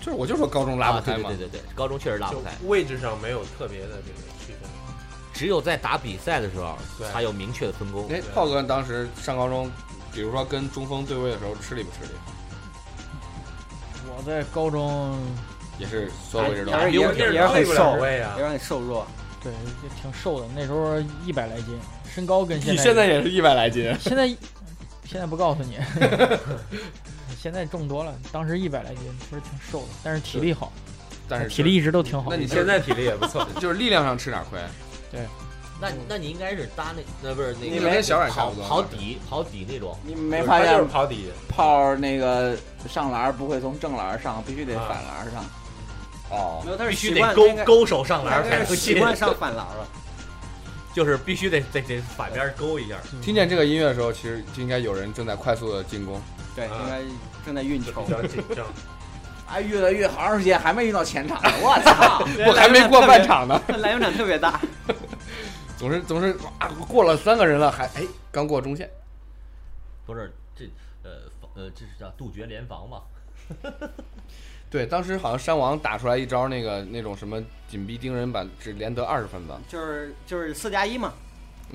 Speaker 1: 就是我就说高中拉
Speaker 7: 啊
Speaker 1: 不开嘛哎
Speaker 7: 对，对对对，高中确实拉不
Speaker 11: 就
Speaker 7: 开，
Speaker 11: 位置上没有特别的这个区分。
Speaker 7: 只有在打比赛的时候
Speaker 11: 对
Speaker 7: 才有明确的分工。
Speaker 1: 哎，炮哥当时上高中，比如说跟中锋对位的时候，吃力不吃力？
Speaker 6: 我在高中
Speaker 1: 也是所有位置都
Speaker 4: 还是也
Speaker 11: 因为那
Speaker 4: 也是
Speaker 11: 是
Speaker 4: 很
Speaker 11: 对不了
Speaker 4: 瘦，
Speaker 11: 位啊
Speaker 4: 也，是很瘦弱。
Speaker 6: 对也挺瘦的，那时候一百来斤，身高跟现
Speaker 1: 你
Speaker 6: 在
Speaker 1: 现在也是一百来斤，
Speaker 6: 现在现在不告诉你，现在重多了，当时一百来斤，其实挺瘦的，但是体力好，
Speaker 1: 但是
Speaker 6: 体力一直都挺好
Speaker 1: 那。你
Speaker 11: 现在体力也不 [LAUGHS] 错。
Speaker 1: 就是力量上吃哪亏？
Speaker 7: 那那你应该是搭那那不是那
Speaker 1: 你
Speaker 7: 个
Speaker 1: 跟小冉差
Speaker 7: 跑
Speaker 1: 不多
Speaker 7: 跑底跑底那种。
Speaker 12: 你没
Speaker 11: 他
Speaker 12: 发
Speaker 11: 就是
Speaker 12: 现
Speaker 11: 跑底，
Speaker 12: 炮那个上篮儿不会从正篮儿上，必须得反篮儿上。
Speaker 1: 哦
Speaker 4: 没，有，他是
Speaker 7: 必须
Speaker 4: 习
Speaker 7: 得
Speaker 4: 惯
Speaker 7: 勾
Speaker 4: 应该
Speaker 7: 勾手上篮
Speaker 4: 他
Speaker 7: 儿才
Speaker 4: 是
Speaker 7: 能
Speaker 4: 习
Speaker 7: 进，
Speaker 4: 惯上反篮了。
Speaker 7: 就是必须得得得反边勾一下。
Speaker 1: 听见这个音乐的时候，其实就应该有人正在快速的进攻。
Speaker 4: 对，应该正在运
Speaker 11: 就
Speaker 4: 球
Speaker 11: 啊比。较紧张。
Speaker 12: 哎，越来越好长时间还没运到前场呢，我操！
Speaker 1: 我还没过半场呢，
Speaker 4: [LAUGHS] 篮球场特别大，
Speaker 1: 总是总是啊，过了三个人了，还哎刚过中线，
Speaker 7: [LAUGHS] 不是这呃防呃这是叫杜绝联防嘛？
Speaker 1: 对，当时好像山王打出来一招那个那种什么紧逼盯人板，只连得二十分吧。
Speaker 4: 就是就是四加一嘛，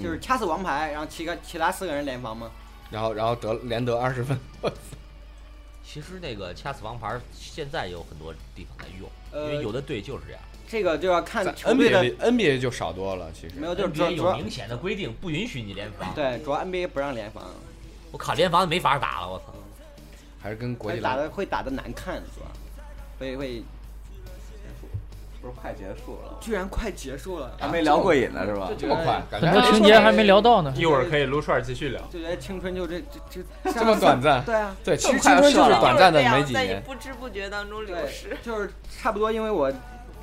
Speaker 4: 就是
Speaker 11: 嗯
Speaker 4: 掐死王牌，然后其他其他四个人联防嘛。
Speaker 1: 然后然后得连得二十分，
Speaker 7: 其实那个掐死王牌儿现在有很多地方在用，因为
Speaker 4: 呃
Speaker 7: 有，的队就是这样，
Speaker 4: 这个就要
Speaker 1: 在
Speaker 4: 看球队
Speaker 1: NBA
Speaker 4: 的，
Speaker 1: 里 NBA 就少多了，其实
Speaker 4: 没有呃就是主
Speaker 7: NBA
Speaker 4: 要主
Speaker 7: 有
Speaker 4: 要
Speaker 7: 明显的规定不允许你联防。
Speaker 4: 对主要 NBA 不让联防，
Speaker 7: 我靠，联防没法打了，我操！
Speaker 1: 还是跟国际
Speaker 4: 打
Speaker 1: 篮
Speaker 4: 的会打的难看，主要会会
Speaker 12: 不是快结束了，
Speaker 4: 居然快结束了，
Speaker 12: 还没聊过瘾呢是吧？
Speaker 1: 这么快，感
Speaker 6: 很多
Speaker 1: 觉
Speaker 6: 情节还没聊到呢，
Speaker 11: [LAUGHS] 一会儿可以撸串儿继续聊。
Speaker 4: 就觉得青春就这这这
Speaker 1: 这么短暂。
Speaker 4: 对啊，
Speaker 1: 对，其实
Speaker 12: 这么快
Speaker 1: 青春
Speaker 12: 就
Speaker 1: 就
Speaker 12: 射
Speaker 1: 是 [LAUGHS]
Speaker 12: 了
Speaker 1: 短暂的
Speaker 2: 就是这样
Speaker 1: 没几
Speaker 2: 在你
Speaker 1: 年，
Speaker 2: 不知不觉当中流
Speaker 4: 对
Speaker 2: 逝。，
Speaker 4: 就是差不多，因为我比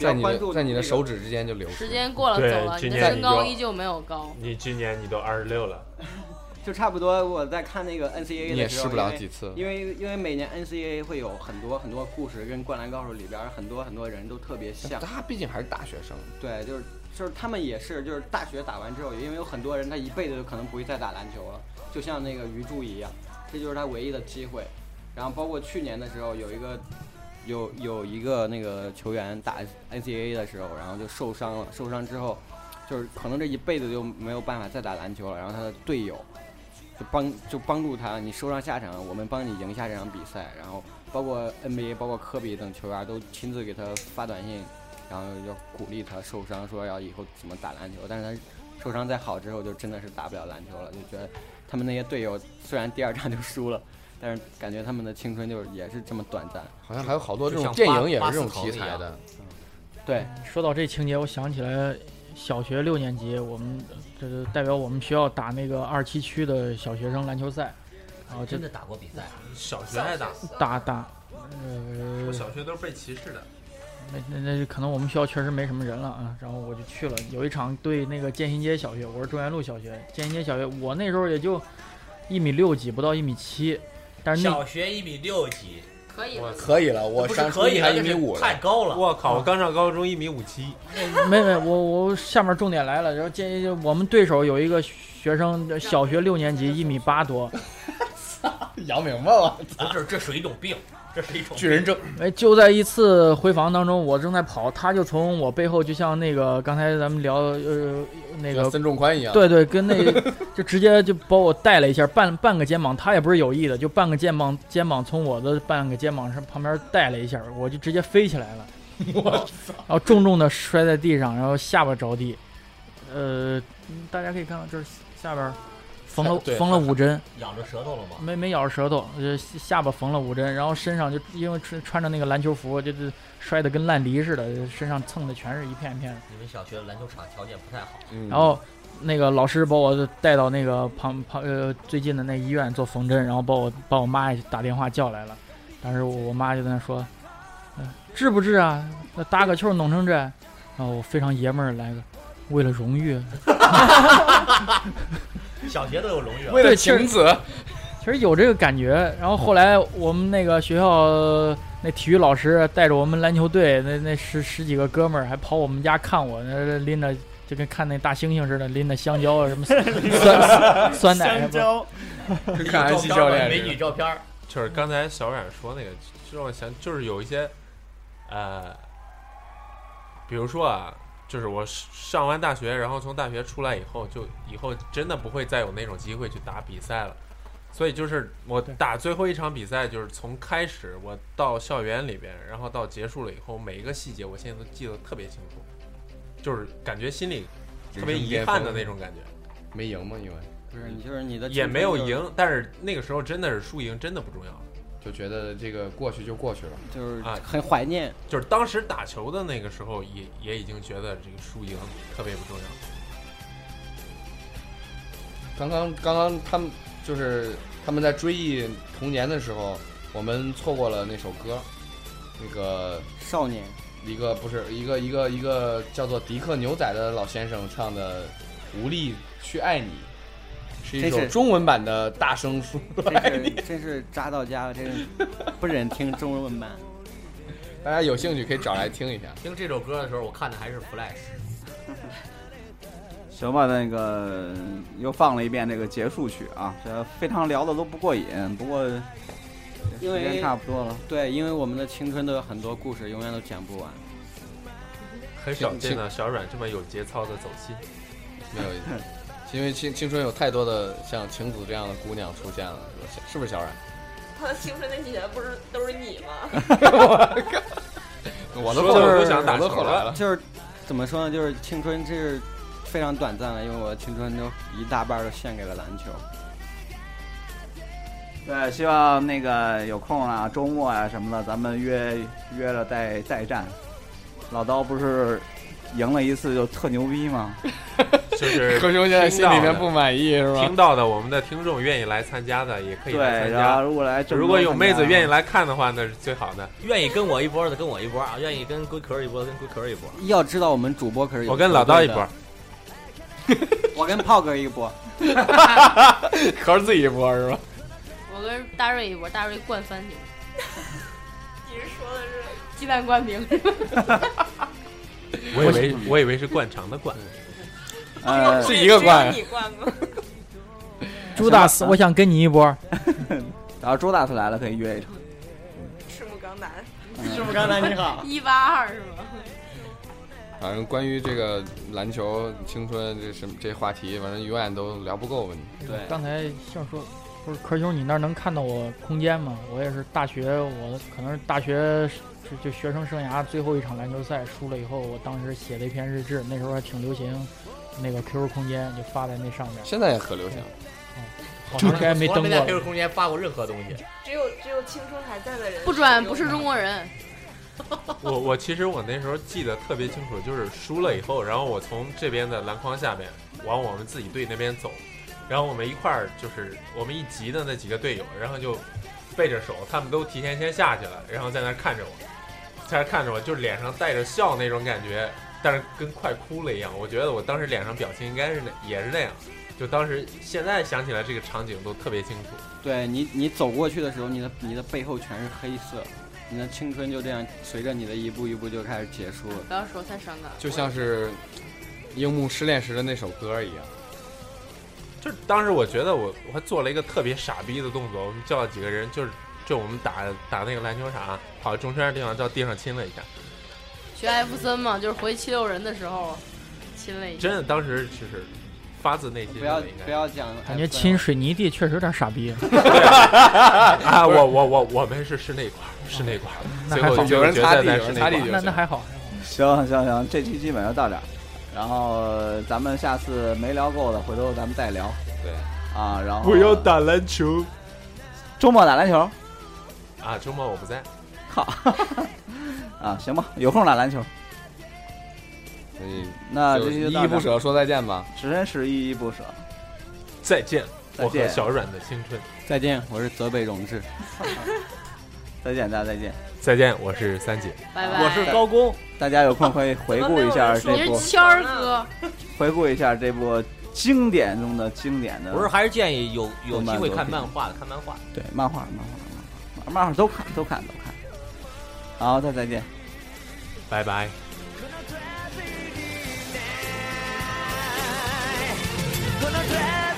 Speaker 1: 在
Speaker 4: 较
Speaker 1: 你
Speaker 4: 关注
Speaker 1: 的在你的
Speaker 4: 那个
Speaker 1: 手指之间就流逝
Speaker 3: 时。间过了
Speaker 11: 对
Speaker 3: 走了，
Speaker 11: 今
Speaker 3: 你的
Speaker 11: 年
Speaker 3: 身
Speaker 11: 你
Speaker 3: 高
Speaker 11: 就
Speaker 3: 依旧没有高。
Speaker 11: 你今年你都二十六了，
Speaker 4: 就差不多我在看那个 NCAA
Speaker 1: 你也
Speaker 4: 的时
Speaker 1: 试
Speaker 4: 候，
Speaker 1: 不了几次，
Speaker 4: 因为因为每年 NCAA 会有很多很多故事，跟《灌篮高手》里边很多很多人都特别像。
Speaker 1: 他毕竟还是大学生，
Speaker 4: 对，就是就是他们也是，就是大学打完之后，因为有很多人他一辈子就可能不会再打篮球了，就像那个鱼柱一样，这就是他唯一的机会。然后包括去年的时候，有一个有有一个那个球员打 NCAA 的时候，然后就受伤了，受伤之后就是可能这一辈子就没有办法再打篮球了。然后他的队友就帮就帮助他，你受伤下场，我们帮你赢下这场比赛。然后包括 NBA，包括科比等球员都亲自给他发短信，然后要鼓励他受伤，说要以后怎么打篮球。但是他受伤再好之后，就真的是打不了篮球了，就觉得他们那些队友虽然第二仗就输了，但是感觉他们的青春就是也是这么短暂。
Speaker 1: 好像还有好多这
Speaker 7: 就
Speaker 1: 种
Speaker 7: 像
Speaker 1: 电
Speaker 7: 巴
Speaker 1: 影也是
Speaker 7: 巴
Speaker 1: 这种
Speaker 7: 斯滕
Speaker 1: 题
Speaker 7: 一
Speaker 1: 材
Speaker 7: 样
Speaker 1: 的。
Speaker 4: 对，
Speaker 6: 说到这情节，我想起来小学六年级，我们这就代表我们学校打那个二七区的小学生篮球赛，然后这
Speaker 7: 真的打过比赛，啊
Speaker 11: 小学爱打，
Speaker 6: 打打，呃
Speaker 11: 我，小学都是被歧视的。
Speaker 6: 那那那可能我们学校确实没什么人了啊，然后我就去了。有一场对那个建新街小学，我是中原路小学，建新街小学，我那时候也就一米六几，不到一米七，但是那
Speaker 13: 小学一米六几，
Speaker 3: 可以
Speaker 11: 我
Speaker 3: 了。
Speaker 1: 可以了，我
Speaker 13: 不是
Speaker 1: 上初
Speaker 13: 可以
Speaker 1: 一还
Speaker 13: 了，
Speaker 1: 一米
Speaker 13: 这是
Speaker 1: 五
Speaker 13: 太
Speaker 1: 了，
Speaker 13: 高了。
Speaker 11: 我靠！我刚上高中一米五七，
Speaker 6: 没没我我下面重点来了，然后建议我们对手有一个学生，小学六年级，一米八多，
Speaker 1: 姚明白了，
Speaker 7: 啊
Speaker 13: 不是，这是一种病，这是一种
Speaker 1: 巨人症，
Speaker 6: 哎，就在一次回防当中，我正在跑，他就从我背后，就像那个刚才咱们聊呃那个
Speaker 1: 像孙仲宽一样，
Speaker 6: 对对，跟那就直接就把我带了一下，半半个肩膀，他也不是有意的，就半个肩膀肩膀从我的半个肩膀上旁边带了一下，我就直接飞起来了， [LAUGHS] 我操！然后重重的摔在地上，然后下巴着地，呃，大家可以看到这是下边儿缝了
Speaker 1: 对
Speaker 6: 缝了五针，
Speaker 13: 咬着舌头了吗？
Speaker 6: 没没咬着舌头，呃，下巴缝了五针，然后身上就因为穿穿着那个篮球服，就就摔得跟烂梨似的，身上蹭的全是一片一片的。
Speaker 13: 你们小学篮球场条件不太好，
Speaker 1: 嗯
Speaker 6: 然后那个老师把我带到那个旁旁呃最近的那医院做缝针，然后把我把我妈也打电话叫来了，当时我我妈就在那说，呃治不治啊？那搭个球弄成这，然后我非常爷们儿来个，为了荣誉，
Speaker 13: 小学都有荣誉啊。
Speaker 1: 为了
Speaker 6: 对其实
Speaker 1: 晴子，
Speaker 6: 其实有这个感觉。然后后来我们那个学校呃那体育老师带着我们篮球队那那十十几个哥们儿还跑我们家看我，那拎着就跟看那大猩猩似的，拎着香蕉啊什么 [LAUGHS] 酸酸奶
Speaker 13: 香，
Speaker 6: 啊
Speaker 13: 蕉
Speaker 1: 跟看安西教练
Speaker 13: 美
Speaker 1: 似
Speaker 13: 女
Speaker 1: 的，
Speaker 13: 照片儿，
Speaker 11: 就是刚才小冉说那个，就让我想，就是有一些，呃，比如说啊，就是我上完大学，然后从大学出来以后，就以后真的不会再有那种机会去打比赛了。所以就是我
Speaker 6: 对
Speaker 11: 打最后一场比赛，就是从开始我到校园里边，然后到结束了以后，每一个细节我现在都记得特别清楚，就是感觉心里特别遗憾的那种感觉。
Speaker 1: 没赢吗？因为
Speaker 4: 不是，你就是你的
Speaker 11: 也
Speaker 4: 青春
Speaker 11: 没有
Speaker 4: 就是，
Speaker 11: 赢，但是那个时候真的是输赢真的不重要，
Speaker 1: 就觉得这个过去就过去了，
Speaker 4: 就是
Speaker 11: 啊
Speaker 4: 很怀念。
Speaker 11: 就是当时打球的那个时候也也已经觉得这个输赢特别不重要。
Speaker 1: 刚刚刚刚他们就是他们在追忆童年的时候，我们错过了那首歌，那个
Speaker 4: 少 [LAUGHS] 年，
Speaker 1: 一个不是一个一个一个叫做迪克牛仔的老先生唱的《无力去爱你》，是一
Speaker 4: 这
Speaker 1: 首
Speaker 4: 是
Speaker 1: 中文版的大声说。
Speaker 4: 真是真是扎到家了，真是不忍听中文版。
Speaker 1: 大家有兴趣可以找来听一下。
Speaker 7: 听这首歌的时候，我看的还是 Flash。
Speaker 12: 行吧，那个又放了一遍这个结束曲啊，这非常聊的都不过瘾，不过
Speaker 4: 因为
Speaker 12: 时间差不多了，
Speaker 4: 对，因为我们的青春都有很多故事，永远都讲不完。
Speaker 11: 很少见到小阮这么有节操的走
Speaker 12: [LAUGHS]
Speaker 11: 心，
Speaker 1: 没有，因为青青春有太多的像晴子这样的姑娘出现了，是吧是不是小 [LAUGHS] 冉？
Speaker 2: 他的青春那几年不是都是你
Speaker 4: [LAUGHS]
Speaker 2: 吗？
Speaker 1: 我都
Speaker 11: 说
Speaker 1: 后
Speaker 11: 的
Speaker 1: 来
Speaker 11: 我都想打
Speaker 1: 我都
Speaker 11: 球
Speaker 1: 后来
Speaker 11: 了
Speaker 1: 了。
Speaker 4: 就是怎么说呢？就是青春，这是非常短暂的，因为我的青春都一大半儿都献给了篮球。
Speaker 12: 对，希望那个有空啊，周末啊什么的，咱们约约了再再战。老刀不是赢了一次就特牛逼吗？
Speaker 11: 就是
Speaker 1: 何兄现在心里面不满意是吧
Speaker 11: 听？到的我们的听众愿意来参加的也可以
Speaker 12: 对，
Speaker 11: 来参
Speaker 12: 然后
Speaker 11: 加。
Speaker 12: 如果来郑州
Speaker 11: 如果有妹子愿意
Speaker 12: 参
Speaker 11: 来看的话，那是最好的。
Speaker 7: 愿意跟我一波的跟我一波啊，愿意跟龟壳一波的跟龟壳一波。
Speaker 4: 要知道，我们主播可是有
Speaker 11: 我跟老刀一
Speaker 4: 团
Speaker 11: 波
Speaker 4: 队，的， [LAUGHS] 我跟炮哥一 [LAUGHS] 波。
Speaker 1: 壳自己一波是吧？
Speaker 3: 我跟大瑞一波，大瑞灌三瓶
Speaker 2: 你是说的是
Speaker 3: 鸡蛋灌饼，
Speaker 11: 我以为我以为是灌肠的灌，
Speaker 12: 加，
Speaker 4: 哎
Speaker 1: [LAUGHS]
Speaker 12: 呃，
Speaker 1: 是一个冠
Speaker 2: 只有你灌吗？
Speaker 6: 朱大师，我想跟你一波。
Speaker 12: 然后周大夫来了可以约一场。
Speaker 2: 赤木刚男，
Speaker 13: 师傅刚才你好，
Speaker 3: 一八二是吗？
Speaker 1: 反正关于这个篮球、青春这什么这话题，反正永远都聊不够吧？你
Speaker 4: 对，
Speaker 6: 刚才像说，不是壳兄，你那儿能看到我空间吗？我也是大学，我可能是大学就就学生生涯最后一场篮球赛输了以后，我当时写了一篇日志，那时候还挺流行，那个 QQ 空间就发在那上
Speaker 1: [LAUGHS]
Speaker 6: 面，
Speaker 1: 现在也很流行。
Speaker 6: 好长时间没
Speaker 7: 从来没
Speaker 6: 登
Speaker 7: 在
Speaker 6: 过
Speaker 7: QQ 空间发过任何东西。
Speaker 2: 只有只有青春还在的人，
Speaker 3: 不转不是中。国人，
Speaker 11: [LAUGHS] 我我其实我那时候记得特别清楚，就是输了以后，然后我从这边的篮筐下面往我们自己队那边走，然后我们一块儿就是我们一级的那几个队友，然后就背着手，他们都提前先下去了，然后在那儿看着我，在那儿看着我，就脸上带着笑那种感觉，但是跟快哭了一样。我觉得我当时脸上表情应该是那也是那样，就当时现在想起来这个场景都特别清楚。
Speaker 4: 对你，你走过去的时候，你的你的背后全是黑色，你的青春就这样随着你的一步一步就开始结束了。
Speaker 3: 不要说太伤感了，
Speaker 1: 就像是樱木失恋时的那首歌一样。
Speaker 11: 就是当时我觉得我我还做了一个特别傻逼的动作，我们叫了几个人，就是就我们打打那个篮球场，跑中间的地方到地上亲了一下，
Speaker 3: 学艾弗森嘛，就是回七六人的时候亲了一下
Speaker 11: 真。的当时就是发自内心
Speaker 4: 不要
Speaker 11: 的应
Speaker 4: 不
Speaker 11: 该
Speaker 4: 要讲，
Speaker 6: 感觉亲水泥地确实有点傻逼。
Speaker 11: 啊，我我我我们是室内块儿，室内块儿，
Speaker 6: 那
Speaker 11: 最
Speaker 6: 还
Speaker 11: 后
Speaker 6: 好
Speaker 11: 就
Speaker 1: 有人
Speaker 11: 决
Speaker 1: 擦
Speaker 11: 赛
Speaker 1: 地
Speaker 11: 在
Speaker 1: 有
Speaker 11: 室
Speaker 1: 人
Speaker 11: 内
Speaker 1: 擦
Speaker 11: 块
Speaker 1: 地
Speaker 11: 儿。
Speaker 1: 就
Speaker 6: 那
Speaker 1: 行。
Speaker 6: 那还好，
Speaker 12: 行行行，这期基本就到这儿，然后咱们下次没聊够的，回头咱们再聊。
Speaker 11: 对
Speaker 12: 啊，然后
Speaker 11: 篮球
Speaker 12: 周末打篮球，
Speaker 11: 啊！周末我不在，
Speaker 12: 好啊，行吧，有空打篮球。那
Speaker 1: 就
Speaker 12: 这期就
Speaker 1: 依
Speaker 12: 到
Speaker 1: 依
Speaker 12: 这
Speaker 1: 不
Speaker 12: 儿，
Speaker 1: 舍说再见吧。
Speaker 12: 真是依依不舍。
Speaker 11: 再见，
Speaker 12: 再
Speaker 11: 我和
Speaker 12: 见，
Speaker 11: 小阮的青春，
Speaker 4: 再见，我是泽北荣治。
Speaker 12: 再见，大家再见。
Speaker 11: 再见，我是三姐。
Speaker 3: 拜拜。
Speaker 7: 我是高工，
Speaker 12: 大家有空可以回顾一下
Speaker 3: 你
Speaker 12: 这
Speaker 3: 是
Speaker 12: 部，
Speaker 3: 谦儿哥，
Speaker 12: 回顾一下这部经典中的经典的，
Speaker 7: 不是还是建议有有
Speaker 12: 动
Speaker 7: 机
Speaker 12: 漫
Speaker 7: 会
Speaker 12: 作
Speaker 7: 看
Speaker 12: 品
Speaker 7: 漫画的，看漫画。
Speaker 12: 对漫画，漫画，漫画，漫画都看，都看，都看。好，再再见。
Speaker 11: 拜拜。
Speaker 14: gonna drive